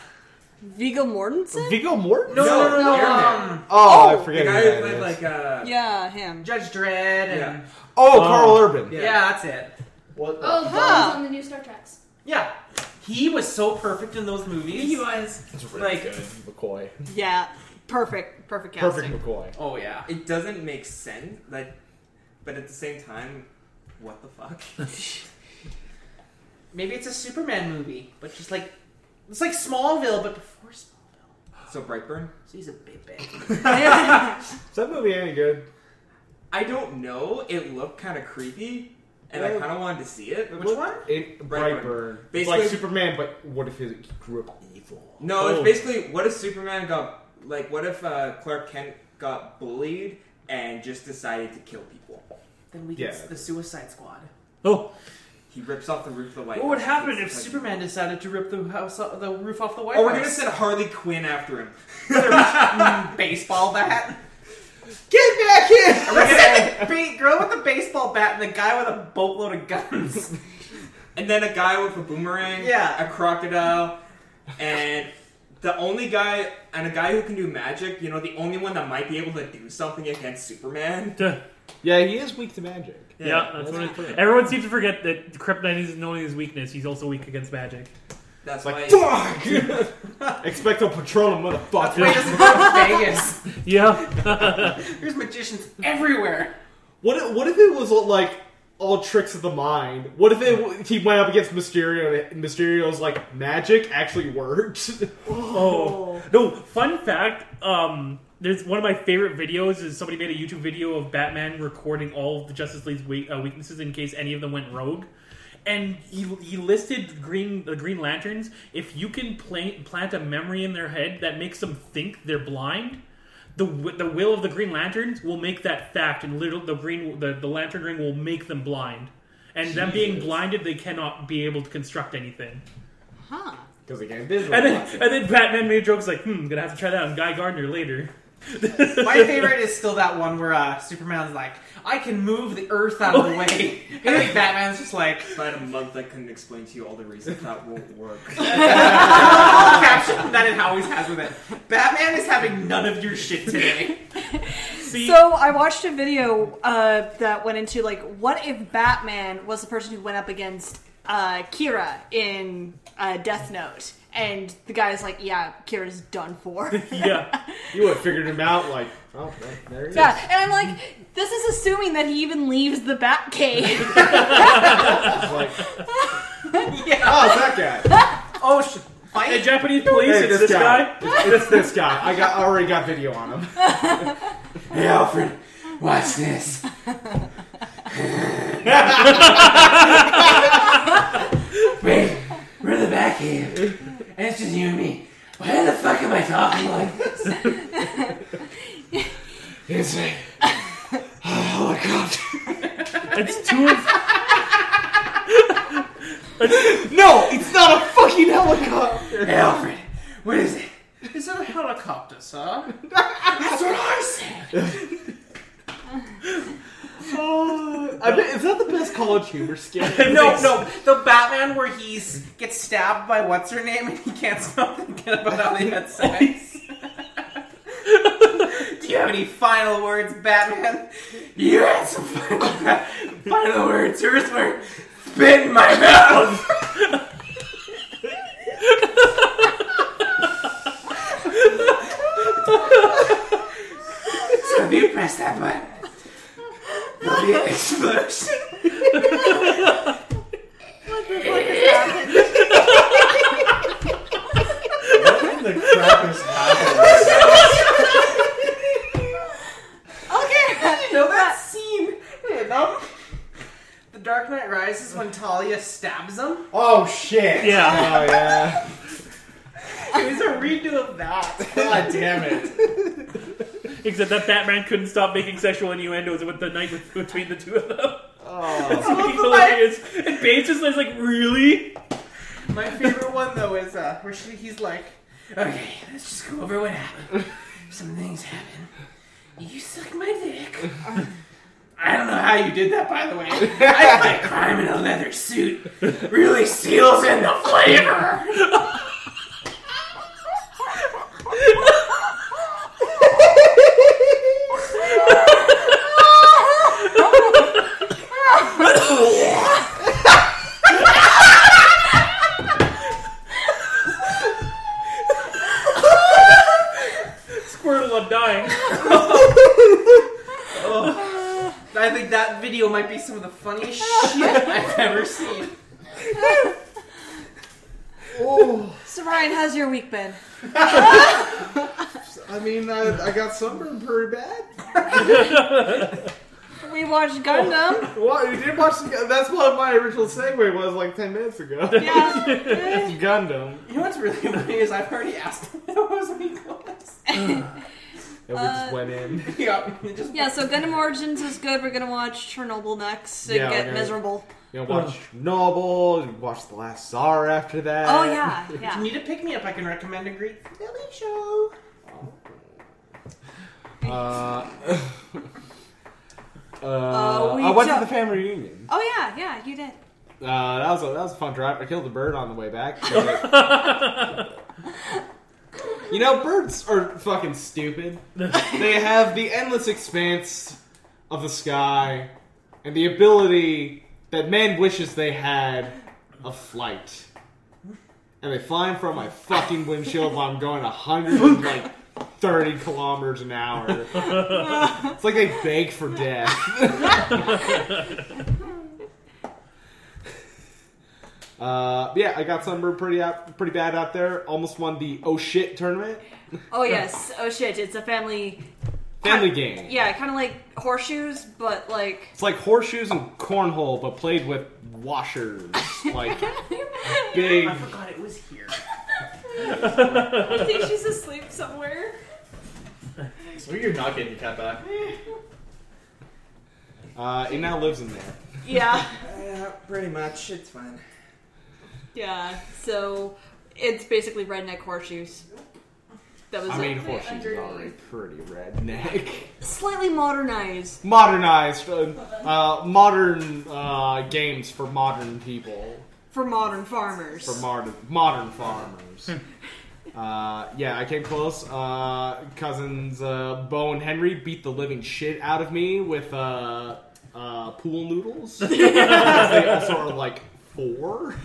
Vigo Mortensen?
Viggo Mortensen?
No, no, no, no.
Air Mare.
um,
Oh, I
The
forget.
guy
who
who
that
played
is.
like uh
Yeah, him.
Judge Dredd and
oh,
Oh.
Carl Urban.
yeah.
Yeah.
that's it.
What the
Oh,
fuck?
Huh.
Bones on the new Star Treks.
Yeah, he was so perfect in those movies.
He was.
That's
Like-
uh, McCoy.
Yeah. Perfect. Perfect casting.
Perfect McCoy.
Oh yeah.
it doesn't make sense, like but at the same time, what the fuck?
Maybe it's a Superman movie, but just like it's like Smallville, but before Smallville.
So Brightburn?
So he's a baby.
Is that movie any good?
I don't know. It looked kind of creepy, and I
Yeah.
kind of wanted to see it.
Which one?
It,
Brightburn.
Brightburn. It's
Basically-
like Superman, but what if he grew up evil?
No,
Oh.
it's basically what if Superman got like what if uh, Clark Kent got bullied and just decided to kill people?
Then we
Yeah.
get the Suicide Squad.
Oh,
He rips off the roof of the White
What would
House.
happen
It's
if
like-
Superman decided to rip the house, the roof off the White
Oh,
House?
we're gonna send Harley Quinn after him.
Mm, baseball bat.
Get back here!
We're gonna have a ba- girl with a baseball bat and the guy with a boatload of guns.
And then a guy with a boomerang,
Yeah.
a crocodile, and the only guy and a guy who can do magic. You know, the only one that might be able to do something against Superman.
duh.
Yeah, he is weak to magic.
yeah, that's what it, everyone seems to forget that Kryptonite is known as his weakness. He's also weak against magic.
That's why.
Like, fuck! Expecto Patronum,
Why
motherfucker.
doesn't he go to Vegas?
Yeah,
There's magicians everywhere.
What if, what if it was like all tricks of the mind? What if it, he went up against Mysterio and Mysterio's like magic actually worked?
Oh no! Fun fact: um, there's one of my favorite videos is somebody made a YouTube video of Batman recording all of the Justice League's we- uh, weaknesses in case any of them went rogue, and he, he listed green the Green Lanterns. If you can plant plant a memory in their head that makes them think they're blind. The, wi- the will of the Green Lanterns will make that fact, and little the green the, the Lantern Ring will make them blind, and them being
Jesus.
blinded, they cannot be able to construct anything.
Huh.
Because again, this
And then, and then Batman made jokes like, hmm, gonna have to try that on Guy Gardner later.
My favorite is still that one where uh, Superman's like, I can move the earth out of the way. And then Batman's just like,
About a month, I couldn't explain to you all the reasons that won't work.
I'll caption that it always has with it. Batman is having none of your shit today.
See,
So I watched a video uh, that went into like, what if Batman was the person who went up against uh, Kira in uh, Death Note? And the guy's like, yeah, Kira's done for.
yeah,
you would have figured him out. Like, oh, well, there he
yeah, and I'm like, this is assuming that he even leaves the Batcave.
is. Like,
yeah.
oh, it's that guy.
Oh, sh-
and
fight.
Japanese police,
Hey,
it's this guy.
It's, it's this guy. I got I already got video on him.
hey, Alfred,
Watch this.
wait, we're in the back here, and it's just you and me. Why the fuck am I talking like this?
He's like, oh my god.
It's two of
No, it's not a fucking helicopter.
Hey, Alfred, what is it?
Is that a helicopter, sir?
That's what I said.
Oh, I bet, is that the best college humor skit?
No, no. The Batman where he's gets stabbed by what's her name and he can't stop thinking about how they had sex. Do you have any final words, Batman?
You had some final, final words. Yours were spit in my mouth. so if you press that button, there'll be an explosion.
What in the crap is happening?
okay.
You know that scene in um, The Dark Knight Rises when Talia stabs him?
Oh shit!
yeah.
Oh yeah.
It was a redo of that.
God damn it!
Except that Batman couldn't stop making sexual innuendos with the night with, between the two of them.
Oh.
It's fucking hilarious. And Bates just is like, really?
My favorite one though is uh, where she, he's like, Okay, let's just go over what happened. Some things happened. You sucked my dick. I don't know how you did that, by the way. I fight crime in a leather suit. Really seals in the flavor.
Squirtle, I'm dying.
I think that video might be some of the funniest shit I've ever seen.
Oh,
So Ryan, how's your week been?
I mean, I, I got sunburned pretty bad.
We watched Gundam.
What? You did watch the, That's what my original segue was like 10 minutes ago.
Yeah.
Gundam.
You know what's really funny is I've already asked him what was week was.
And we
Uh,
just went in.
Yeah, it just
yeah. So Gundam Origins is good. We're gonna watch Chernobyl next and
Yeah, we're
get
gonna-
miserable.
You know, watch Noble, and watch The Last Tsar after that.
Oh yeah,
If you
yeah.
need a pick me up, I can recommend a Greek Philly show.
Uh, uh,
Uh, we
I went
don't-
to the family reunion.
Oh yeah, yeah. You did.
Uh, that was a, that was a fun drive. I killed a bird on the way back. you know, birds are fucking stupid. they have the endless expanse of the sky and the ability that man wishes they had of flight. And they fly in front of my fucking windshield while I'm going 100 like 30 kilometers an hour. it's like they beg for death. Uh, yeah, I got sunburned pretty out, pretty bad out there. Almost won the oh shit tournament,
Oh yes. Oh shit. It's a family.
family game.
Yeah, kind of like horseshoes, but like
It's like horseshoes and cornhole, but played with washers, like big.
I forgot it was here.
I think she's asleep somewhere.
So you're not getting your cat back.
Uh, it now lives in there.
yeah,
Yeah, pretty much. It's fine.
yeah. So it's basically redneck horseshoes. That was
I
it.
mean, horseshoes are already pretty redneck.
slightly modernized.
Modernized, uh, uh, modern uh, games for modern people,
for modern farmers.
for modern modern farmers. Uh, yeah, I came close. Uh, cousins uh, Bo and Henry beat the living shit out of me with uh, uh, pool noodles. they also are like four.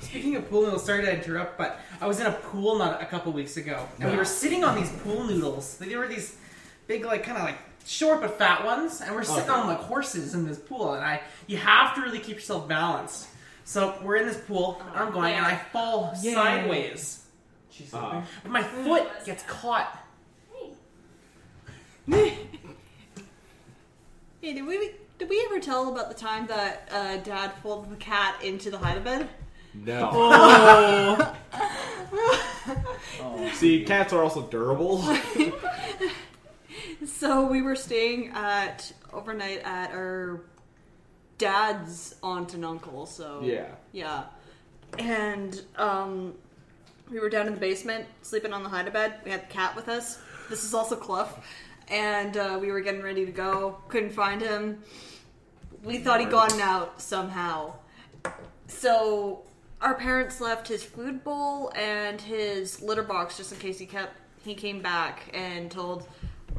Speaking of pool noodles, sorry to interrupt, but I was in a pool not a couple weeks ago, and we were sitting on these pool noodles. They were these big, like kind of like short but fat ones, and we're sitting
Okay.
on like horses in this pool. And I, you have to really keep yourself balanced. So we're in this pool, and I'm going, and I fall
Yay.
sideways.
She's
Uh,
My foot gets caught.
Hey, did we did we ever tell about the time that uh, Dad pulled the cat into the hide bed?
no. Oh. See, cats are also durable.
So we were staying at overnight at our dad's aunt and uncle. So
yeah.
yeah, and um, we were down in the basement sleeping on the hide bed. We had the cat with us. This is also Cluff, and uh, we were getting ready to go. Couldn't find him. We thought he'd gotten out somehow. So our parents left his food bowl and his litter box just in case he kept. He came back and told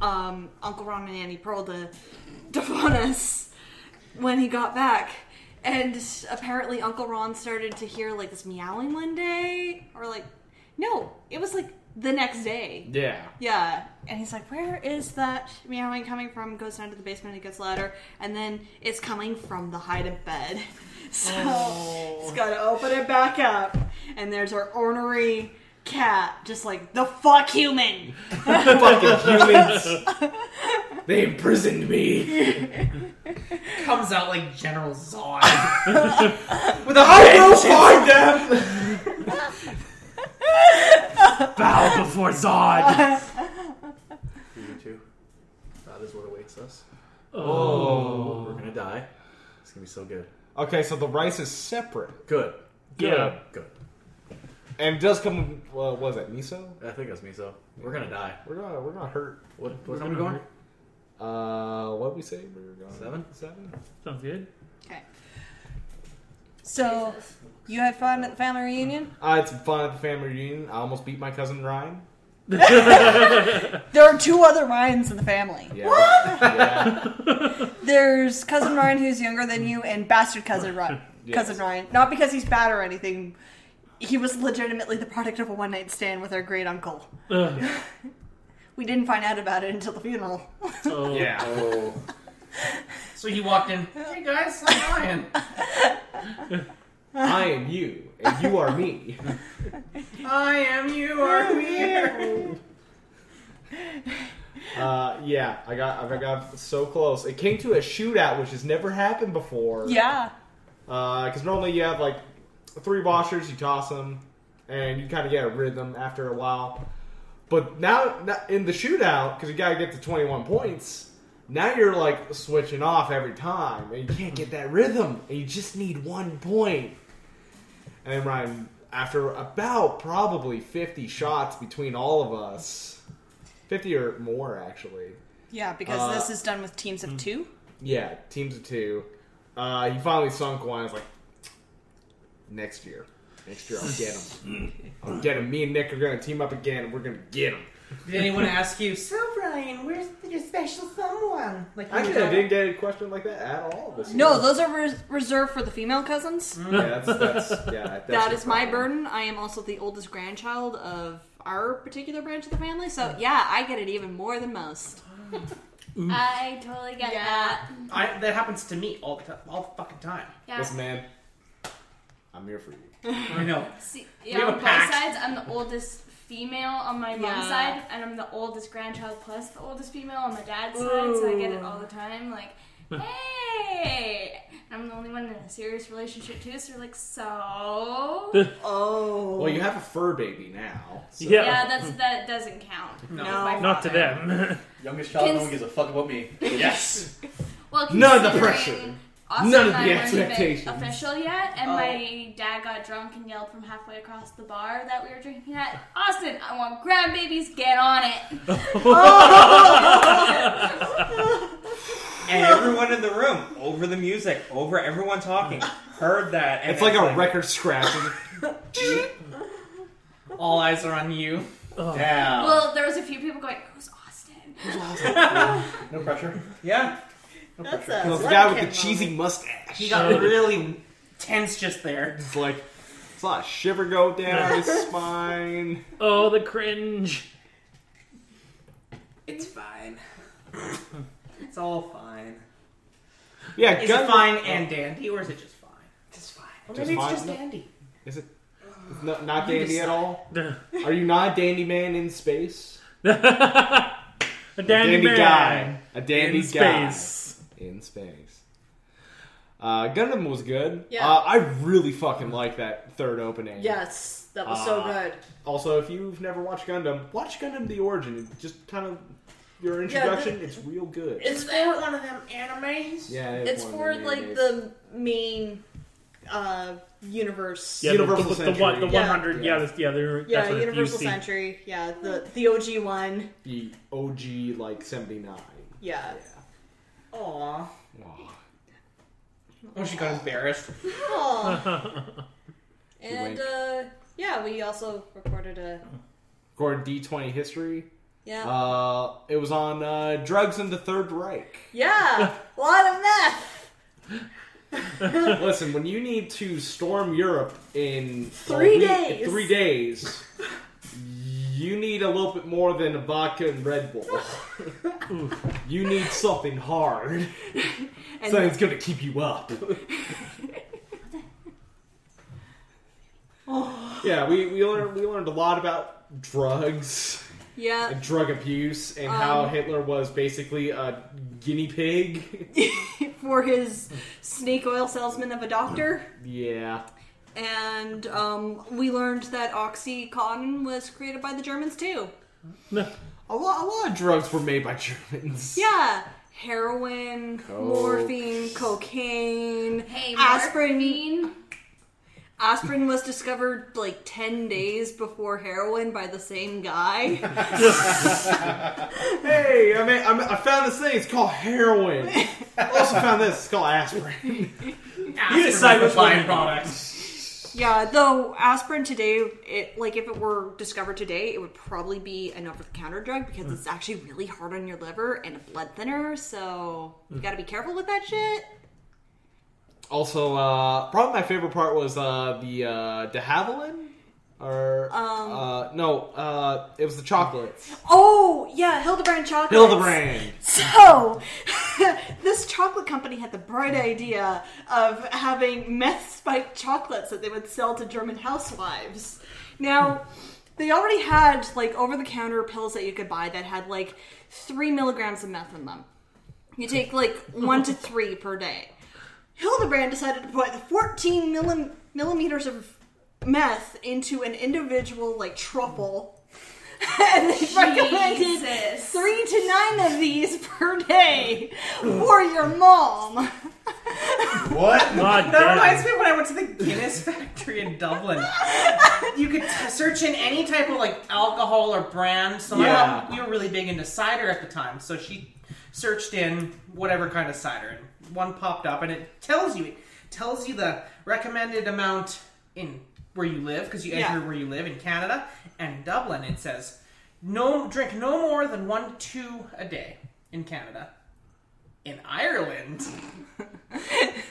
um, Uncle Ron and Annie Pearl to to phone us when he got back. And apparently, Uncle Ron started to hear like this meowing one day, or like, no, it was like the next day.
Yeah.
Yeah. And he's like, Where is that meowing coming from? Goes down to the basement and gets louder. And then it's coming from the hide of bed. So he's got to open it back up. And there's our ornery cat, just like, The fuck human!
Fucking humans. They imprisoned me.
Comes out like General Zod.
With a I will find them.
Bow before Zod.
You too. That is what awaits us.
Oh.
We're gonna die. It's gonna be so good.
Okay, so the rice is separate.
Good.
Yeah.
Good.
and does come. with- Well, what was that miso?
I think that's me. So we're gonna die.
We're gonna we're gonna hurt.
What? What's
We're
number
gonna
going?
Uh, what did we say? We were going
Seven?
Seven.
Sounds good.
So
Jesus.
you had fun at the family reunion.
I had some Uh, fun at the family reunion. I almost beat my cousin Ryan.
There are two other Ryans in the family.
Yeah. What? Yeah.
There's cousin Ryan who's younger than you, and bastard cousin Ryan.
Yes.
Cousin Ryan, not because he's bad or anything. He was legitimately the product of a one night stand with our great uncle.
Ugh.
We didn't find out about it until the funeral.
So,
yeah.
Oh,
So he walked in. Hey guys, I'm Ryan.
I am you, and you are me.
I am you. Are we here?
Uh, yeah, I got I got so close. It came to a shootout, which has never happened before.
yeah,
Because Uh, normally you have like three washers, you toss them, and you kind of get a rhythm after a while. But now now- in the shootout, because you gotta get to 21 points, now you're like switching off every time, and you can't get that rhythm, and you just need one point. And then Ryan, after about probably 50 shots between all of us, 50 or more actually,
yeah, because
Uh,
this is done with teams of two.
yeah, teams of two. Uh, he finally sunk one. I was like, next year, next year I'll get him. I'll get him. Me and Nick are gonna team up again, and we're gonna get him.
Did anyone ask you? So Ryan, where's your special someone? Like you
Actually, I didn't get a question like that at all this year.
No, those are res- reserved for the female cousins.
yeah, that's, that's yeah. That's
That
your
is my
problem.
burden. I am also the oldest grandchild of our particular branch of the family,
Mm.
so yeah, I get it even more than most.
I totally get
Yeah.
that.
I, that happens to me all the time, all the fucking time.
Yeah.
Listen, man, I'm here for you.
I know.
See,
We
yeah,
have a
on both
pact.
sides, I'm the oldest female on my mom's
Yeah.
side, and I'm the oldest grandchild plus the oldest female on my dad's side, so I get it all the time. Like, hey! And I'm the only one in a serious relationship, too, so you're like, so?
Oh,
Well, you have a fur baby now. So.
Yeah.
Yeah, that's that doesn't count.
No.
My
Not to
father.
them.
youngest child. No
Kids-
one gives a fuck about me.
Yes.
Well,
None of the
considering
pressure.
Austin
None of
and I
the
weren't even
expectations.
Official yet, and my dad got drunk and yelled from halfway across the bar that we were drinking at. Austin, I want grandbabies. Get on it.
And everyone in the room, over the music, over everyone talking, heard that. And
It's like a
then
record scratch.
All eyes are on you.
Damn.
Well, there was a few people going, "Who's Austin?"
No pressure.
Yeah.
No
That's
pressure.
a-
the
Well,
guy with
kid
the cheesy
moment.
mustache.
He got really tense just there.
It's like it's a lot of shiver go down his spine.
oh, the cringe.
It's fine. it's all fine.
Yeah,
Is
gun
it fine and dandy, or is it just fine?
It's fine.
Or
Just
maybe it's
fine?
just
No.
dandy.
Is it no, not
You
dandy
decide.
at all?
a
Are you not a dandy man in space?
dandy, man
guy. A dandy
in
guy
space.
in space. Uh, Gundam was good.
Yeah.
Uh, I really fucking like that third opening.
yes, that was
Ah.
so good.
Also, if you've never watched Gundam, watch Gundam: The Origin. It's just kind of your
Yeah,
introduction.
the-
it's real good.
It's
that one of them animes?
yeah,
It's
one of
for
the
like
animes.
the main uh, universe.
Yeah,
Universal
the, the, the, one- the
Century.
100. Yeah,
Yeah.
yeah, that's, yeah, they're-
Yeah,
that's what
Universal
you see.
Century. Yeah, the the OG one.
the OG like seventy nine.
Yeah.
Aww.
Aw,
Oh, she got embarrassed.
Aw. and
wink.
uh, yeah, we also recorded a
Gordon D twenty history.
yeah
Uh, it was on uh, drugs in the Third Reich.
yeah a lot of meth.
Listen, when you need to storm Europe in
Three
a week-
days.
three days, you need a little bit more than a vodka and Red Bull. you need something hard,
And
something's gonna keep you up. yeah, we we learned we learned a lot about drugs
yeah,
and drug abuse and
um,
how Hitler was basically a guinea pig.
for his snake oil salesman of a doctor.
yeah.
And um, we learned that OxyContin was created by the Germans too.
A lot, a lot of drugs were made by Germans.
Yeah, heroin,
Coke.
morphine, cocaine,
Hey,
aspirin.
morphine.
Aspirin was discovered like 10 days before heroin by the same guy.
Hey, I mean, I'm, I found this thing. It's called heroin. I also found this. It's called aspirin.
You
decide which one you
products.
yeah, though aspirin today, it like if it were discovered today, it would probably be an over the counter drug because it's actually really hard on your liver and a blood thinner, so you gotta be careful with that shit.
Also, uh, probably my favorite part was uh, the uh, de Havilland. Or uh, no, uh, it was the chocolate.
Oh, yeah, Hildebrand chocolate.
Hildebrand.
So, this chocolate company had the bright idea of having meth spiked chocolates that they would sell to German housewives. Now, they already had like over the counter pills that you could buy that had like three milligrams of meth in them. You take like one to three per day. Hildebrand decided to put 14 millim- millimeters of meth into an individual like truffle. and they recommended
Jesus.
three to nine of these per day for your mom.
What?
God
That
damn.
reminds me of when I went to the Guinness factory in Dublin. You could t- search in any type of like alcohol or brand. So my
Yeah.
mom- we were really big into cider at the time, so she searched in whatever kind of cider, and one popped up, and it tells you it tells you the recommended amount in where you live because you
Yeah.
enter where you live in Canada and Dublin. It says no drink no more than one to two a day in Canada. In Ireland.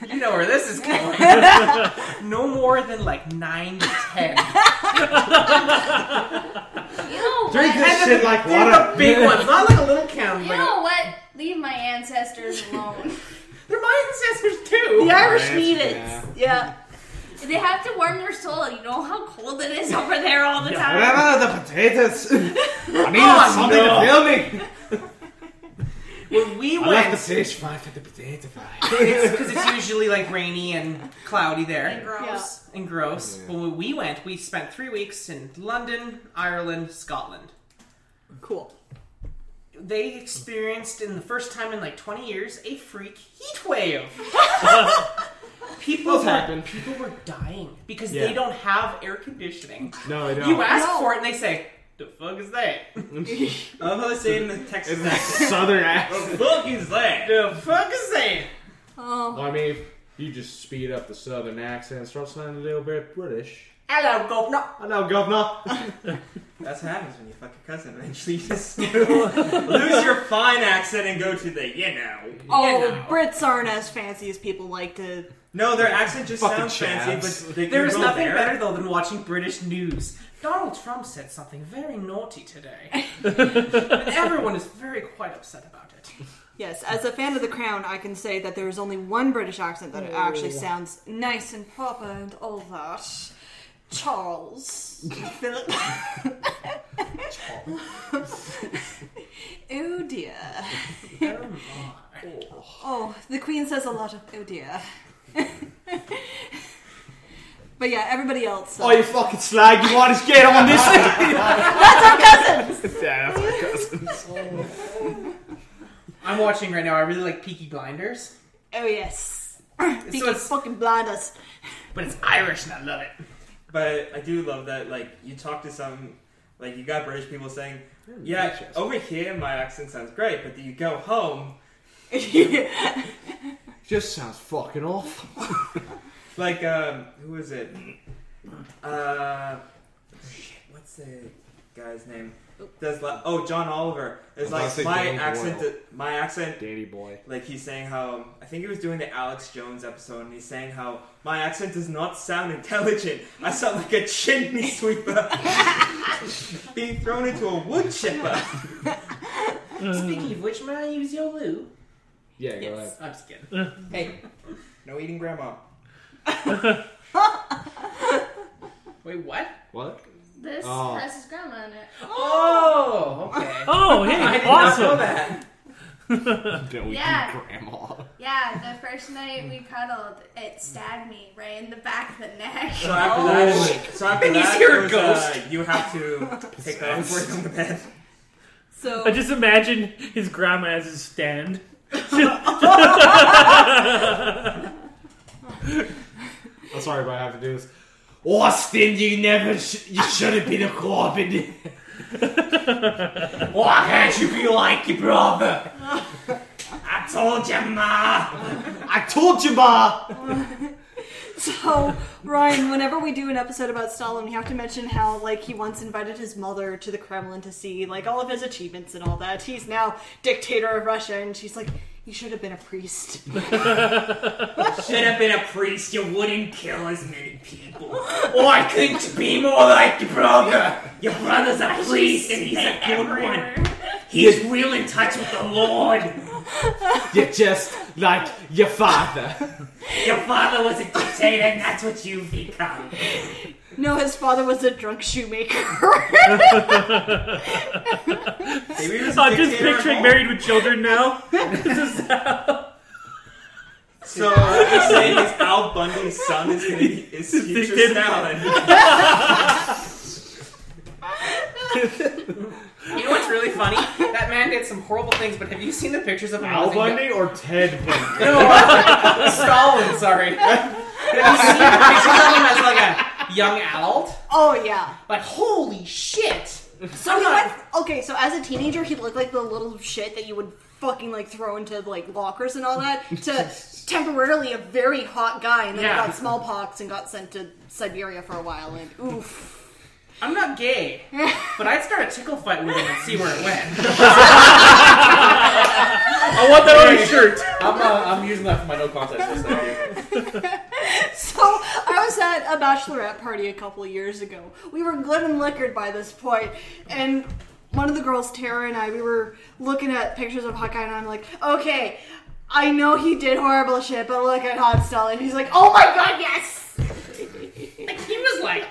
You know where this is going. no more than like nine to ten.
You know what?
Drink this shit like
They're
water.
the big ones, not like a little can.
You
Like
know what? Leave my ancestors alone.
they're my ancestors too.
The Irish
that's-
need it.
yeah.
Yeah.
they have to warm their soul. You know how cold it is over there all the
I
time.
ran out of the potatoes. I needed
Oh,
something
no.
to fill me.
When we
I left the
went,
fish fry for the potato
because
fry.
it's, usually like rainy and cloudy there
And gross.
and gross. But when we went, we spent three weeks in London, Ireland, Scotland.
Cool.
They experienced, in the first time in like 20 years, a freak heat wave. people
Those
were,
happen.
People were dying because
Yeah.
they don't have air conditioning.
no, I don't.
You ask
No.
for it and they say, the fuck is that?
I love how they say it Oh, in the Texas
It's a
accent.
southern accent.
fuck is that?
The fuck is that?
Oh.
I mean, if you just speed up the southern accent, start sounding a little bit British.
Hello, governor.
I know, governor.
That's what happens when you fuck your cousin. Eventually, you just lose your fine accent and go to the you know.
Oh,
Yeah.
Brits aren't as fancy as people like to.
No, their accent just
Fucking
sounds
chavs.
fancy, but they
There is
go
nothing
there.
better though than watching British news. Donald Trump said something very naughty today, and everyone is very quite upset about it.
Yes, as a fan of The Crown, I can say that there is only one British accent that actually sounds nice and proper and all that. Charles. Philip. oh dear.
Oh my.
Oh, the Queen says a lot of oh dear. but yeah, everybody else. uh,
oh, you fucking slag! You want to get on this?
That's our cousins!
yeah, that's my cousin.
I'm watching right now. I really like Peaky Blinders,
Oh yes. Peaky
it's-
fucking blinders.
but it's Irish and I love it.
But I do love that, like, you talk to some, like, you got British people saying,
Hmm,
yeah, over here my accent sounds great, but then you go home,
Just sounds fucking awful.
like, um, who is it? Uh, shit, what's the guy's name? Does like, oh, John Oliver. It's
I was
like,
about to
my
say Danny
accent,
Boyle.
my accent
Danny boy.
like he's saying how I think he was doing the Alex Jones episode, and he's saying how my accent does not sound intelligent. I sound like a chimney sweeper being thrown into a wood chipper.
Speaking of which, may I use your loo?
Yeah, go
Yes.
ahead.
I'm just kidding.
Hey, no eating grandma.
Wait, what?
What?
This
Oh.
has his grandma in it.
Oh, okay.
Oh,
I
hey,
did not know
awesome.
that.
Billy
Yeah.
Grandma.
Yeah, the first night we cuddled, it stabbed me right in the back of the neck.
So after that, so after
Oh. Then you
that,
hear a
it was, uh, you have to take that
Possessed.
word from the bed.
So
I just imagine his grandma as his stand.
I'm sorry, but I have to do this. Austin, you never, sh- you should have been a Corbin. Why can't you be like your brother? I told you, Ma. I told you, Ma.
So, Ryan, whenever we do an episode about Stalin, we have to mention how, like, he once invited his mother to the Kremlin to see, like, all of his achievements and all that. He's now dictator of Russia, and she's like, you should have been a priest.
Should have been a priest, you wouldn't kill as many people. Why couldn't you be more like your brother? Your brother's a priest and he's a good one. He is real in touch with the Lord.
You're just like your father.
Your father was a dictator and that's what you've become.
No, his father was a drunk shoemaker.
Maybe he was
I'm just picturing married with children now.
So what you're saying is Al Bundy's son is gonna be is future
Dictator.
Stalin.
You know what's really funny? That man did some horrible things, but have you seen the pictures of him?
Al
as a young-
Bundy or Ted Bundy?
No, Stalin. Sorry. Have you seen the pictures of him as like a young adult?
oh, yeah.
Like holy shit!
So he went, okay, so as a teenager, he looked like the little shit that you would fucking, like, throw into, like, lockers and all that, to temporarily a very hot guy, and then
Yeah.
he got smallpox and got sent to Siberia for a while, and oof.
I'm not gay, but I'd start a tickle fight with him and see where it went.
I want that on a shirt.
I'm, uh, I'm using that for my no contest list. Thank you.
So I was at a bachelorette party a couple of years ago. We were good and liquored by this point, and one of the girls, Tara and I, we were looking at pictures of Hawkeye, and I'm like, okay, I know he did horrible shit, but look at Hot Stella, and he's like, oh my god, yes.
Like he was like,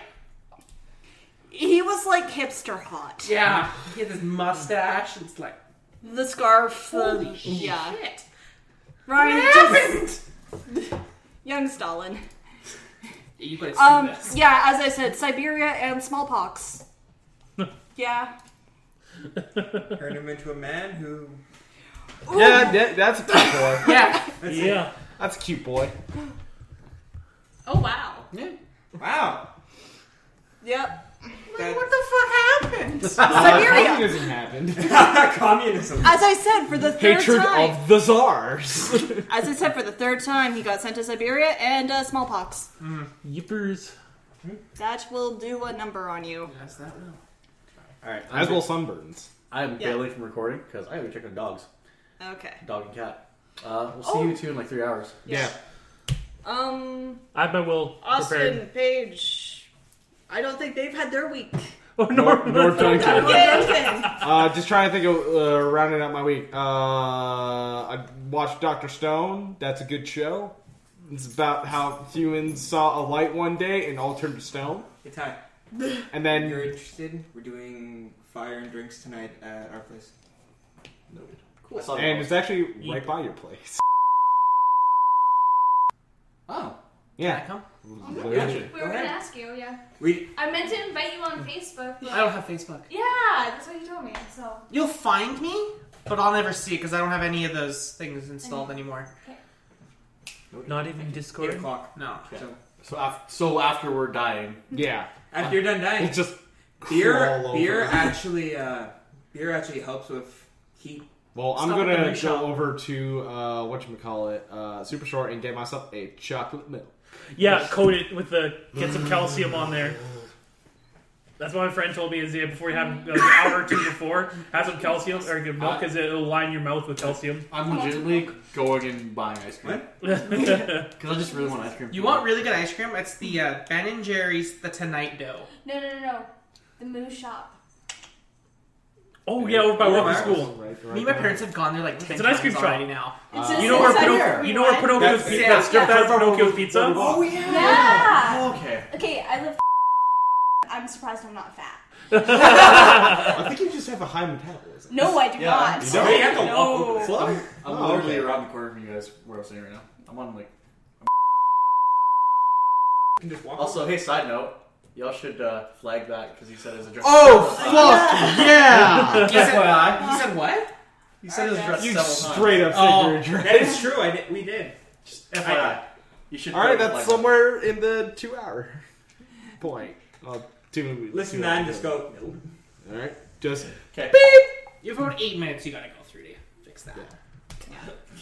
He was like hipster hot.
yeah, he had this mustache. It's like
The scarf, the
holy
yeah.
shit.
Ryan,
What
just
happened?
young Stalin.
You guys see
Um,
this?
yeah, as I said, Siberia and smallpox. yeah.
Turned him into a man who
Ooh.
Yeah, that, that's a cute boy.
Yeah.
Yeah.
That's a cute boy.
Oh wow.
Wow.
Yep.
That
What the fuck happened?
Siberia.
Uh, communism happened.
communism.
As I said, for the third
Hatred
time.
of the czars.
As I said, for the third time, he got sent to Siberia and uh, smallpox.
Yippers.
That will do a number on you.
Yes, that will.
All right,
As well, sunburns.
I'm
Yeah.
barely from recording because I have to check on dogs,
Okay.
dog and cat. Uh, we'll see
Oh.
you two in like three hours.
Yeah.
Um,
I have my will
Austin,
prepared.
Paige. I don't think they've had their week.
Oh,
Nor-
Norman.
North Duncan.
Duncan.
Uh, just trying to think of uh, rounding out my week. Uh, I watched Doctor Stone. That's a good show. It's about how humans saw a light one day and all turned to stone,
Hey, Ty,
and
if you're
then
interested, we're doing fire and drinks tonight at our place.
I saw the
and
dogs.
it's actually right by your place.
Oh.
Can I
Yeah,
come?
literally.
We were
Go
gonna
ahead.
ask you, yeah.
We
I meant to invite you on Facebook, but
I don't have Facebook.
yeah, that's what you told me. So
You'll find me, but I'll never see it because I don't have any of those things installed anymore.
Not even
eight
Discord.
o'clock.
No.
So
So, af- so after we're dying,
yeah.
after you're done dying,
Uh, It's just
beer
crawl over.
beer actually uh, beer actually helps with heat.
Well, I'm
Stop at the
gonna
milk shop.
go over to uh, what you call it, uh, Super Short, and get myself a chocolate milk.
Yeah, coat it with the get some calcium on there. That's what my friend told me is yeah, before you have like, an hour or two before, have some calcium or get milk because it'll line your mouth with calcium.
I'm legitimately going and buying ice cream
That's
because I just really want ice cream.
You want really good ice cream? It's the uh, Ben and Jerry's the Tonight Dough.
no, no, no, no. The Moo Shop.
Oh yeah, over by walking
Right.
school.
Right, right
Me and my
now.
parents have gone there like ten
an ice cream
times
shop.
already now.
It's
Uh,
just
You know where
inside
Pinocchio?
your-
You know where Pinocchio's
That's-
pizza?
yeah,
That strip
yeah.
that's Pinocchio's pizza.
Oh yeah.
Yeah.
Okay.
Okay, I live. I'm surprised I'm not fat.
I think you just have a high metabolism.
No, I do
Yeah,
not.
you
So
don't.
you have to walk over the
No.
floor.
I'm, I'm
Oh,
literally
okay.
around the corner from you guys where I'm sitting right now. I'm on like.
You can just walk
Also, hey, side note, y'all should uh, flag that because he said it was a dress.
Oh fuck yeah!
He said,
FYI,
he said what?
he said it was dressed
you
several times.
straight up
Oh.
said you're a
over.
drag.
That is true. I did, we did.
Just FYI, you should.
All right,
flag
that's
that.
somewhere in the two hour. point. I'll do
Listen
do
to that
it.
and just go, no.
All right, just
Okay.
You have about eight minutes. You gotta go through to fix that.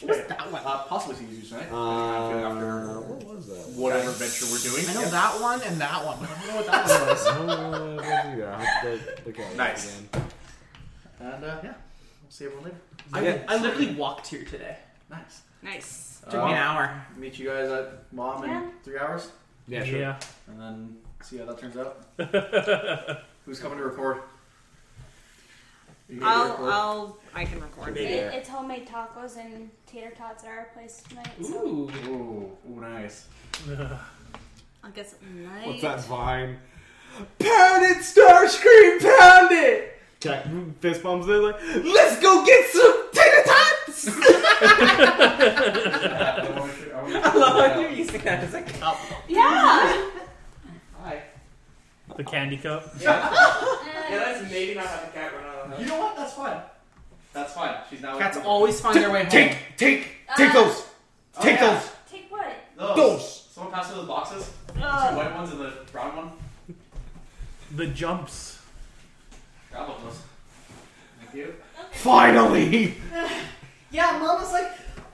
What's that one?
Uh, possibly to use tonight.
uh, what was that?
Whatever venture we're doing.
I know that one and that one. but I don't know what that one was.
Uh, what was it? I'll have to look at it
Nice.
again.
And uh, yeah, we'll see everyone later.
I,
Yeah.
I literally walked here today.
Nice.
Nice.
Took me an hour.
Meet you guys at mom
Yeah.
in three hours,
Yeah, sure.
and then see how that turns out. Who's coming to record? You gonna
I'll,
record?
I'll, I can record.
Maybe.
It, it's homemade tacos and tater tots at our place tonight. So
Ooh.
Ooh, ooh, nice.
I'll get some night.
What's that vine? Pound it, Starscream, pound it! Jack fist bumps it like, let's go get some tater tots!
I want to- I want to-
using that as a cup.
Yeah.
Hi.
The candy cup.
eh.
Yeah, let's maybe not have a cat run out of the house.
You know what? That's fine. That's fine. She's not.
Cats
with me.
always find their way home.
Take, take, take
Uh,
those!
Oh,
Take
yeah.
those!
Take what?
Those.
Those.
Someone pass me those boxes. the two white ones and the brown one.
The jumps.
Grab one of those. Thank you.
Finally!
Yeah, Mom was like,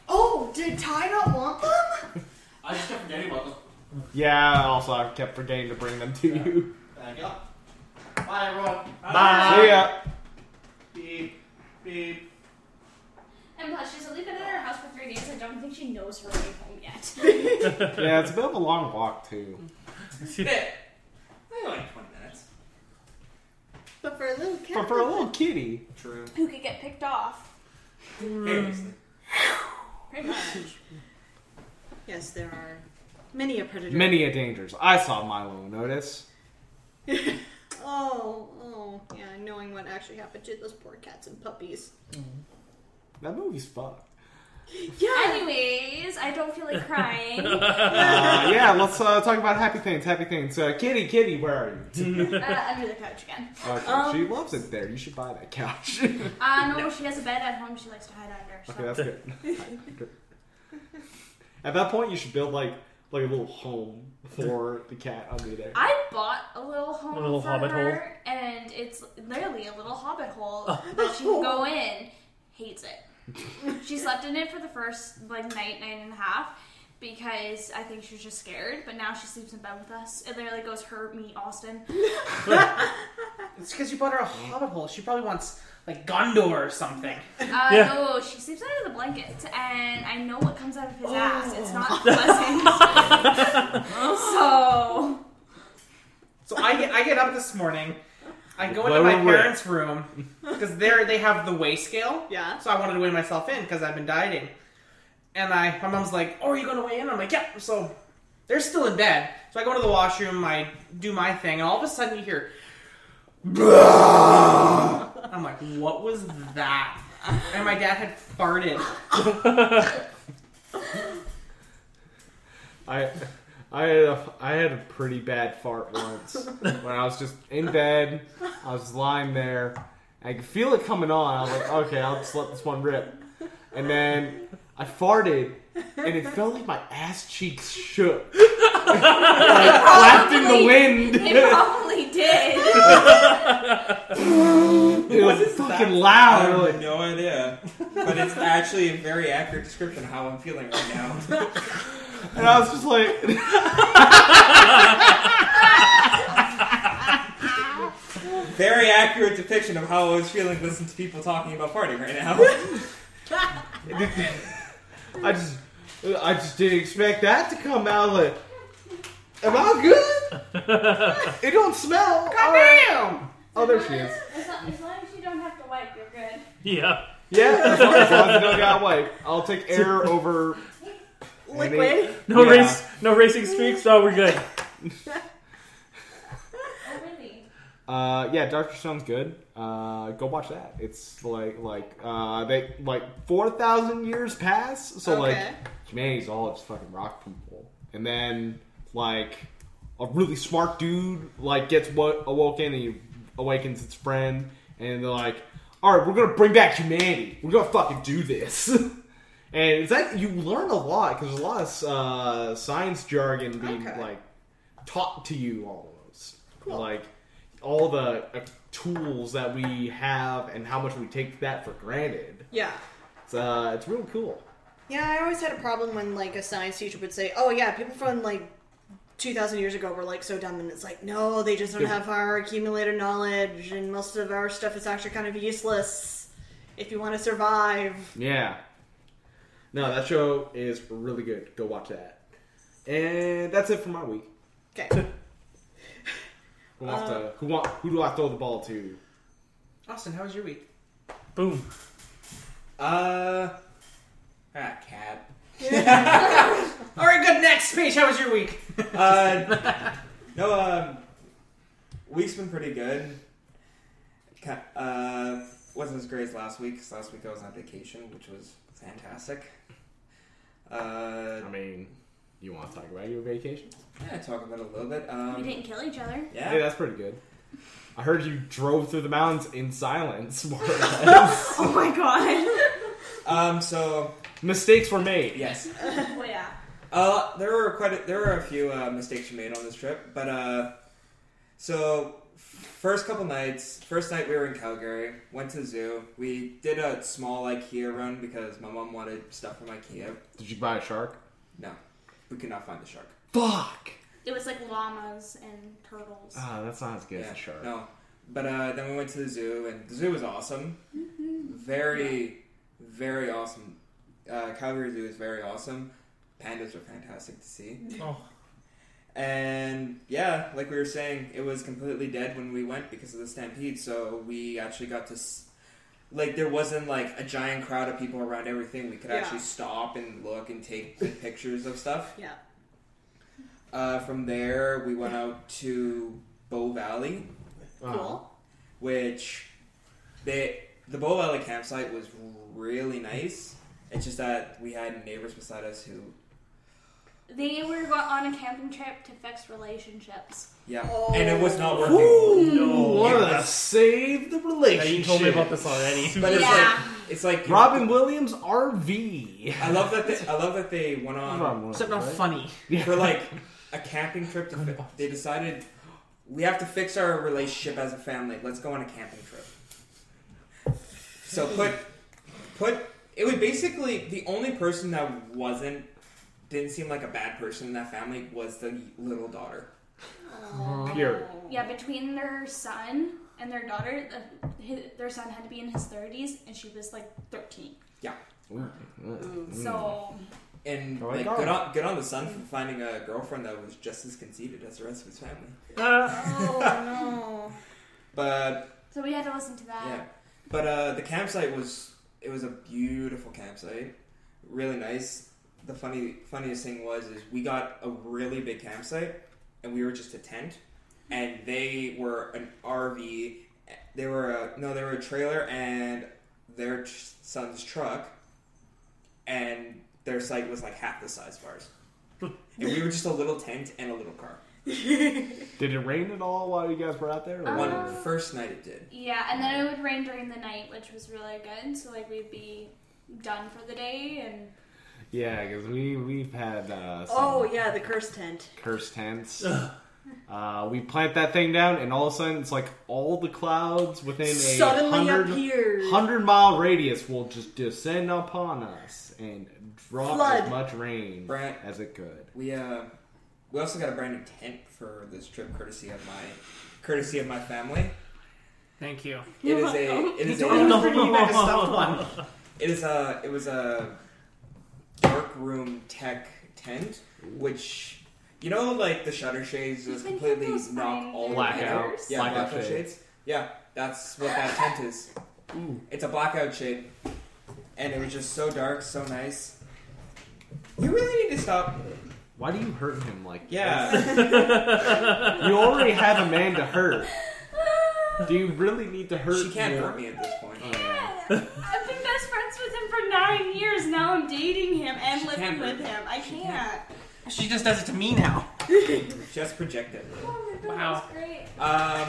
"Oh, did Ty not want them?"
I just kept forgetting about them.
Yeah, also, I kept forgetting to bring them to you.
Thank you. Bye, everyone.
See ya!
Beep. Beep.
And plus, she's only been in her house for three days. I don't think she knows her way home yet.
Yeah, it's a bit of a long walk, too.
Yeah. Maybe like 20 minutes.
But for a little kid,
But for a little kitty.
True.
Who could get picked off?
Mm.
Seriously.
Pretty much.
yes, there are many a predator.
Many a dangers. I saw Milo Notice.
Oh, oh, yeah. Knowing what actually happened to those poor cats and puppies.
That movie's fun.
Yeah.
Anyways, I don't feel like crying. uh,
Uh, yeah, let's uh, talk about happy things, happy things. Uh, kitty, kitty, where are you?
under the couch again.
Okay,
Um,
she loves it there. You should buy that couch. okay,
Uh, no, she has a bed at home she likes to hide under. So.
that's good. At that point, you should build like like a little home for the cat under there.
I bought a little home
A little
for
hobbit
her, and it's literally a little hobbit hole that she can go in. Hates it. she slept in it for the first like night, night and a half, because I think she was just scared. But now she sleeps in bed with us. It literally goes her, me, Austin.
It's because you bought her a hobbit hole. She probably wants like Gondor or something.
Uh,
Yeah.
No, she sleeps under the blankets, and I know what comes out of his ass. It's
Oh.
not pleasant.
Oh.
so
So I get I get up this morning. I go into
Lower
my
weight.
parents' room because there they have the weigh scale.
Yeah.
So I wanted to weigh myself in because I've been dieting. And I, my mom's like, "Oh, are you going to weigh in?" I'm like, "Yeah." So they're still in bed. So I go to the washroom. I do my thing, and all of a sudden you hear, I'm like, "What was that?" And my dad had farted.
I I had a, I had a pretty bad fart once when I was just in bed. I was lying there. I could feel it coming on. I was like, okay, I'll just let this one rip. And then I farted, and it felt like my ass cheeks shook, like flapped in the
Probably.
wind.
they probably did.
It was fucking loud.
I
Like,
have no idea. Um, But it's actually a very accurate description of how I'm feeling right now.
And I was just like,
very accurate depiction of how I was feeling listening to people talking about farting right now.
I just, I just didn't expect that to come out. Like, am I good? It don't smell. All right.
Damn!
Oh, there she is.
As long, as long as you don't have to wipe, you're good.
Yeah.
Yeah, as long as long as you don't got white. I'll take air over
Liquid.
No
Yeah.
race. No racing streaks. Oh, we're good.
Oh, really?
Uh, yeah, Doctor Stone's good. Uh, go watch that. It's like like uh, they like four thousand years pass, so
Okay.
like humanity's all just fucking rock people, and then like a really smart dude like gets wo- awoken and he awakens its friend, and they're like, all right, we're gonna bring back humanity. We're gonna fucking do this. And it's like you learn a lot because there's a lot of uh, science jargon being
Okay.
like taught to you almost. Like all the uh, tools that we have and how much we take that for granted.
Yeah.
It's uh, it's real cool.
Yeah, I always had a problem when like a science teacher would say, "Oh yeah, people from like 2000 years ago were like so dumb." And it's like, "No, they just don't have our accumulated knowledge and most of our stuff is actually kind of useless if you want to survive."
Yeah. No, that show is really good. Go watch that. And that's it for my week.
Okay.
Who wants
Uh,
to? Who want? Who do I throw the ball to?
Austin, how was your week?
Boom.
Uh, ah, cat.
All right, good. Next page. How was your week?
Uh, no, um, week's been pretty good. Ca- Uh, wasn't as great as last week, 'cause last week I was on vacation, which was fantastic. Uh,
I mean, you want to talk about your vacation?
yeah, talk about it a little bit.
We
Um,
didn't kill each other.
yeah.
Hey, that's pretty good. I heard you drove through the mountains in silence. more or less.
Oh my god.
Um, so
Mistakes were made.
yes,
well, Oh, yeah.
Uh, there were quite a, there were a few uh, mistakes you made on this trip, but uh, so first couple nights, first night we were in Calgary, went to the zoo. We did a small IKEA run because my mom wanted stuff from IKEA.
Did you buy a shark?
No, we could not find the shark.
Fuck.
It was like llamas and turtles.
Ah, that's not as good as
Yeah,
a shark.
No, but uh, then we went to the zoo, and the zoo was awesome. Very, very awesome. Uh, Calgary Zoo is very awesome. Pandas are fantastic to see.
Oh,
And yeah, like we were saying, it was completely dead when we went because of the stampede. So we actually got to, s- like, there wasn't like a giant crowd of people around everything. We could
Yeah.
actually stop and look and take good pictures of stuff.
Yeah.
Uh, from there, we went out to Bow Valley,
Uh-huh.
Cool.
which they the Bow Valley campsite was really nice. It's just that we had neighbors beside us who,
They were go- on a camping trip to fix relationships.
yeah, and it was not working.
no.
Wanna
Yeah.
save the
Yeah,
relationship.
you told me about this already.
But it's
Yeah.
like it's like
Robin Williams RV.
I love that. They, I love that they went on
Robin Williams,
Except not
right?
funny.
for like a camping trip. To fi- they decided we have to fix our relationship as a family. Let's go on a camping trip. So put put it was basically the only person that wasn't didn't seem like a bad person in that family was the little daughter. Uh-huh.
Period.
Yeah, between their son and their daughter, the, his, their son had to be in his 30s and she was like 13.
Mm.
Mm.
So,
And
Oh my
like
God.
good on good on the son for finding a girlfriend that was just as conceited as the rest of his family.
Ah.
Oh
But
so we had to listen to that.
Yeah, but uh, the campsite was it was a beautiful campsite, really nice. The funny funniest thing was is we got a really big campsite, and we were just a tent, and they were an RV. They were a, no, they were a trailer and their tr- son's truck, and their site was like half the size of ours. And we were just a little tent and a little car.
Did it rain at all while you guys were out there?
Uh,
One first night it did.
Yeah, and then it would rain during the night, which was really good. So, like, we'd be done for the day and
yeah, because we we've had uh,
no.
some
Oh yeah, the curse tent.
cursed tents. Uh, we plant that thing down, and all of a sudden, it's like all the clouds within a
Suddenly
hundred
appears.
hundred mile radius will just descend upon us and drop
Flood.
as much rain
Brent,
as it could.
We uh, we also got a brand new tent for this trip, courtesy of my, courtesy of my family.
Thank you.
It is a, it is
Oh, no.
a, it is a, it was a workroom tech tent, which you know, like the shutter
It's
shades just
been
completely
candles
knock
behind
all
your
Blackout.
ears.
Yeah,
Blackout
blackout,
shade.
shades. Yeah, that's what that tent is.
Ooh.
It's a blackout shade, and it was just so dark, so nice. You really need to stop.
Why do you hurt him like
Yeah.
this? You already have a man to hurt. Do you really need to hurt?
She can't
more?
hurt me at this point.
Oh,
I've been best friends with him for nine years. Now I'm dating him and
She
living
can't
with
really-
him. I can't.
She just does it to me now.
Just project it.
Oh my god,
Wow.
that's great.
Um,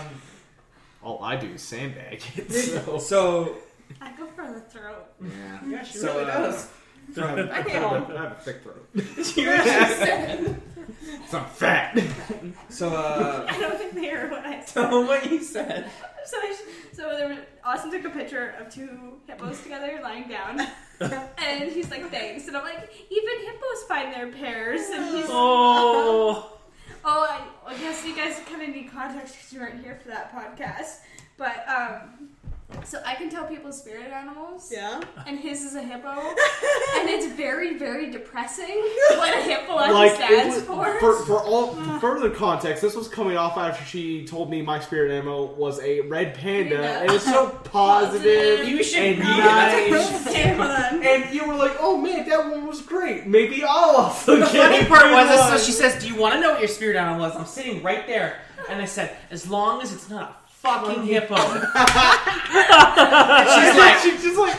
All Oh, I do is sandbag it. So.
so
I go for the throat.
Yeah.
Yeah, she
So,
really
uh,
does.
I
from
have a thick throat.
She really does.
So I'm fat.
So, uh,
I don't think they heard what I said.
Oh,
so what you said.
So, I sh- so there was, Austin took a picture of two hippos together lying down, and he's like, "Thanks," and I'm like, "Even hippos find their pairs," and he's, "Oh,
Oh,
I, I guess you guys kind of need context because you weren't here for that podcast." But um, so I can tell people's spirit animals,
Yeah.
and his is a hippo, and it's very, very depressing what a hippo actually
like it
stands
was-
for.
for for all for further context, this was coming off after she told me my spirit animal was a red panda,
Panda.
and it's so positive.
You should
and
probably-
nice.
Damn on.
And you were like, "Oh man, that one was great. Maybe I'll also
The
get
funny
it."
part was, is so she says, "Do you want to know what your spirit animal was?" I'm sitting right there, and I said, "As long as it's not a fucking hippo."
she's like, she's just like,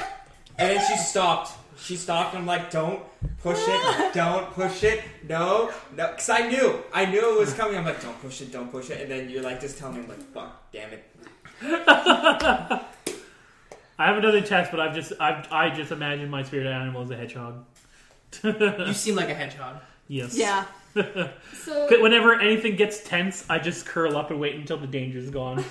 And then she stopped. She stopped. I'm like, don't push it. Don't push it. No, no. Because I knew. I knew it was coming. I'm like, don't push it. Don't push it. And then you're like, just tell me. I'm like, fuck, damn it.
I have another text, but I've just I've, I just imagined my spirit animal as a hedgehog.
you seem like a hedgehog.
yes.
Yeah.
So
Whenever anything gets tense, I just curl up and wait until the danger's gone.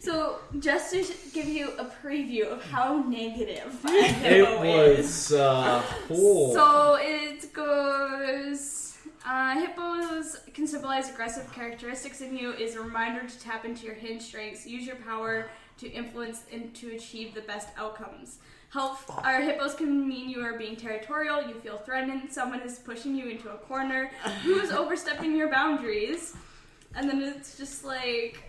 So, just to sh- give you a preview of how negative my
it
hippo is.
was uh, cool.
So, it goes. Uh, hippos can symbolize aggressive characteristics in you, is a reminder to tap into your hidden strengths, use your power to influence, and to achieve the best outcomes. Help our hippos can mean you are being territorial, you feel threatened, someone is pushing you into a corner, who is overstepping your boundaries. And then it's just like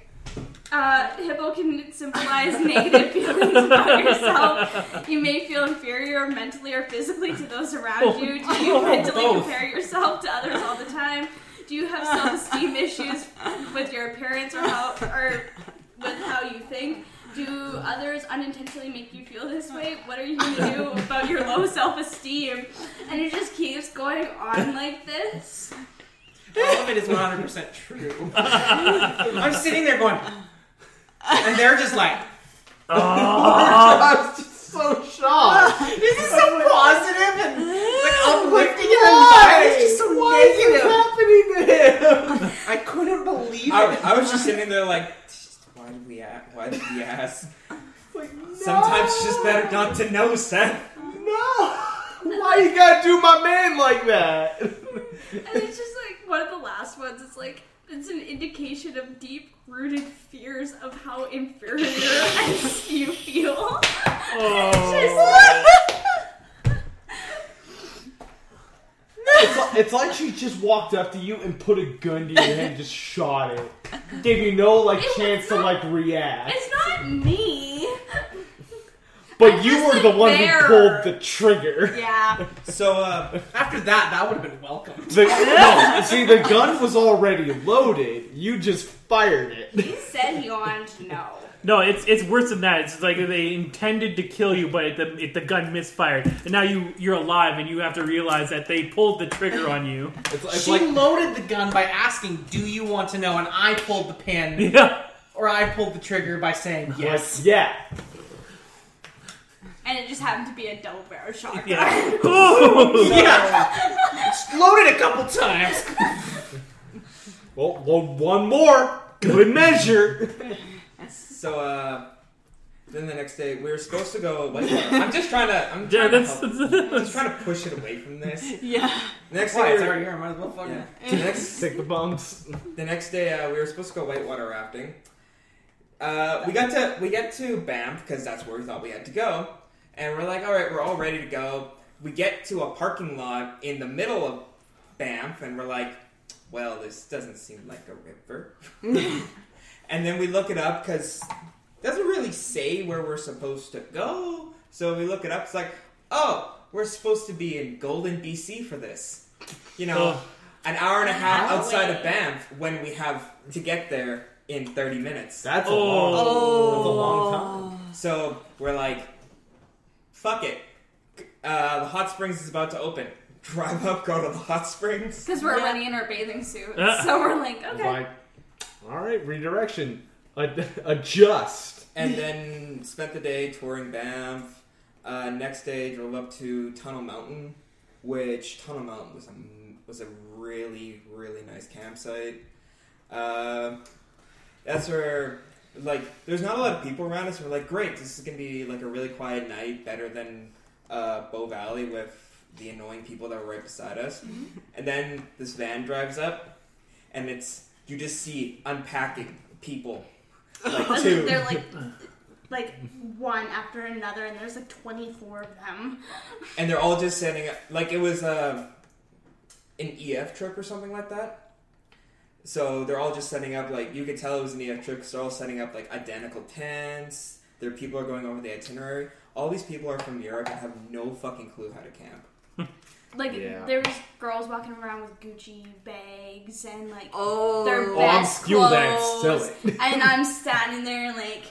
uh, hippo can symbolize negative feelings about yourself. You may feel inferior mentally or physically to those around you. Do you mentally compare yourself to others all the time? Do you have self-esteem issues with your appearance or how or with how you think? Do others unintentionally make you feel this way? What are you gonna do about your low self-esteem? And it just keeps going on like this.
All of it is 100 percent true. I'm sitting there going, and they're just like,
Oh.
I was just so shocked.
"This is so positive and like uplifting and
Why?
alive. It's just so
Why is this
negative."
happening to him?
I couldn't believe
I,
it.
I was just sitting there like, why did we ask? Why did we ask? Sometimes it's just better not to know, Seth.
No. Why you gotta do my man like that?
And it's just like one of the last ones. It's like it's an indication of deep rooted fears of how inferior you feel.
Oh.
It's like, it's like she just walked up to you and put a gun to your head and just shot it. Gave you no like
It was
chance to
not-
like react.
It's not me.
But you
just
were the
the
one who
bearer.
pulled the trigger.
Yeah.
So, uh,
After that, that would have been welcome.
The, no, see the gun was already loaded. You just fired it.
He said he wanted to know.
No, it's it's worse than that. It's like they intended to kill you, but the it, the gun misfired, and now you you're alive, and you have to realize that they pulled the trigger on you.
It's, it's
she
like
loaded the gun by asking, "Do you want to know?" And I pulled the pin,
Yeah.
or I pulled the trigger by saying yes.
like, yeah.
And it just happened to be a double barrel shotgun.
Yeah. Oh.
Yeah, loaded a couple times.
Well, one, one more. Good measure.
so, uh, then the next day, we were supposed to go. Like, uh, I'm just trying to. I'm
Yeah,
trying to
that's,
help. I'm just trying to push it away from this.
Yeah.
Next
Why?
day, we
It's
were-
already here. I might as well fucking.
yeah. The next
Take the bumps.
The next day, uh, we were supposed to go whitewater rafting. Uh, we got to we get to Banff because that's where we thought we had to go, and we're like, all right, we're all ready to go. We get to a parking lot in the middle of Banff, and we're like, well, this doesn't seem like a river. and then we look it up because doesn't really say where we're supposed to go. So we look it up. It's like, oh, we're supposed to be in Golden, BC for this. You know
Oh.
an hour and a half
Wow.
outside of Banff when we have to get there in 30 minutes.
That's a
Oh.
long. That's a
Oh.
long time.
So we're like, fuck it. Uh, the hot springs is about to open. Drive up, go to the hot springs.
Because we're
Yeah.
already in our bathing suits.
Uh.
So we're like,
I was
okay.
Like, all right, redirection. Ad- adjust.
And then spent the day touring Banff. Uh, next day, drove up to Tunnel Mountain, which Tunnel Mountain was a, was a really, really nice campsite. Um that's where, like, there's not a lot of people around us. We're like, great, this is gonna be like a really quiet night, better than uh, Bow Valley with the annoying people that were right beside us. and then this van drives up, and it's you just see unpacking people, like two.
They're like, like one after another, and there's like 24 of them.
and they're all just standing up. Like it was uh, an EF trip or something like that. So they're all just setting up. Like you could tell it was an EF trip because they're all setting up like identical tents. Their people are going over the itinerary. All these people are from Europe and have no fucking clue how to camp.
Like
Yeah.
there's girls walking around with Gucci bags and like
Oh,
their
Oh, I'm
best
skewed that
clothes.
silly.
and I'm standing there in like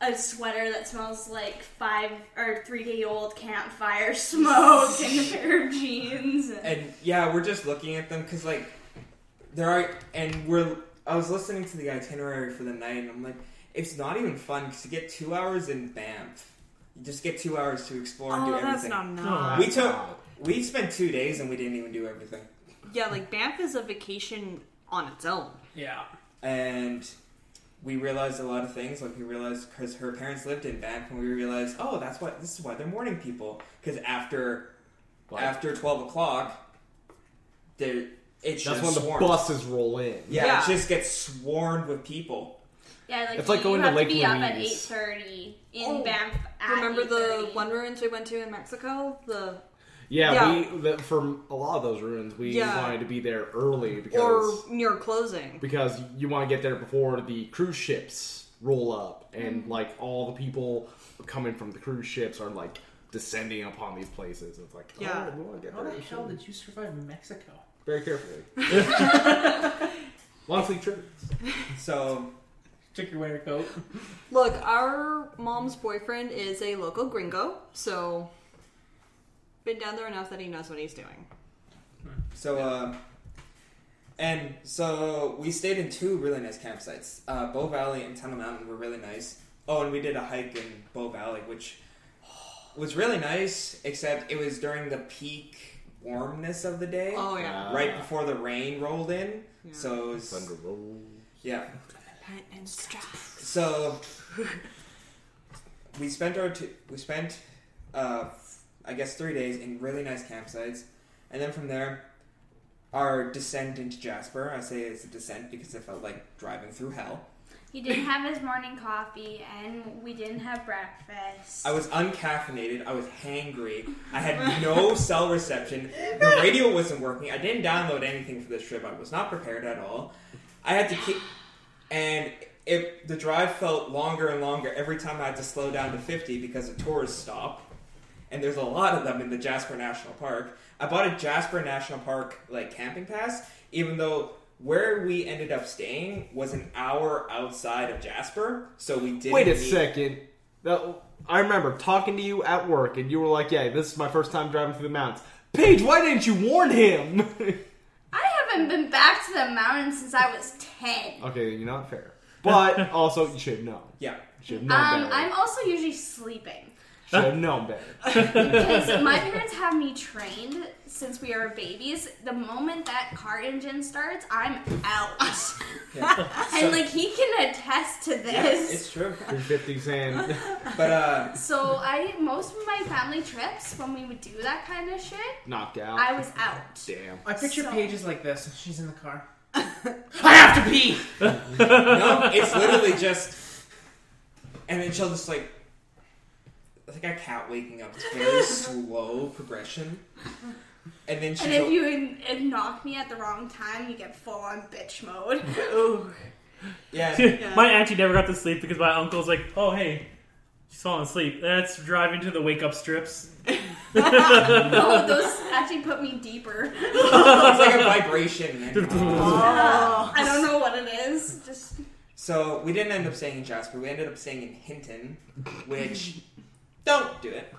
a sweater that smells like five or three day old campfire smoke and a pair of jeans. And,
And yeah, we're just looking at them because like there are, and we're. I was listening to the itinerary for the night, and I'm like, it's not even fun because you get two hours in Banff. You just get two hours to explore and do
oh,
everything.
that's not
No.
enough.
We took. We spent two days and we didn't even do everything.
Yeah, like Banff is a vacation on its own.
Yeah.
And we realized a lot of things. Like we realized because her parents lived in Banff, and we realized, oh, that's why this is why they're morning people. Because after
Like,
after twelve o'clock, there it's
that's
just
when the
swarmed.
buses roll in.
Yeah,
Yeah.
it just gets swarmed with people.
yeah, like
It's like
you
going to
have to,
Lake
be up at eight
Louise.
thirty in
Oh,
Banff. At
Remember the
8:30.
one ruins we went to in Mexico? The
Yeah,
Yeah.
we the, for a lot of those ruins, we
Yeah.
wanted to be there early
or
because
near closing.
because you want to get there before the cruise ships roll up and
Mm-hmm.
like all the people coming from the cruise ships are like descending upon these places. It's like,
Yeah.
oh, we want to get
How
there
the hell
soon.
did you survive Mexico?
very carefully. Honestly, true.
So
Took your winter coat.
Look, our mom's boyfriend is a local gringo, so been down there enough that he knows what he's doing.
so uh, and so we stayed in two really nice campsites. Uh, Bow Valley and Tunnel Mountain were really nice. Oh, and we did a hike in Bow Valley, which was really nice, except it was during the peak warmness of the day,
Oh yeah.
right before the rain rolled in.
Yeah.
So it was-
Thunder roll.
yeah.
Plant and strive.
So we spent our two, we spent uh, I guess three days in really nice campsites, and then from there, our descent into Jasper. I say it's a descent because it felt like driving through hell.
He didn't have his morning coffee, and we didn't have breakfast.
I was uncaffeinated. I was hangry. I had no cell reception. The radio wasn't working. I didn't download anything for this trip. I was not prepared at all. I had to keep, and it, the drive felt longer and longer every time I had to slow down to 50 because a tourist stop. And there's a lot of them in the Jasper National Park. I bought a Jasper National Park like camping pass, even though where we ended up staying was an hour outside of Jasper, so we didn't.
Wait a
need-
second. That, I remember talking to you at work, and you were like, "Yeah, this is my first time driving through the mountains." Paige, why didn't you warn him?
I haven't been back to the mountains since I was ten.
okay, you're not fair. But also, you should have known.
Yeah.
You should have known
Um,
better.
I'm also usually sleeping.
Should have known better.
Because my parents have me trained since we were babies. The moment that car engine starts, I'm out. and like he can attest to
Yeah,
this.
it's true.
Your 50 cent.
But uh,
so I most of my family trips when we would do that kind of shit,
knocked out.
I was out.
Damn.
I picture
So-
pages like this. She's in the car. I have to pee.
no, it's literally just, and then she'll just like, it's like a cat waking up. It's very slow progression, and then
And
she's
if you in- in- knock me at the wrong time, you get full on bitch mode.
Ooh.
yeah.
my auntie never got to sleep because my uncle's like, oh hey, she's falling asleep. That's driving to the wake up strips.
no, those actually put me deeper.
It's like a vibration. And,
Oh.
Oh.
I don't know what it is. Just
so we didn't end up staying in Jasper. We ended up staying in Hinton, which don't do it.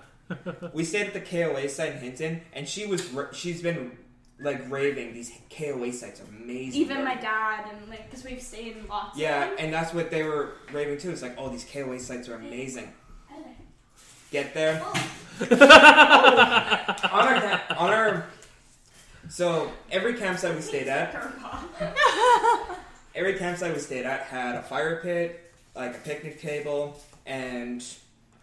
We stayed at the KOA site in Hinton, and she was ra- she's been like raving. These KOA sites are amazing.
even
They're-
my dad and like because we've stayed in lots. Of
Yeah,
them.
and that's what they were raving too. It's like, oh, these KOA sites are amazing. Get there. on our on our So every campsite we stayed at,
Curveball.
every campsite we stayed at had a fire pit, like a picnic table, and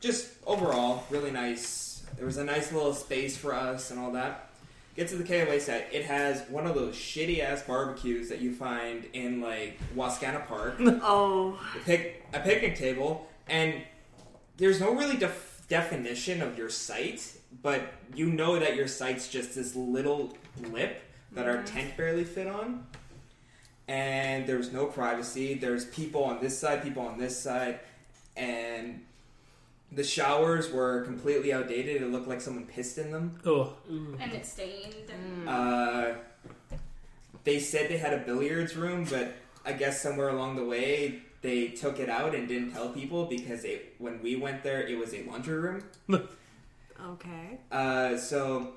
just overall really nice. There was a nice little space for us and all that. Get to the KOA site. It has one of those shitty ass barbecues that you find in like Wascana Park.
Oh.
a, pic- a picnic table, and there's no really def- definition of your site, but you know that your site's just this little lip that our tent barely fit on. And there's no privacy. There's people on this side, people on this side, and the showers were completely outdated. It looked like someone pissed in them.
Oh,
And it's stained.
Uh, they said they had a billiards room, but I guess somewhere along the way they took it out and didn't tell people because it, when we went there, it was a laundry room.
Okay.
Uh, so,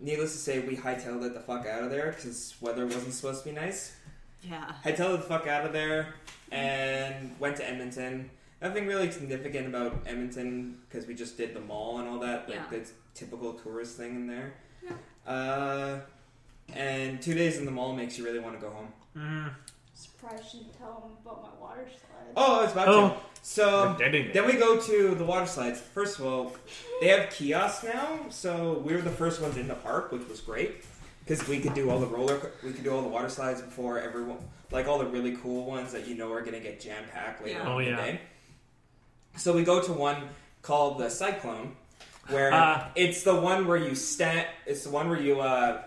needless to say, we hightailed it the fuck out of there because weather wasn't supposed to be nice.
Yeah.
Hightailed it the fuck out of there and went to Edmonton. Nothing really significant about Edmonton because we just did the mall and all that, like
Yeah.
the typical tourist thing in there.
Yeah.
Uh, and two days in the mall makes you really want to go home.
mm.
Surprised she didn't tell him about my water slide.
Oh, I was about
Oh.
to. So
Deading
then we go to the water slides. First of all, they have kiosks now, so we were the first ones in the park, which was great because we could do all the roller, co- we could do all the water slides before everyone, like all the really cool ones that you know are gonna get jam packed later
Yeah.
on
Oh,
in
yeah.
the day. So we go to one called the Cyclone, where
Ah.
it's the one where you stand. It's the one where you uh,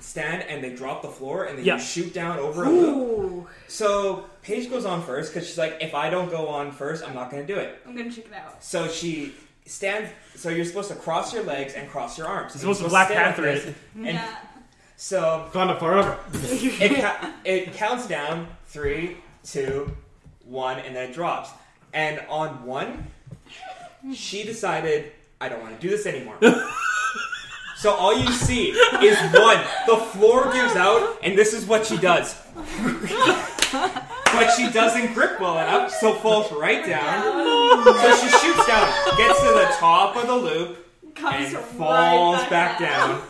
stand and they drop the floor and then
Yeah.
you shoot down over a loop.
Ooh.
So Paige goes on first because she's like, if I don't go on first, I'm not going to do it.
I'm gonna check it out.
So she stands. So you're supposed to cross your legs and cross your arms.
You're
And
supposed to Black
stand like
Panther
this.
it.
And
yeah.
so
Gone forever.
it ca- it counts down three, two, one, and then it drops. And on one, she decided I don't want to do this anymore. so all you see is one. The floor gives out, and this is what she does. but she doesn't grip well enough, so falls right down. So she shoots down, gets to the top of the loop,
Comes
and
right
falls
back,
back, down.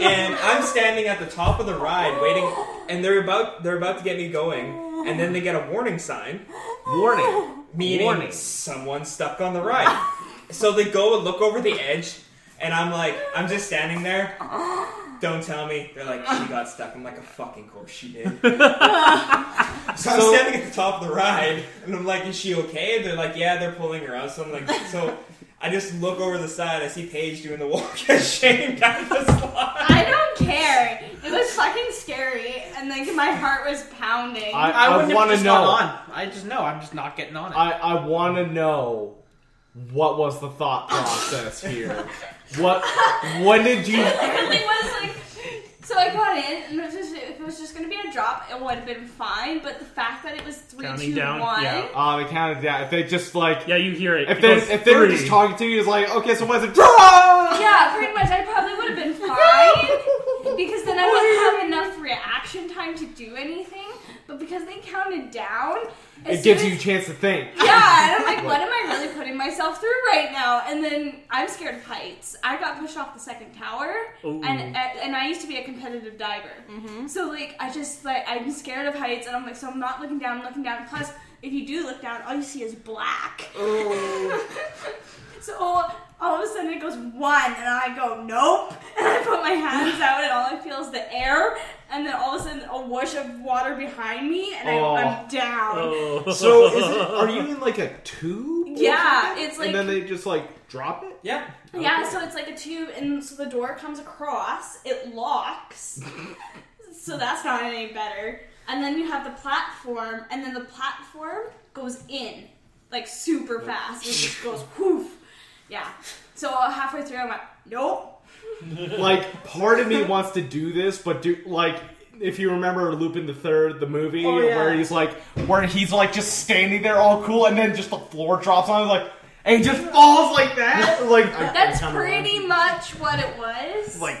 and I'm standing at the top of the ride waiting, and they're about they're about to get me going, and then they get a warning sign,
Warning.
meaning
Warning.
someone's stuck on the ride. so they go and look over the edge, and I'm like, I'm just standing there. Don't tell me. They're like, she got stuck. I'm like, a fucking course she did. so I'm
So-
standing at the top of the ride, and I'm like, is she okay? And they're like, yeah, they're pulling her out. So I'm like, so I just look over the side. I see Paige doing the walk of shame down the slide.
I don't care. It was fucking scary, and like my heart was pounding.
I,
I
I,
wouldn't have
want to
just gone
know.
on. I just know. I'm just not getting on it.
I, I want to know what was the thought process here. what? When did you?
it really was like. So I got in, and it was just, if it was just gonna be a drop, it would have been fine. But the fact that it was three, two, one.
Counting down, yeah.
Um, it counted down. If they just like,
Yeah, you hear it.
if
It
they
goes
if they were
three.
just talking to you, it's like, okay, so what's it? Draw!
Yeah, pretty much. I probably would have been fine because then I wouldn't have enough reaction time to do anything. But because they counted down, as
It gives
soon
you a
as-
chance to think.
Yeah, and I'm like, what am I really putting myself through right now? And then I'm scared of heights. I got pushed off the second tower,
Ooh.
and and I used to be a competitive diver.
Mm-hmm.
So like, I just like I'm scared of heights, and I'm like, so I'm not looking down, looking down. Plus, if you do look down, all you see is black. so all of a sudden it goes one, and I go nope, and I put my hands out, and all I feel is the air, and then all of a sudden a whoosh of water behind me, and
Oh.
I, I'm down.
Oh.
So is it, are you in like a tube? or
Yeah,
something?
it's like-
and then they just like drop it.
Yeah.
Yeah, so it's like a tube, and so the door comes across, it locks. so that's not any better. And then you have the platform, and then the platform goes in like super fast. It just goes whoof. Yeah. So halfway through, I went, nope.
Like part of me wants to do this, but do like. If you remember Lupin the Third, the movie
Oh, yeah.
where he's like, where he's like just standing there all cool, and then just the floor drops on him, like, and he just falls like that. Like I-
That's
I'm kinda
pretty much what it was.
like,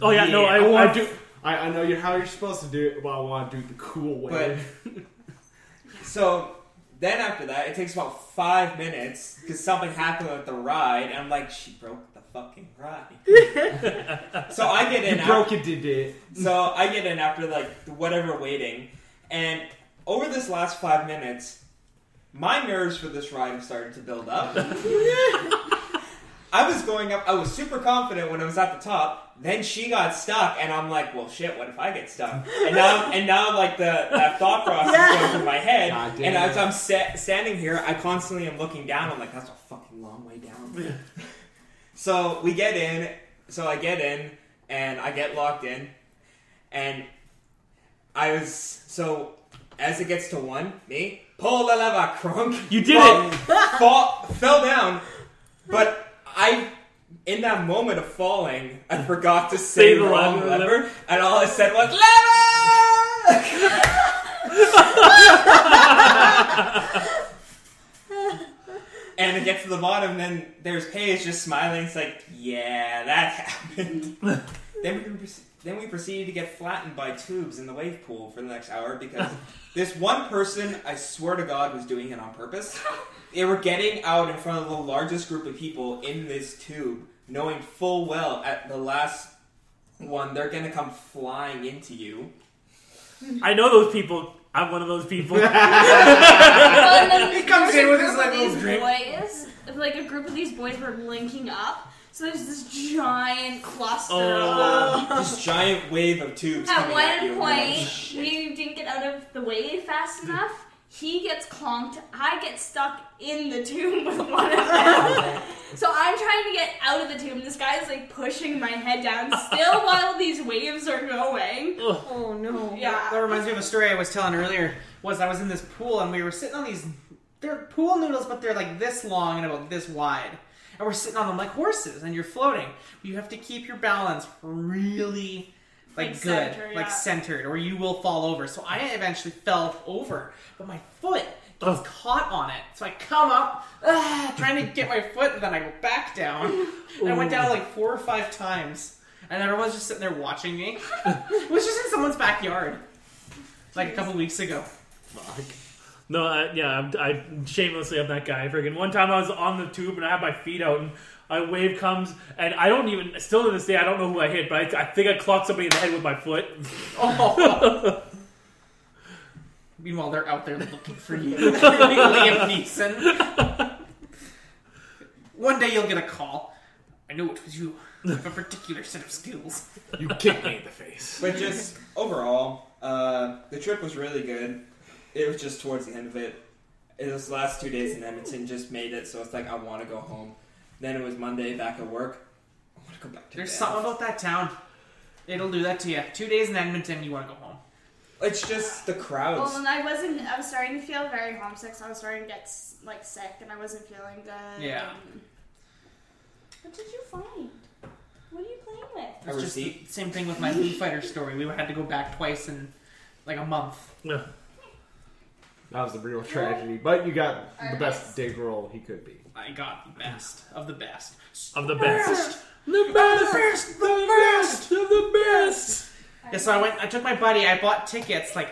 Oh yeah, no, I,
want
want
to do. I, I know you're how you're supposed to do it, but I want to do it the cool way.
But so then after that, it takes about five minutes because something happened with the ride, and I'm like, she broke the fucking ride. so I get in.
You
af-
broke it, did it.
So I get in after like whatever waiting, and over this last five minutes, my nerves for this ride have started to build up. I was going up. I was super confident when I was at the top. Then she got stuck, and I'm like, "Well, shit. What if I get stuck?" And now, and now, like the that thought process going through my head.
God damn
and as
it.
I'm sta- standing here, I constantly am looking down. I'm like, "That's a fucking long way down." so we get in. So I get in, and I get locked in, and I was so as it gets to one, me pull the lever, crunk.
You did
Well,
it.
fall, fell down, but I, in that moment of falling, I forgot to say
Say the
the wrong
lever,
lever,
lever.
and all I said was lever. and it gets to the bottom, and then there's Paige just smiling. It's like, yeah, that happened. then we can. proce- Then we proceeded to get flattened by tubes in the wave pool for the next hour because this one person, I swear to God, was doing it on purpose. They were getting out in front of the largest group of people in this tube, knowing full well at the last one they're gonna come flying into you.
I know those people. I'm one of those people.
Well, and then
He comes
there's
in
a
with
group
his, like,
of
little
these
drink.
boys, like a group of these boys were linking up. So there's this giant cluster
Oh.
of them.
This giant wave of tubes.
At
coming at you.
one point, you didn't get out of the way fast enough. He gets conked. I get stuck in the tomb with one of them. so I'm trying to get out of the tomb. This guy's like pushing my head down still while these waves are going.
Oh no.
That
Yeah.
reminds me of a story I was telling earlier. Was I was in this pool and we were sitting on these. They're pool noodles, but they're like this long and about this wide, and we're sitting on them like horses, and you're floating. You have to keep your balance really. Like,
Like
good,
center,
like
yeah.
centered, or you will fall over. So I eventually fell over, but my foot gets
Ugh.
caught on it. So I come up, ah, trying to get my foot, and then I go back down. And I went down like four or five times, and everyone's just sitting there watching me. It was just in someone's backyard, like a couple weeks ago.
No, I, yeah, I'm, I shamelessly am that guy. Friggin' one time I was on the tube and I had my feet out and a wave comes and I don't even still to this day I don't know who I hit, but I, I think I clocked somebody in the head with my foot.
Oh. Meanwhile, they're out there looking for you, Liam Neeson. One day you'll get a call. I know it was you. You have a particular set of skills.
You kicked me in the face.
But just overall, uh, the trip was really good. It was just towards the end of it. It was the last two days in Edmonton just made it, so it's like I want to go home. Then it was Monday back at work. I want to go back to
There's
bed.
something about that town. It'll do that to you. Two days in Edmonton, you want to go home.
It's just the crowds.
Well, and I wasn't. I was starting to feel very homesick. So I was starting to get like sick, and I wasn't feeling good.
Yeah.
and- What did you find? What are you playing with?
A
It's just the
receipt?
same thing with my Foo Fighter story. We had to go back twice in like a month.
Ugh.
That was the real tragedy. But you got the best
Artist.
Dave Grohl he could be.
I got the best of the best.
Of the best.
The best, the best, the best of the best. Yeah, so I went. I took my buddy. I bought tickets. Like,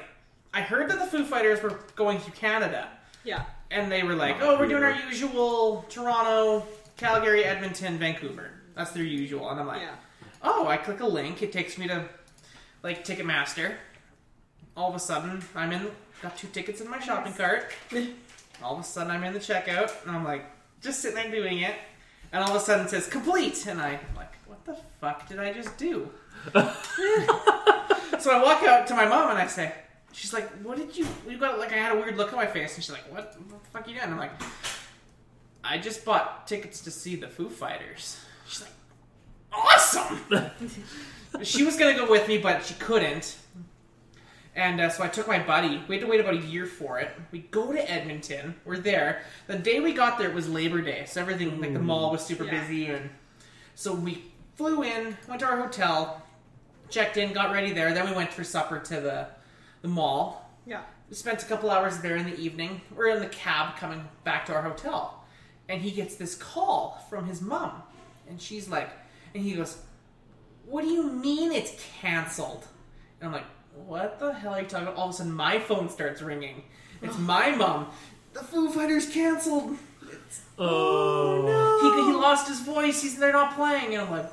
I heard that the Foo Fighters were going through Canada,
Yeah.
and they were like,
Not
"Oh, we're doing our
here.
usual Toronto, Calgary, Edmonton, Vancouver. That's their usual." And I'm like,
Yeah.
"Oh, I click a link. It takes me to like Ticketmaster. All of a sudden, I'm in. Got two tickets in my shopping cart. all of a sudden, I'm in the checkout, and I'm like, just sitting there doing it. And all of a sudden, it says complete, and I'm like, what the fuck did I just do? so I walk out to my mom, and I say. She's like, "What did you? You got like I had a weird look on my face." And she's like, "What, what the fuck you doing?" I'm like, "I just bought tickets to see the Foo Fighters." She's like, "Awesome!" she was gonna go with me, but she couldn't. And uh, so I took my buddy. We had to wait about a year for it. We go to Edmonton. We're there. The day we got there, it was Labor Day, so everything like the mall was super
Yeah.
busy, and so we flew in, went to our hotel, checked in, got ready there. Then we went for supper to the the mall.
Yeah.
We spent a couple hours there in the evening. We're in the cab coming back to our hotel. And he gets this call from his mom. And she's like, and he goes, What do you mean it's canceled? And I'm like, What the hell are you talking about? All of a sudden, my phone starts ringing. It's my mom. The Foo Fighters canceled.
Oh,
He, he lost his voice. He's they're not playing." And I'm like,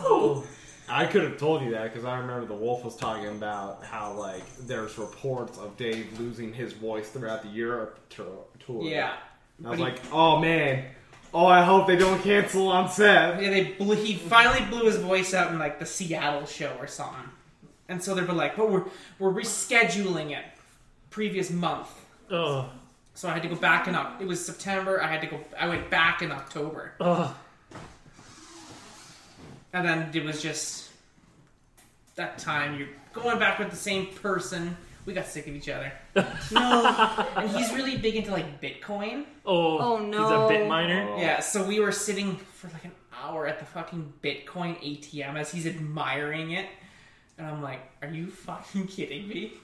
"No."
I could have told you that because I remember the wolf was talking about how like there's reports of Dave losing his voice throughout the Europe tour. tour.
Yeah.
And I was
But
like, oh man, oh I hope they don't cancel on Seth.
Yeah, they blew, he finally blew his voice out in like the Seattle show or something, and so they were like, "But we're we're rescheduling it previous month."
Oh,
So I had to go back in. Oc- It was September. I had to go. I went back in October,
oh,
and then it was just that time you're going back with the same person. We got sick of each other. no, and he's really big into like Bitcoin.
oh,
Oh, no.
He's a bit
Oh.
minor.
Yeah, so we were sitting for like an hour at the fucking Bitcoin ATM as he's admiring it. And I'm like, are you fucking kidding me?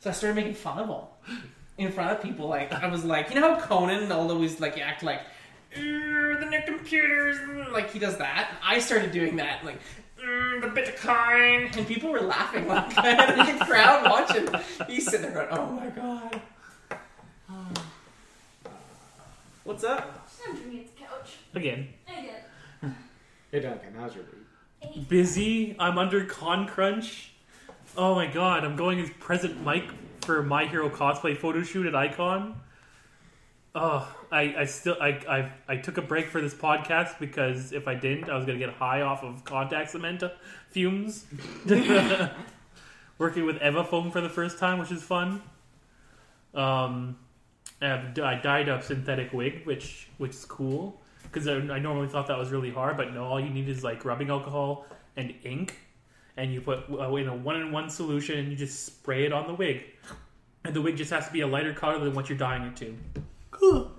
So I started making fun of him in front of people. Like, I was like, you know how Conan will always like act like, "Er, the new computers, mm," like he does that? I started doing that, like, "Er, the Bitcoin. And people were laughing. Like, I had a big crowd watching. He's sitting there going, oh my god. What's up?
I'm drinking its couch.
Again,
I did.
Hey Duncan, how's your week?
busy. I'm under con crunch. Oh my god, I'm going as present Mike for My Hero cosplay photo shoot at Icon. Oh, I, I still I, I I took a break for this podcast because if I didn't, I was gonna get high off of contact cement fumes. Working with Eva foam for the first time, which is fun. Um, I have- I dyed up synthetic wig, which which is cool because I, I normally thought that was really hard, but no, all you need is like rubbing alcohol and ink, and you put uh, in a one-in-one solution, and you just spray it on the wig, and the wig just has to be a lighter color than what you're dyeing it to.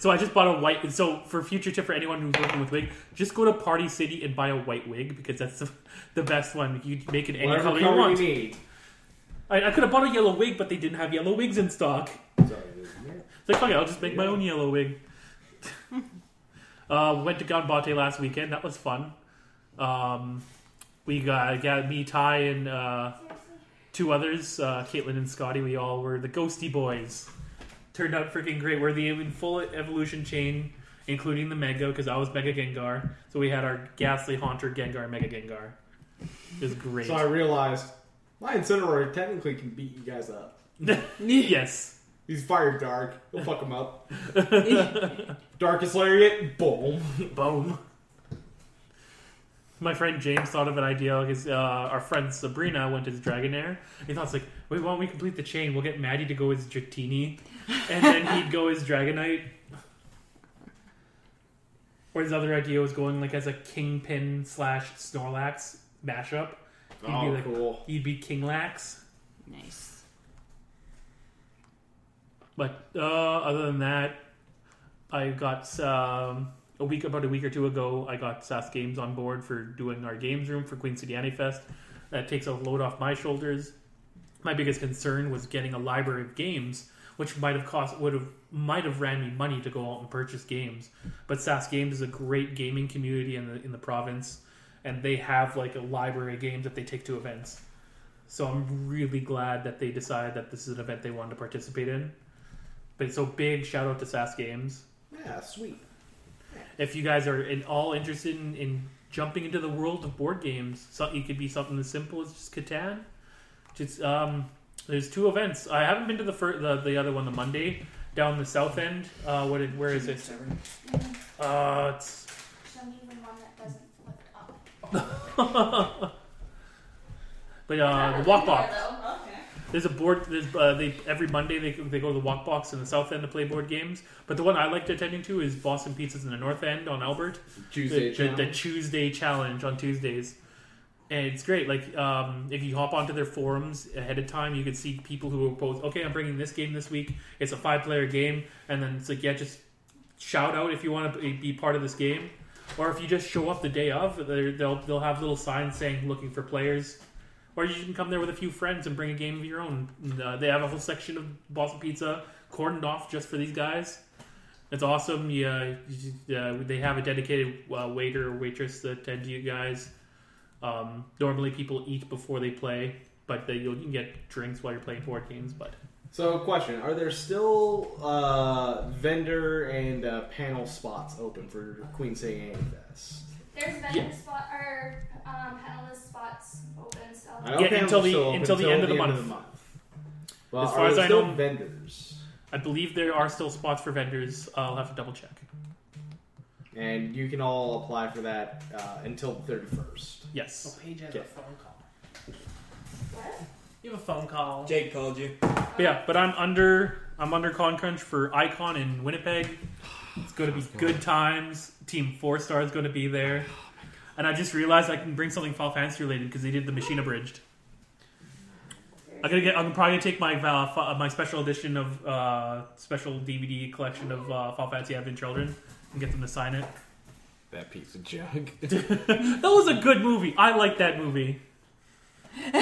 So I just bought a white. So for future tip for anyone who's working with wig, just go to Party City and buy a white wig because that's the, the best one. You make it any
Whatever
color, you
color
want.
you need.
I, I could have bought a yellow wig, but they didn't have yellow wigs in stock.
That's all it is, isn't it?
It's like, fuck it, I'll just make my own yellow wig. uh, went to Ganbate last weekend. That was fun. Um, we got, got me, Ty, and uh, two others, uh, Caitlin and Scotty. We all were the Ghosty Boys. Turned out freaking great. We're the in full evolution chain, including the Mega, because I was Mega Gengar. So we had our Ghastly Haunter Gengar Mega Gengar. It was great.
So I realized my incinerator technically can beat you guys up.
yes.
He's fire dark. He'll fuck him up. Darkest lariat. Boom.
Boom. My friend James thought of an idea because uh, our friend Sabrina went as Dragonair. He thought, it's like, wait, why don't we complete the chain? We'll get Maddie to go as Dratini, and then he'd go as Dragonite. Or his other idea was going like as a Kingpin slash Snorlax mashup. He'd be
Oh,
like,
cool.
he'd be Kinglax.
Nice.
But uh, other than that, I got um, a week about a week or two ago. I got SAS Games on board for doing our games room for Queen City Anime Fest. That takes a load off my shoulders. My biggest concern was getting a library of games, which might have cost would have might have ran me money to go out and purchase games. But SAS Games is a great gaming community in the in the province, and they have like a library of games that they take to events. So I'm really glad that they decided that this is an event they wanted to participate in. But so big shout out to SAS Games.
Yeah, sweet.
If you guys are in all interested in, in jumping into the world of board games, so it could be something as simple as just Catan. Just um, there's two events. I haven't been to the fir- the, the other one, the Monday down the south end. Uh, what it, where is it? Uh, it's
Show me the one that doesn't flip up.
but uh, the walk box.
Okay.
There's a board. There's, uh, they every Monday they, they go to the Walk Box in the South End to play board games. But the one I liked attending to is Boston Pizzas in the North End on Albert.
Tuesday.
the, the, the
challenge.
Tuesday challenge on Tuesdays, and it's great. Like um, if you hop onto their forums ahead of time, you can see people who are both okay. I'm bringing this game this week. It's a five player game, and then it's like yeah, just shout out if you want to be part of this game, or if you just show up the day of, they're- they'll they'll have little signs saying looking for players. Or you can come there with a few friends and bring a game of your own. And, uh, they have a whole section of Boston Pizza cordoned off just for these guys. It's awesome. Yeah, you- uh, they have a dedicated uh, waiter or waitress that attend to you guys. Um, normally, people eat before they play, but they, you'll, you can get drinks while you're playing board games. But
So, question: Are there still uh, vendor and uh, panel spots open for Queen City Anime Fest?
There's vendor spot or um, panelist spots open. So
I know
Yeah,
panels
until
are
the-
still open
until the end of the month.
Well,
As
are
far as
there
I
still
know-
vendors.
I believe there are still spots for vendors. I'll have to double check.
And you can all apply for that uh, until the 31st.
Yes.
Oh, Paige has
Okay.
a phone call.
what?
You have a phone call.
Jake called you.
But yeah, but I'm under I'm under Con Crunch for Icon in Winnipeg. It's going to be good times. Team Four Star is going to be there. And I just realized I can bring something Final Fantasy related because they did the Machine Abridged. I'm gonna get. I'm probably gonna take my uh, fi- uh, my special edition of uh, special DVD collection of uh, Final Fantasy Advent Children and get them to sign it.
That piece of junk.
that was a good movie. I like that movie.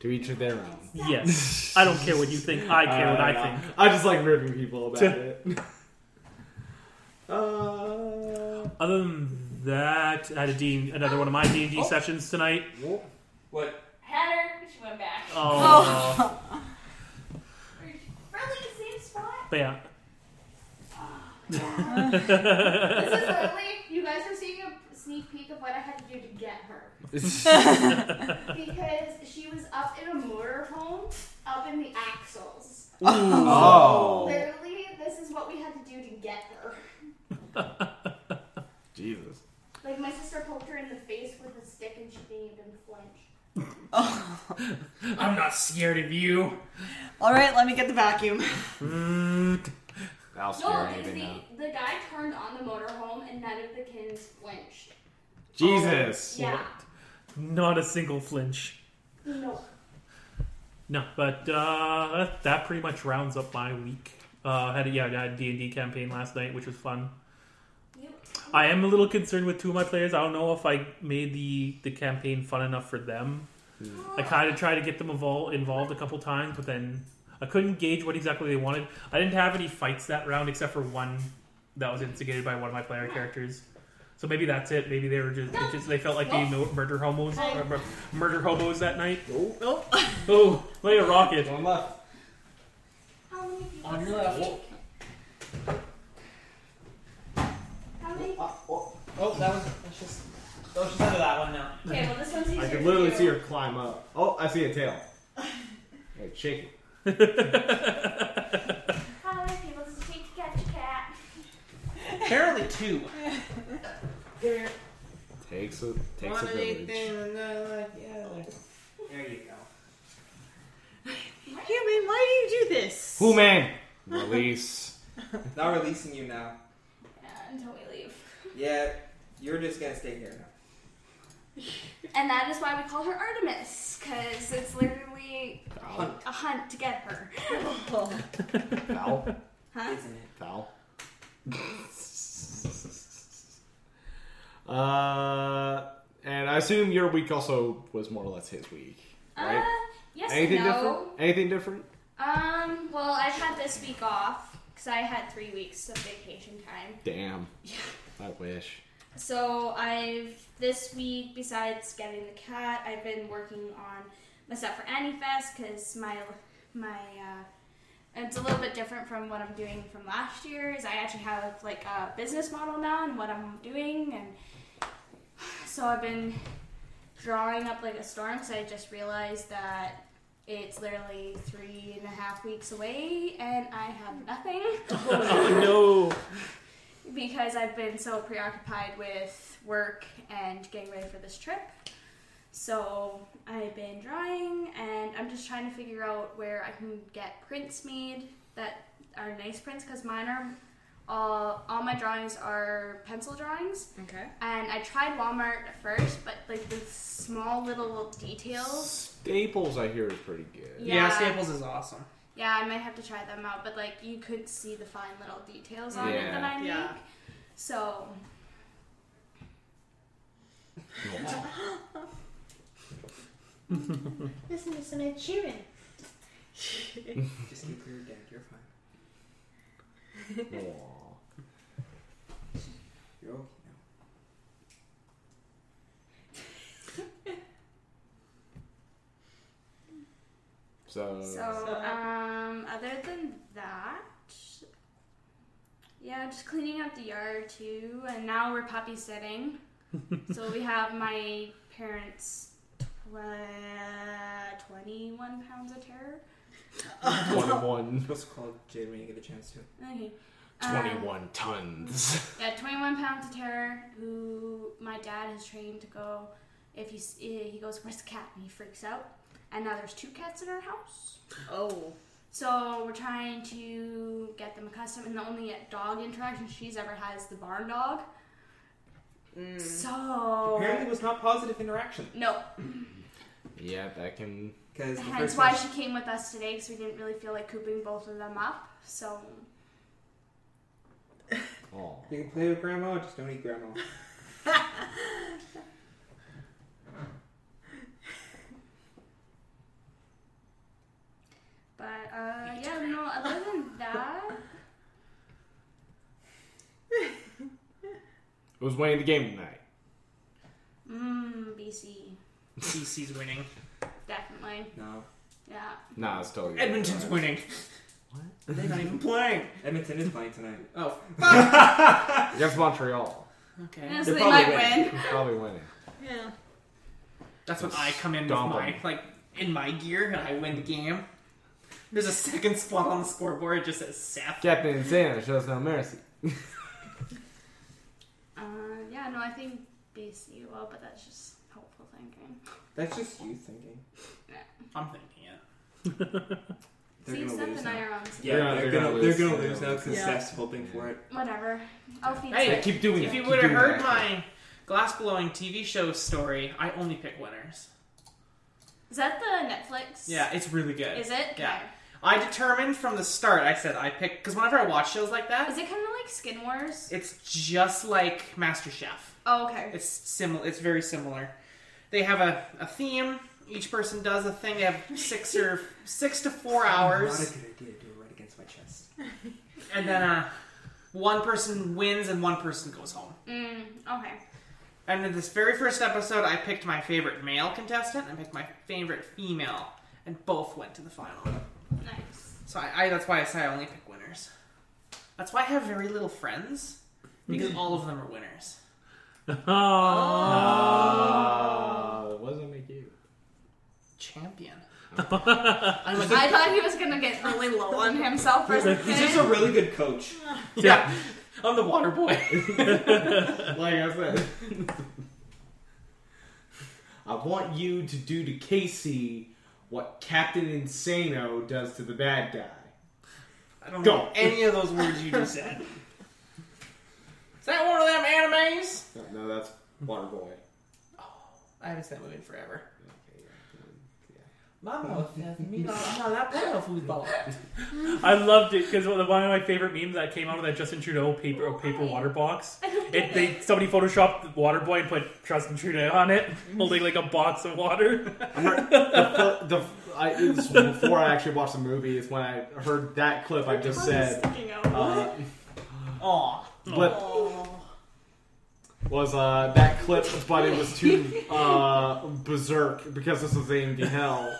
to each of their own.
Yes. I don't care what you think. I care what I think.
I just like ripping people about it. Uh,
Other than that, I had a D, another one of my D and
Oh.
D sessions tonight.
well,
What?
Had her. She went back.
Uh.
Oh,
Really, same spot?
but yeah.
This is early. You guys are seeing a sneak peek of what I had to do to get her. because she was up in a motorhome, up in the axles.
Oh.
Literally, this is what we had to do to get her.
Jesus.
Like my sister poked her in the face with a stick, and she didn't even flinch.
I'm not scared of you.
Oh. All right, let me get the vacuum.
Mm,
I'll
No, because the, the guy turned on the motorhome, and none of the kids flinched.
Jesus.
Yeah.
Not a single flinch.
No.
No, but uh, that, that pretty much rounds up my week. Uh, had a, yeah, I had a D and D campaign last night, which was fun.
You-
I am a little concerned with two of my players. I don't know if I made the, the campaign fun enough for them. I kind of tried to get them evol- involved a couple times, but then I couldn't gauge what exactly they wanted. I didn't have any fights that round except for one that was instigated by one of my player characters. So maybe that's it. Maybe they were just, it just they felt like being mur- murder homos, or mur- murder hobos that night.
Oh.
Oh, lay a rocket.
One left.
How many people?
On your left.
How many?
Oh, that was. Let's just. Let's just end that one now.
Okay, well this one's easier.
I
for
can literally
you.
see her climb up. Oh, I see a tail. Hey, shake it.
Oh,
How many people does it take to catch a cat?
Apparently two.
Takes a takes
One
a
of these
village.
things and another like the other. There you go.
Human, why do you do this?
Who man? Release.
Not releasing you now.
Yeah, until we leave.
Yeah, you're just gonna stay here now.
And that is why we call her Artemis, because it's literally
Foul.
a hunt to get her.
Foul.
Huh?
Isn't it?
Foul. uh, and I assume your week also was more or less his week, right?
Uh, yes and
Anything
no.
different? Anything different?
Um, well, I had this week off because I had three weeks of vacation time.
Damn. I wish.
So I've this week, besides getting the cat, I've been working on my stuff for Annie Fest because my my uh, it's a little bit different from what I'm doing from last year. Is I actually have like a business model now and what I'm doing, and so I've been drawing up like a storm. Because I just realized that it's literally three and a half weeks away, and I have nothing
Oh
because I've been so preoccupied with work and getting ready for this trip. So I've been drawing and I'm just trying to figure out where I can get prints made that are nice prints because mine are all, all my drawings are pencil drawings
Okay.
and I tried Walmart at first but like the small little details
Staples, I hear, is pretty good.
Yeah,
Yeah.
Staples is awesome.
Yeah, I might have to try them out, but like you could see the fine little details on it that
Yeah.
I make.
Yeah.
So. Listen to some Ed Sheeran.
Just keep your gag. You're fine.
Aw.
You're okay now.
So,
So, um, other than that, yeah, just cleaning up the yard too. And now we're puppy sitting. so we have my parents' tw- 21 pounds of terror.
21,
What's it called, Jade, when you get a chance to?
Okay. Um,
21 tons.
yeah, 21 pounds of terror. Who my dad has trained to go. If he s- he goes, where's the cat? And he freaks out. And now there's two cats in our house.
Oh.
So we're trying to get them accustomed, and the only eh, dog interaction she's ever had is the barn dog.
Hmm. Mm.
Apparently,
So
it was not positive interaction.
no,
Yeah, that can.
Because the
hence
first
why
time-
she came with us today because we didn't really feel like cooping both of them up. So
Oh.
You can play with grandma, just don't eat grandma.
But uh, yeah, no. Other than that,
It was winning the game tonight.
mm, BC
CC's winning.
definitely.
No.
Yeah,
Nah, it's totally.
Edmonton's
right.
winning. They're not even playing.
Edmonton is playing tonight.
Oh,
Against Montreal.
okay.
yeah so they
probably
might win.
He's probably winning.
Yeah.
That's when I come in with
Stomp
my
'em.
like in my gear and I win the game. There's a second spot on the scoreboard. It just says Seth.
Captain Insano shows no mercy.
Uh, yeah, no, I think BC will, but that's just hopeful thinking.
That's just you thinking.
I'm thinking it.
They're
See,
gonna
Seth
lose
and
now.
I are on the same.
Yeah,
Yeah,
they're, gonna, they're gonna lose now because
Yeah.
Steph's hoping for it.
Whatever. I'll feed
Hey,
it.
keep doing
If
that,
you
keep
would have
doing
heard
that.
my glass blowing TV show story, I only pick winners.
Is that the Netflix?
Yeah, it's really good.
Is it?
Yeah.
Okay.
I determined from the start. I said I pick because whenever I watch shows like that,
Is it kind of like Skin Wars?
it's just like MasterChef.
Oh, okay.
It's similar. It's very similar. They have a, a theme. Each person does a thing. They have six or six to four
Not
hours,
a good idea to do it right against my chest.
and then uh, one person wins and one person goes home.
Mm, okay.
And in this very first episode, I picked my favorite male contestant. and I picked my favorite female, and both went to the final.
Nice.
So I, I that's why I say I only pick winners. That's why I have very little friends because all of them are winners.
Oh,
Ah. Uh, what does that make you?
Champion.
I thought he was gonna get really low on himself for a
He's just a
second.
really good coach.
Yeah, I'm the water boy.
Like I said,
I want you to do to Casey what Captain Insano does to the bad guy.
I don't
Go.
know any of those words you just said. Is that one of them animes?
No, that's Waterboy.
I haven't seen that movie in forever.
Okay,
Mama, me not, I'm not that playing football.
I loved it because one of my favorite memes that came out of that Justin Trudeau paper paper water box. It, they somebody photoshopped Waterboy and put Justin Trudeau on it, holding like a box of water.
the, fir- the, I, it was before I actually watched the movie is when I heard that clip I just said
Sticking out.
uh,
Aw.
but
Oh.
was uh, that clip, but it was too uh, berserk because this was AMD Hell.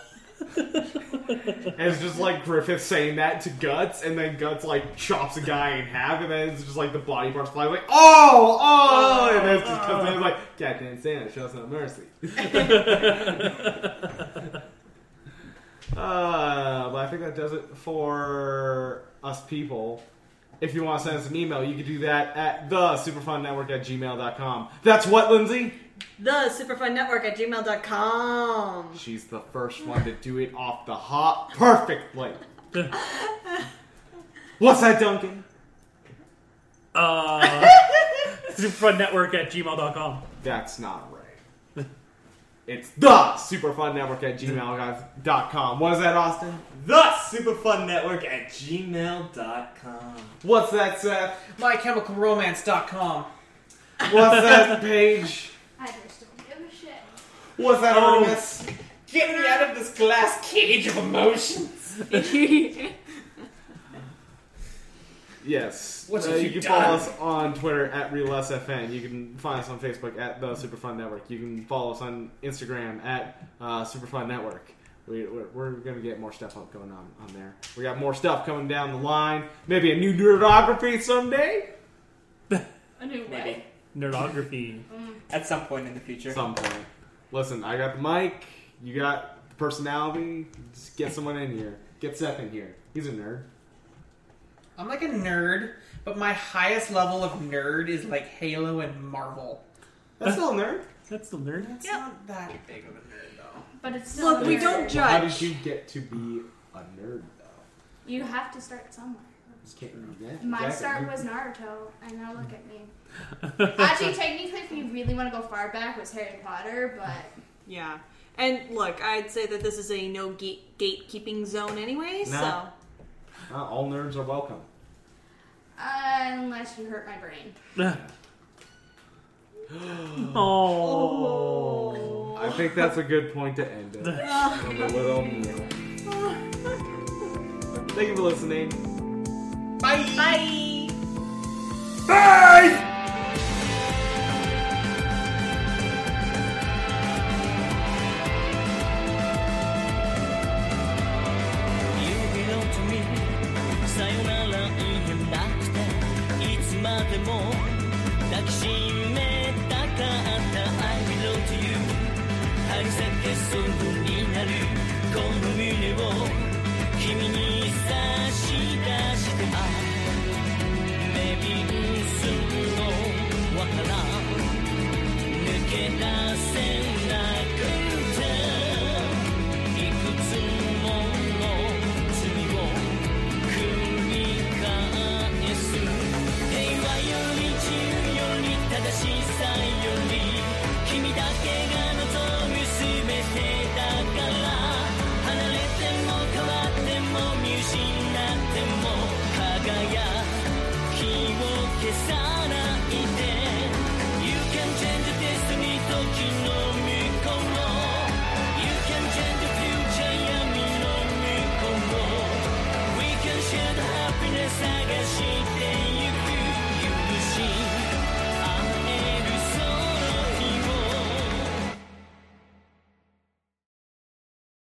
and it's just like Griffith saying that to Guts, and then Guts like chops a guy in half, and then it's just like the body parts fly like, oh, oh, and then it's just because then it's like Captain Santa shows no mercy. uh, but I think that does it for us people. If you want to send us an email, you can do that at the superfunnetwork at gmail.com. That's what, Lindsay?
The Superfund Network at gmail.com.
She's the first one to do it off the hop perfectly. What's that, Duncan?
Uh, Network at gmail.com.
That's not right. It's the Superfun Network at gmail.com. What is that, Austin?
The Superfund Network at gmail.com.
What's that, Seth?
MyChemicalRomance.com.
What's that, Paige?
I just don't give a shit.
What's that,
Oh.
Artemis?
Get me out of this glass cage of emotions.
Yes.
What
Uh,
have
you
you
can
done?
follow us on Twitter at RealSFN. You can find us on Facebook at the Superfund Network. You can follow us on Instagram at uh, Superfund Network. We, we're, we're going to get more stuff up going on on there. We got more stuff coming down the line. Maybe a new nerdography someday.
A new
Maybe.
way.
Nerdography.
At some point in the future.
At some point. Listen, I got the mic. You got the personality. Just get someone in here. Get Seth in here. He's a nerd.
I'm like a nerd, but my highest level of nerd is like Halo and Marvel.
That's still a nerd.
That's the nerd.
It's
Yep.
not that big of a nerd though.
But it's still
Look,
a
we
nerd.
don't
How did
judge.
you get to be a nerd, though?
You have to start somewhere.
Just can't do that.
My
Exactly.
start was Naruto, and now look at me. Actually, technically, if you really want to go far back, was Harry Potter, but
Yeah. And look, I'd say that this is a no ga- gatekeeping zone anyway, so.
No. Not all nerds are welcome.
uh, unless you hurt my brain.
Oh.
I think that's a good point to end it. On a little meal. Thank you for listening.
Bye.
Bye!
You belong to me さよなら言えなくていつまでも抱きしめたかった I belong to you 張り裂けそう